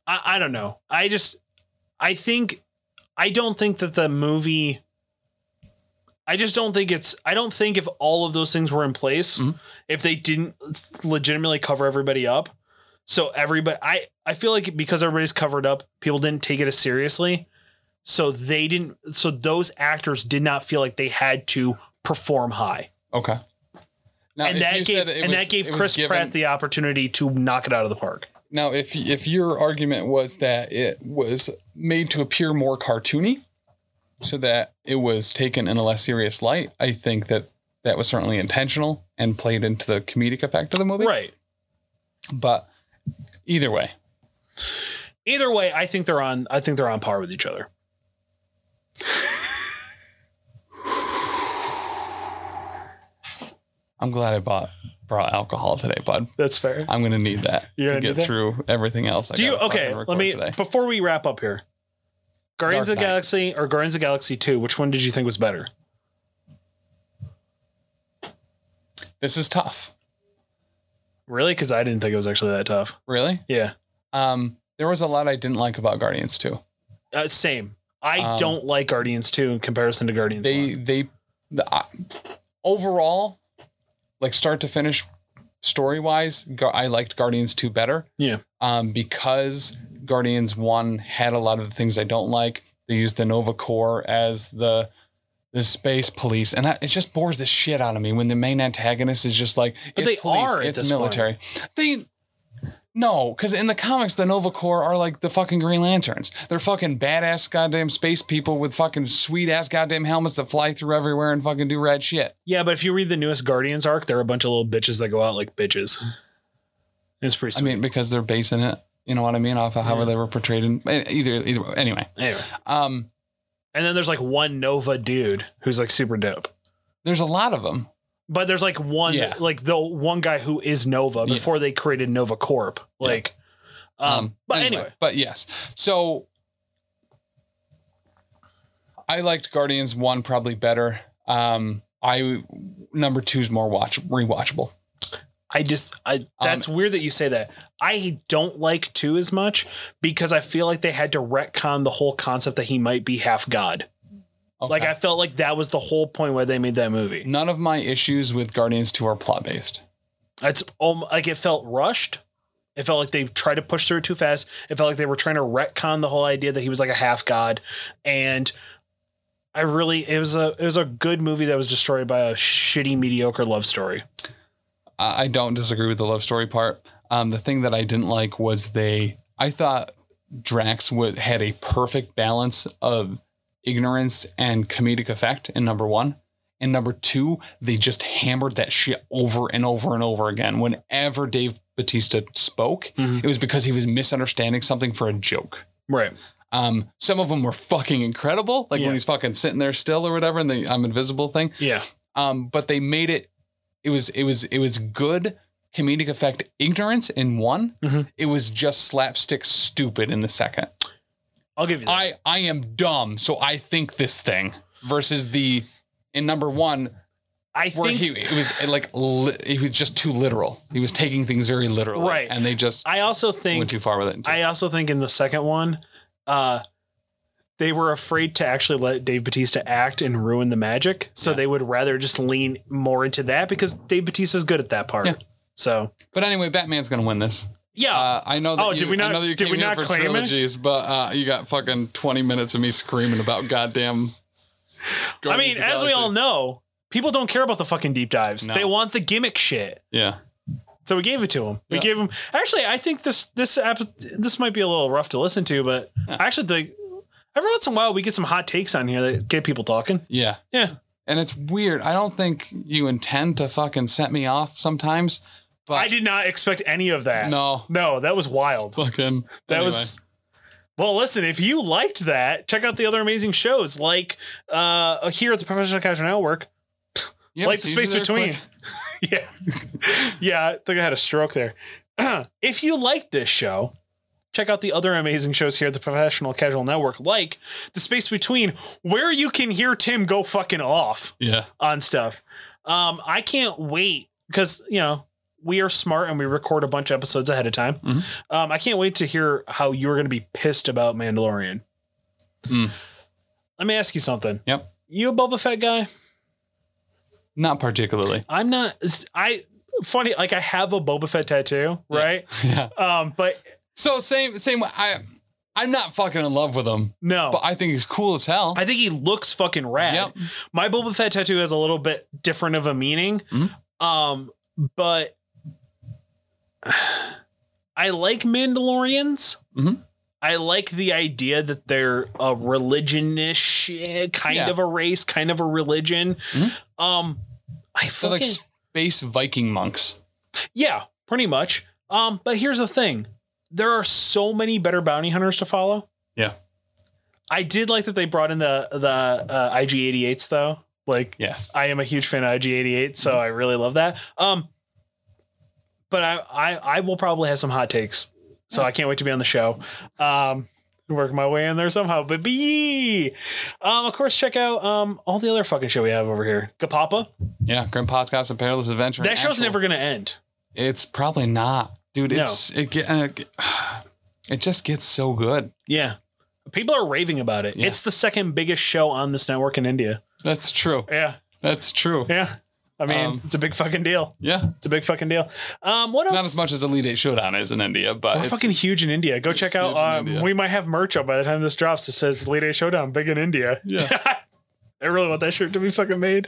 Speaker 4: I, I don't know. I just, I think, I don't think that the movie. I just don't think it's. I don't think if all of those things were in place,
Speaker 5: Mm-hmm.
Speaker 4: if they didn't legitimately cover everybody up, so everybody, I, I feel like because everybody's covered up, people didn't take it as seriously, so they didn't. So those actors did not feel like they had to perform high,
Speaker 5: Okay. Now,
Speaker 4: and
Speaker 5: if
Speaker 4: that
Speaker 5: you
Speaker 4: gave
Speaker 5: said it
Speaker 4: and
Speaker 5: was-
Speaker 4: that gave
Speaker 5: it was
Speaker 4: Chris
Speaker 5: given-
Speaker 4: Pratt the opportunity to knock it out of the park.
Speaker 5: Now, if if your argument was that it was made to appear more cartoony, so that it was taken in a less serious light. I think that that was certainly intentional and played into the comedic effect of the movie.
Speaker 4: Right.
Speaker 5: But either way,
Speaker 4: Either way, I think they're on. I think they're on par with each other.
Speaker 5: I'm glad I bought brought alcohol today, bud.
Speaker 4: That's fair.
Speaker 5: I'm gonna need that
Speaker 4: You're
Speaker 5: to
Speaker 4: gonna need
Speaker 5: get
Speaker 4: that?
Speaker 5: through everything else. I
Speaker 4: Do you
Speaker 5: gotta fucking
Speaker 4: okay? Let
Speaker 5: record
Speaker 4: me
Speaker 5: today.
Speaker 4: before we wrap up here. Guardians
Speaker 5: Dark
Speaker 4: of the
Speaker 5: Knight.
Speaker 4: Galaxy or Guardians of the Galaxy Two? Which one did you think was better?
Speaker 5: This is tough.
Speaker 4: Really? Because I didn't think it was actually that tough.
Speaker 5: Really?
Speaker 4: Yeah.
Speaker 5: Um, there was a lot I didn't like about Guardians too.
Speaker 4: Uh, same. I
Speaker 5: Um,
Speaker 4: don't like Guardians Two in comparison to Guardians
Speaker 5: They
Speaker 4: One.
Speaker 5: they the, I overall, like start to finish, story wise, Gu- I liked Guardians two better.
Speaker 4: Yeah.
Speaker 5: Um, because Guardians one had a lot of the things I don't like. They used the Nova Corps as the the space police, and that, it just bores the shit out of me when the main antagonist is just like
Speaker 4: But
Speaker 5: it's
Speaker 4: they
Speaker 5: police,
Speaker 4: are at
Speaker 5: it's
Speaker 4: this
Speaker 5: military. They no, because in the comics, the Nova Corps are like the fucking Green Lanterns. They're fucking badass goddamn space people with fucking sweet ass goddamn helmets that fly through everywhere and fucking do rad shit.
Speaker 4: Yeah, but if you read the newest Guardians arc, there are a bunch of little bitches that go out like bitches. It's pretty
Speaker 5: I
Speaker 4: sweet.
Speaker 5: mean, because they're basing it, you know what I mean, off of how they were portrayed in eh, either either way. Anyway,
Speaker 4: anyway.
Speaker 5: um,
Speaker 4: And then there's like one Nova dude who's like super dope.
Speaker 5: there's a lot of them.
Speaker 4: But there's like one
Speaker 5: Yeah.
Speaker 4: like the one guy who is Nova
Speaker 5: Yes.
Speaker 4: before they created Nova Corp. Like um, but anyway.
Speaker 5: but yes. So I liked Guardians one probably better. Um, I number two's more watch rewatchable.
Speaker 4: I just
Speaker 5: Um,
Speaker 4: I that's weird that you say that. I don't like two as much because I feel like they had to retcon the whole concept that he might be half god.
Speaker 5: Okay.
Speaker 4: Like I felt like that was the whole point why they made that movie.
Speaker 5: none of my issues with Guardians 2 are plot based.
Speaker 4: It's um, like it felt rushed. It felt like they tried to push through it too fast. It felt like they were trying to retcon the whole idea that he was like a half god, and I really it was a it was a good movie that was destroyed by a shitty mediocre love story.
Speaker 5: I, I don't disagree with the love story part. Um, the thing that I didn't like was they, I thought Drax would, had a perfect balance of ignorance and comedic effect in number one. And number two, they just hammered that shit over and over and over again. Whenever Dave Batista spoke,
Speaker 4: Mhm.
Speaker 5: it was because he was misunderstanding something for a joke.
Speaker 4: Right.
Speaker 5: Um, some of them were fucking incredible, like
Speaker 4: Yeah.
Speaker 5: when he's fucking sitting there still or whatever, and the I'm invisible thing.
Speaker 4: Yeah.
Speaker 5: um, but they made it. It was it was it was good comedic effect ignorance in one.
Speaker 4: Mhm.
Speaker 5: It was just slapstick stupid in the second.
Speaker 4: I'll give you that.
Speaker 5: I I am dumb, so I think this thing versus the in number one
Speaker 4: I
Speaker 5: where
Speaker 4: think
Speaker 5: he it was like li- he was just too literal. He was taking things very literally,
Speaker 4: Right.
Speaker 5: And they just
Speaker 4: I also
Speaker 5: went
Speaker 4: think
Speaker 5: too far with it.
Speaker 4: I also think in the second one, uh, they were afraid to actually let Dave Batista act and ruin the magic, so they would rather just lean more into that because Dave Batista's good at that part.
Speaker 5: Yeah.
Speaker 4: So
Speaker 5: but anyway, Batman's gonna win this.
Speaker 4: yeah,
Speaker 5: Uh, I know that
Speaker 4: Oh,
Speaker 5: you,
Speaker 4: did we
Speaker 5: I
Speaker 4: not-
Speaker 5: know that you
Speaker 4: did
Speaker 5: came
Speaker 4: we
Speaker 5: here
Speaker 4: not
Speaker 5: for
Speaker 4: claim it?
Speaker 5: trilogies, but uh, you got fucking 20 minutes of me screaming about goddamn.
Speaker 4: I
Speaker 5: Guardians
Speaker 4: mean,
Speaker 5: of
Speaker 4: as we
Speaker 5: Galaxy.
Speaker 4: all know, people don't care about the fucking deep dives.
Speaker 5: No.
Speaker 4: They want the gimmick shit.
Speaker 5: Yeah.
Speaker 4: So we gave it to him. We
Speaker 5: Yeah.
Speaker 4: gave him. Actually, I think this this app this might be a little rough to listen to, but I actually think every once in a while we get some hot takes on here that get people talking.
Speaker 5: Yeah.
Speaker 4: Yeah.
Speaker 5: And it's weird. I don't think you intend to fucking set me off sometimes, but
Speaker 4: I did not expect any of that.
Speaker 5: No.
Speaker 4: No, that was wild.
Speaker 5: Fucking.
Speaker 4: That
Speaker 5: anyway.
Speaker 4: was well. Listen, if you liked that, check out the other amazing shows like uh here at the Professional Casual Network,
Speaker 5: You have
Speaker 4: like
Speaker 5: a
Speaker 4: the
Speaker 5: seizure
Speaker 4: space
Speaker 5: there
Speaker 4: between.
Speaker 5: quick?
Speaker 4: yeah, yeah. I think I had a stroke there. if you liked this show. Check out the other amazing shows here at the Professional Casual Network, like The Space Between, where you can hear Tim go fucking off
Speaker 5: Yeah.
Speaker 4: on stuff. Um, I can't wait because you know we are smart and we record a bunch of episodes ahead of time.
Speaker 5: Mhm.
Speaker 4: Um, I can't wait to hear how you're going to be pissed about Mandalorian.
Speaker 5: Hmm.
Speaker 4: Let me ask you something.
Speaker 5: Yep.
Speaker 4: You a Boba Fett guy?
Speaker 5: Not particularly.
Speaker 4: I'm not. I funny like I have a Boba Fett tattoo, right?
Speaker 5: Yeah.
Speaker 4: Um, but
Speaker 5: So same same way. I I'm not fucking in love with him,
Speaker 4: no.
Speaker 5: but I think he's cool as hell.
Speaker 4: Oh. I think he looks fucking rad.
Speaker 5: Yep.
Speaker 4: My Boba Fett tattoo has a little bit different of a meaning.
Speaker 5: Mhm.
Speaker 4: Um, but I like Mandalorians.
Speaker 5: Mhm.
Speaker 4: I like the idea that they're a religion-ish eh, kind
Speaker 5: Yeah. Mm-hmm.
Speaker 4: of a race, kind of a religion. Um, I
Speaker 5: They're
Speaker 4: fucking
Speaker 5: like space Viking monks.
Speaker 4: yeah, pretty much. Um, but here's the thing: there are so many better bounty hunters to follow.
Speaker 1: Yeah.
Speaker 4: I did like that they brought in the the uh, IG88s though. Like,
Speaker 5: Yes.
Speaker 4: I am a huge fan of IG88, so I really love that. Um, but I I, I will probably have some hot takes, so I can't wait to be on the show. Um, work my way in there somehow, baby. Um, of course, check out um all the other fucking shit we have over here. Kapapa.
Speaker 5: Yeah, Grim Podcast and Perilous Adventure.
Speaker 4: That show's
Speaker 5: Actual-
Speaker 4: never gonna end.
Speaker 5: It's probably not, dude. It's it get, uh, it just gets so good.
Speaker 4: Yeah. People are raving about it.
Speaker 5: Yeah.
Speaker 4: It's the second biggest show on this network in India.
Speaker 5: That's true.
Speaker 4: Yeah.
Speaker 5: That's true.
Speaker 4: Yeah. I mean,
Speaker 5: Um,
Speaker 4: it's a big fucking deal.
Speaker 5: Yeah,
Speaker 4: It's a big fucking deal. Um, what else?
Speaker 5: not as much as Elite Eight Showdown is in India, but
Speaker 4: We're
Speaker 5: it's-
Speaker 4: fucking huge in India. Go check out.
Speaker 5: huge in
Speaker 4: Um,
Speaker 5: India.
Speaker 4: we might have merch out by the time this drops. It says Late Day Showdown, big in India.
Speaker 5: Yeah.
Speaker 4: I really want that shirt to be fucking made.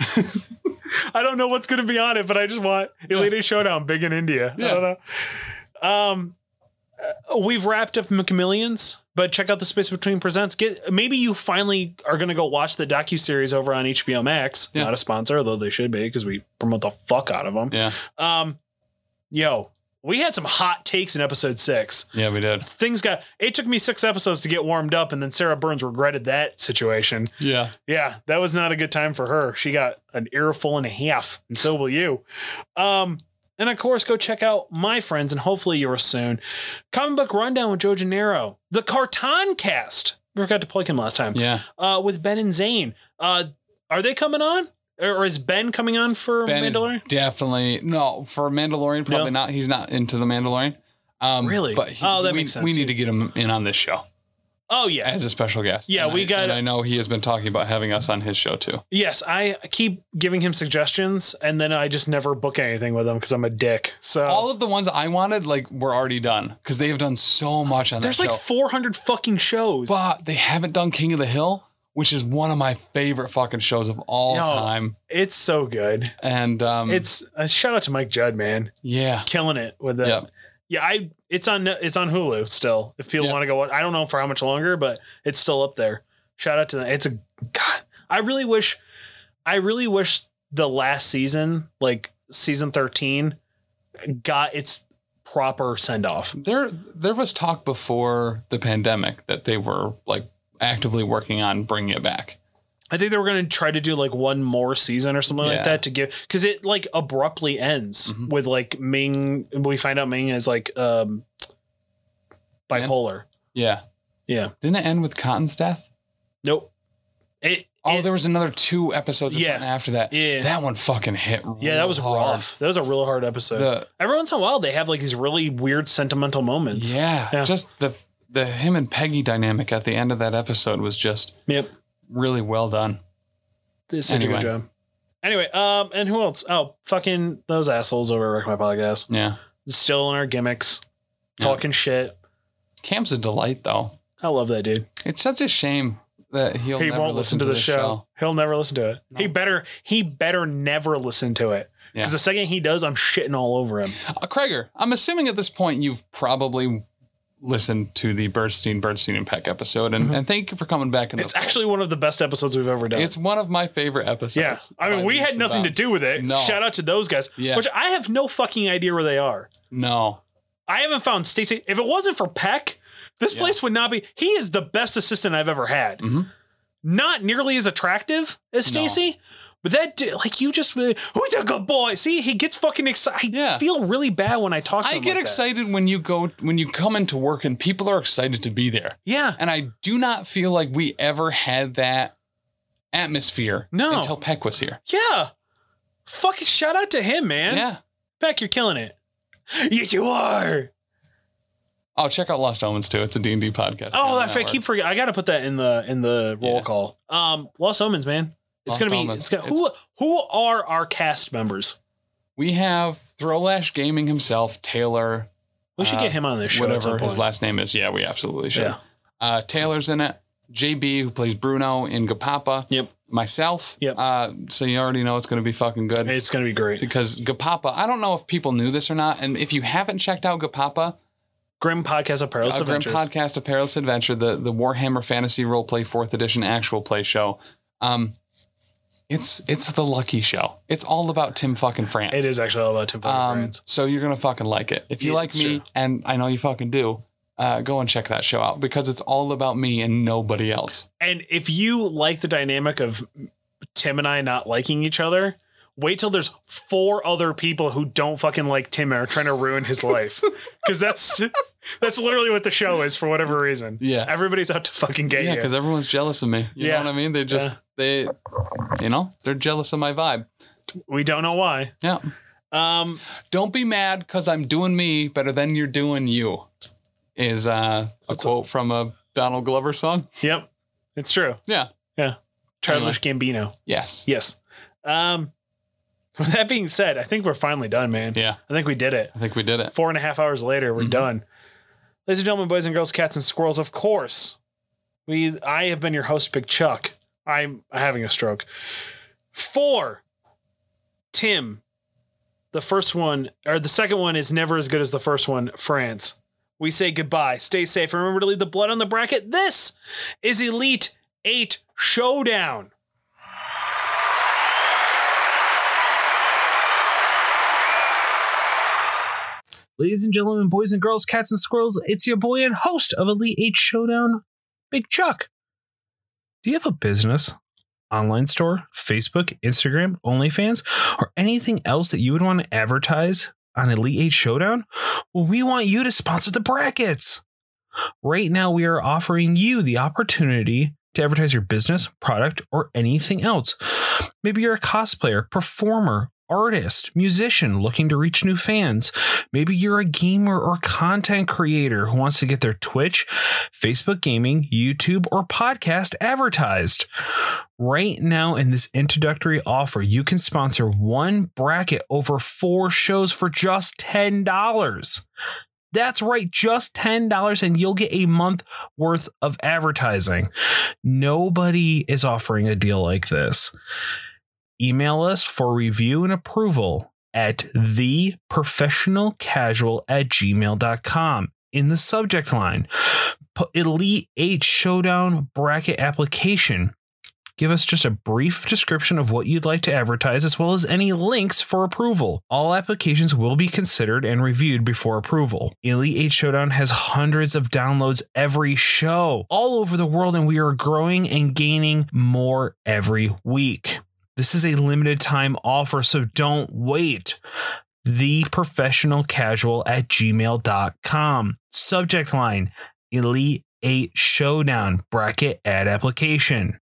Speaker 4: I don't know what's going to be on it, but I just want Elite Eight Showdown, big in India. I don't know. Um, uh, we've wrapped up McMillions, but check out the Space Between Presents. Get maybe you finally are going to go watch the docu series over on HBO Max.
Speaker 5: Yeah.
Speaker 4: Not a sponsor, though they should be because we promote the fuck out of them.
Speaker 5: yeah,
Speaker 4: Um, yo, we had some hot takes in episode six
Speaker 5: yeah, we did.
Speaker 4: things got it took me six episodes to get warmed up and then sarah burns regretted that situation
Speaker 5: Yeah,
Speaker 4: yeah that was not a good time for her she got an earful and a half and so will you um and of course go check out my friends and hopefully yours soon comic book rundown with joe Gennaro, the carton cast we forgot to plug him last time
Speaker 5: yeah.
Speaker 4: uh with ben and zane uh are they coming on or or is ben coming on for
Speaker 5: Ben is
Speaker 4: mandalorian
Speaker 5: definitely no for Mandalorian. Probably
Speaker 4: No?
Speaker 5: not. He's not into the Mandalorian. Um,
Speaker 4: Really?
Speaker 5: But he,
Speaker 4: Oh, that
Speaker 5: we,
Speaker 4: makes sense.
Speaker 5: We need to get him in on this show
Speaker 4: oh yeah
Speaker 5: as a special guest.
Speaker 4: Yeah,
Speaker 5: And
Speaker 4: we
Speaker 5: I-
Speaker 4: gotta-
Speaker 5: And I know he has been talking about having us on his show too.
Speaker 4: Yes, I keep giving him suggestions and then I just never book anything with him because I'm a dick. So
Speaker 5: All of the ones I wanted, like, were already done because they have done so much on
Speaker 4: there's
Speaker 5: that
Speaker 4: like
Speaker 5: show.
Speaker 4: 400 fucking shows.
Speaker 5: but they haven't done King of the Hill, which is one of my favorite fucking shows of all
Speaker 4: No.
Speaker 5: time.
Speaker 4: It's so good.
Speaker 5: And um,
Speaker 4: It's a shout out to Mike Judd, man.
Speaker 5: yeah,
Speaker 4: Killing it with that.
Speaker 5: Yep.
Speaker 4: Yeah, I it's on it's on Hulu still. If people
Speaker 5: Yeah.
Speaker 4: want to go watch, I don't know for how much longer, but it's still up there. Shout out to them. It's a god. I really wish I really wish the last season, like season 13, got its proper send off.
Speaker 5: there there was talk before the pandemic that they were like actively working on bringing it back.
Speaker 4: I think they were going to try to do like one more season or something like
Speaker 5: Yeah. Mm-hmm.
Speaker 4: that to give because it like abruptly ends with like Ming. We find out Ming is like um bipolar.
Speaker 5: Yeah,
Speaker 4: Yeah.
Speaker 5: Didn't it end with Cotton's death?
Speaker 4: Nope. It.
Speaker 5: Oh,
Speaker 4: it-
Speaker 5: there was another two episodes or
Speaker 4: Yeah.
Speaker 5: something after that.
Speaker 4: Yeah.
Speaker 5: That one fucking hit.
Speaker 4: yeah, that
Speaker 5: real
Speaker 4: was
Speaker 5: hard.
Speaker 4: rough. That was a real hard episode.
Speaker 5: The
Speaker 4: Every once in a while, they have like these really weird sentimental moments.
Speaker 5: yeah,
Speaker 4: Yeah.
Speaker 5: just the the him and Peggy dynamic at the end of that episode was just
Speaker 4: Yep.
Speaker 5: really well done.
Speaker 4: They did such a
Speaker 5: Anyway.
Speaker 4: good job. Anyway, um, and who else? Oh, fucking those assholes over at Wreck My Podcast.
Speaker 5: Yeah,
Speaker 4: Still in our gimmicks,
Speaker 5: Yeah.
Speaker 4: talking shit.
Speaker 5: Cam's a delight though.
Speaker 4: I love that dude.
Speaker 5: It's such a shame that he'll
Speaker 4: he
Speaker 5: never
Speaker 4: won't listen to the
Speaker 5: this
Speaker 4: show. He'll never listen to it. He better he better never listen to it. Because
Speaker 5: Yeah.
Speaker 4: the second he does, I'm shitting all over him.
Speaker 5: Uh, Craiger, I'm assuming at this point you've probably listened to the Bernstein, Bernstein and Peck episode, and, and thank you for coming back. in the
Speaker 4: Mm-hmm. It's
Speaker 5: fold.
Speaker 4: actually one of the best episodes we've ever done.
Speaker 5: it's one of my favorite episodes.
Speaker 4: yeah. I mean,
Speaker 5: by
Speaker 4: we
Speaker 5: leaps
Speaker 4: had
Speaker 5: and
Speaker 4: nothing to
Speaker 5: bounds.
Speaker 4: do with it.
Speaker 5: No.
Speaker 4: Shout out to those guys.
Speaker 5: Yeah.
Speaker 4: Which I have no fucking idea where they are.
Speaker 5: No,
Speaker 4: I haven't found Stacey. If it wasn't for Peck, this place would not be. He is the best assistant I've ever had.
Speaker 5: Mhm.
Speaker 4: Not nearly as attractive as
Speaker 5: No.
Speaker 4: Stacy, but that dude, like you just really, who's a good boy? See, he gets fucking excited. I
Speaker 5: Yeah.
Speaker 4: feel really bad when I talk. To
Speaker 5: I
Speaker 4: him
Speaker 5: get
Speaker 4: like that.
Speaker 5: excited when you go when you come into work and people are excited to be there,
Speaker 4: Yeah,
Speaker 5: and I do not feel like we ever had that atmosphere
Speaker 4: No.
Speaker 5: until Peck was here.
Speaker 4: yeah. Fucking shout out to him, man.
Speaker 5: yeah.
Speaker 4: Peck, you're killing it. Yes, you are.
Speaker 5: Oh, check out Lost Omens too. It's a D and D podcast.
Speaker 4: Oh,
Speaker 5: Yeah,
Speaker 4: that's right.
Speaker 5: network.
Speaker 4: Keep forgetting. I gotta put that in the in the roll
Speaker 5: Yeah.
Speaker 4: call. Um, Lost Omens, man. It's
Speaker 5: Lost
Speaker 4: gonna be.
Speaker 5: Omens.
Speaker 4: It's gonna, who who are our cast members?
Speaker 5: We have Throwlash Gaming himself, Taylor,
Speaker 4: We should
Speaker 5: Uh,
Speaker 4: get him on this show. at some
Speaker 5: whatever
Speaker 4: point.
Speaker 5: his last name is. Yeah, we absolutely should.
Speaker 4: Yeah.
Speaker 5: Uh, Taylor's in it. JB, who plays Bruno in Gapapa.
Speaker 4: Yep.
Speaker 5: Myself.
Speaker 4: Yep.
Speaker 5: Uh, so you already know it's going to be fucking good.
Speaker 4: It's gonna be great.
Speaker 5: because Gapapa, I don't know if people knew this or not. And if you haven't checked out Gapapa,
Speaker 4: Grim Podcast of Perilous
Speaker 5: a Uh, grim
Speaker 4: Adventures.
Speaker 5: podcast, a perilous adventure, the the Warhammer Fantasy Roleplay Fourth Edition actual play show. Um, it's it's the lucky show. It's all about Tim fucking France.
Speaker 4: it is actually all about Tim Burton
Speaker 5: Um,
Speaker 4: Brands.
Speaker 5: so you're gonna fucking like it. If you
Speaker 4: Yeah,
Speaker 5: like
Speaker 4: it's
Speaker 5: me,
Speaker 4: true.
Speaker 5: and I know you fucking do, uh, go and check that show out because it's all about me and nobody else.
Speaker 4: And if you like the dynamic of Tim and I not liking each other, wait till there's four other people who don't fucking like Tim and are trying to ruin his life. Because that's that's literally what the show is for whatever reason.
Speaker 5: Yeah.
Speaker 4: Everybody's out to fucking get
Speaker 5: Yeah,
Speaker 4: you.
Speaker 5: because everyone's jealous of me. You
Speaker 4: Yeah.
Speaker 5: know what I mean? They just they, you know, they're jealous of my vibe.
Speaker 4: we don't know why.
Speaker 5: Yeah.
Speaker 4: Um,
Speaker 5: Don't be mad because I'm doing me better than you're doing you. Is uh, a quote from a Donald Glover song.
Speaker 4: yep. It's true.
Speaker 5: Yeah.
Speaker 4: Childish Gambino.
Speaker 5: Yes.
Speaker 4: Yes. Um, with that being said, I think we're finally done, man.
Speaker 5: Yeah.
Speaker 4: I think we did it.
Speaker 5: I think we did it.
Speaker 4: Four and a half hours later, we're done. Ladies and gentlemen, boys and girls, cats and squirrels, of course. We I have been your host, Big Chuck. I'm having a stroke. Four. Tim. The first one, or the second one is never as good as the first one, France. We say goodbye. Stay safe. and Remember to leave the blood on the bracket. This is Elite 8 Showdown. Ladies and gentlemen, boys and girls, cats and squirrels, it's your boy and host of Elite Eight Showdown, Big Chuck. Do you have a business, online store, Facebook, Instagram, OnlyFans, or anything else that you would want to advertise on Elite Eight Showdown? Well, we want you to sponsor the brackets. Right now, we are offering you the opportunity to advertise your business, product, or anything else. Maybe you're a cosplayer, performer, artist, musician looking to reach new fans. Maybe you're a gamer or content creator who wants to get their Twitch, Facebook gaming, YouTube, or podcast advertised. Right now, in this introductory offer, you can sponsor one bracket over four shows for just $10. That's right, just $10, and you'll get a month worth of advertising. Nobody is offering a deal like this. Email us for review and approval at theprofessionalcasual at gmail.com in the subject line. Put Elite 8 Showdown Bracket Application. Give us just a brief description of what you'd like to advertise, as well as any links for approval. All applications will be considered and reviewed before approval. Elite 8 Showdown has hundreds of downloads every show all over the world, and we are growing and gaining more every week. This is a limited time offer, so don't wait. TheProfessionalCasual at gmail.com. Subject line Elite 8 Showdown bracket ad application.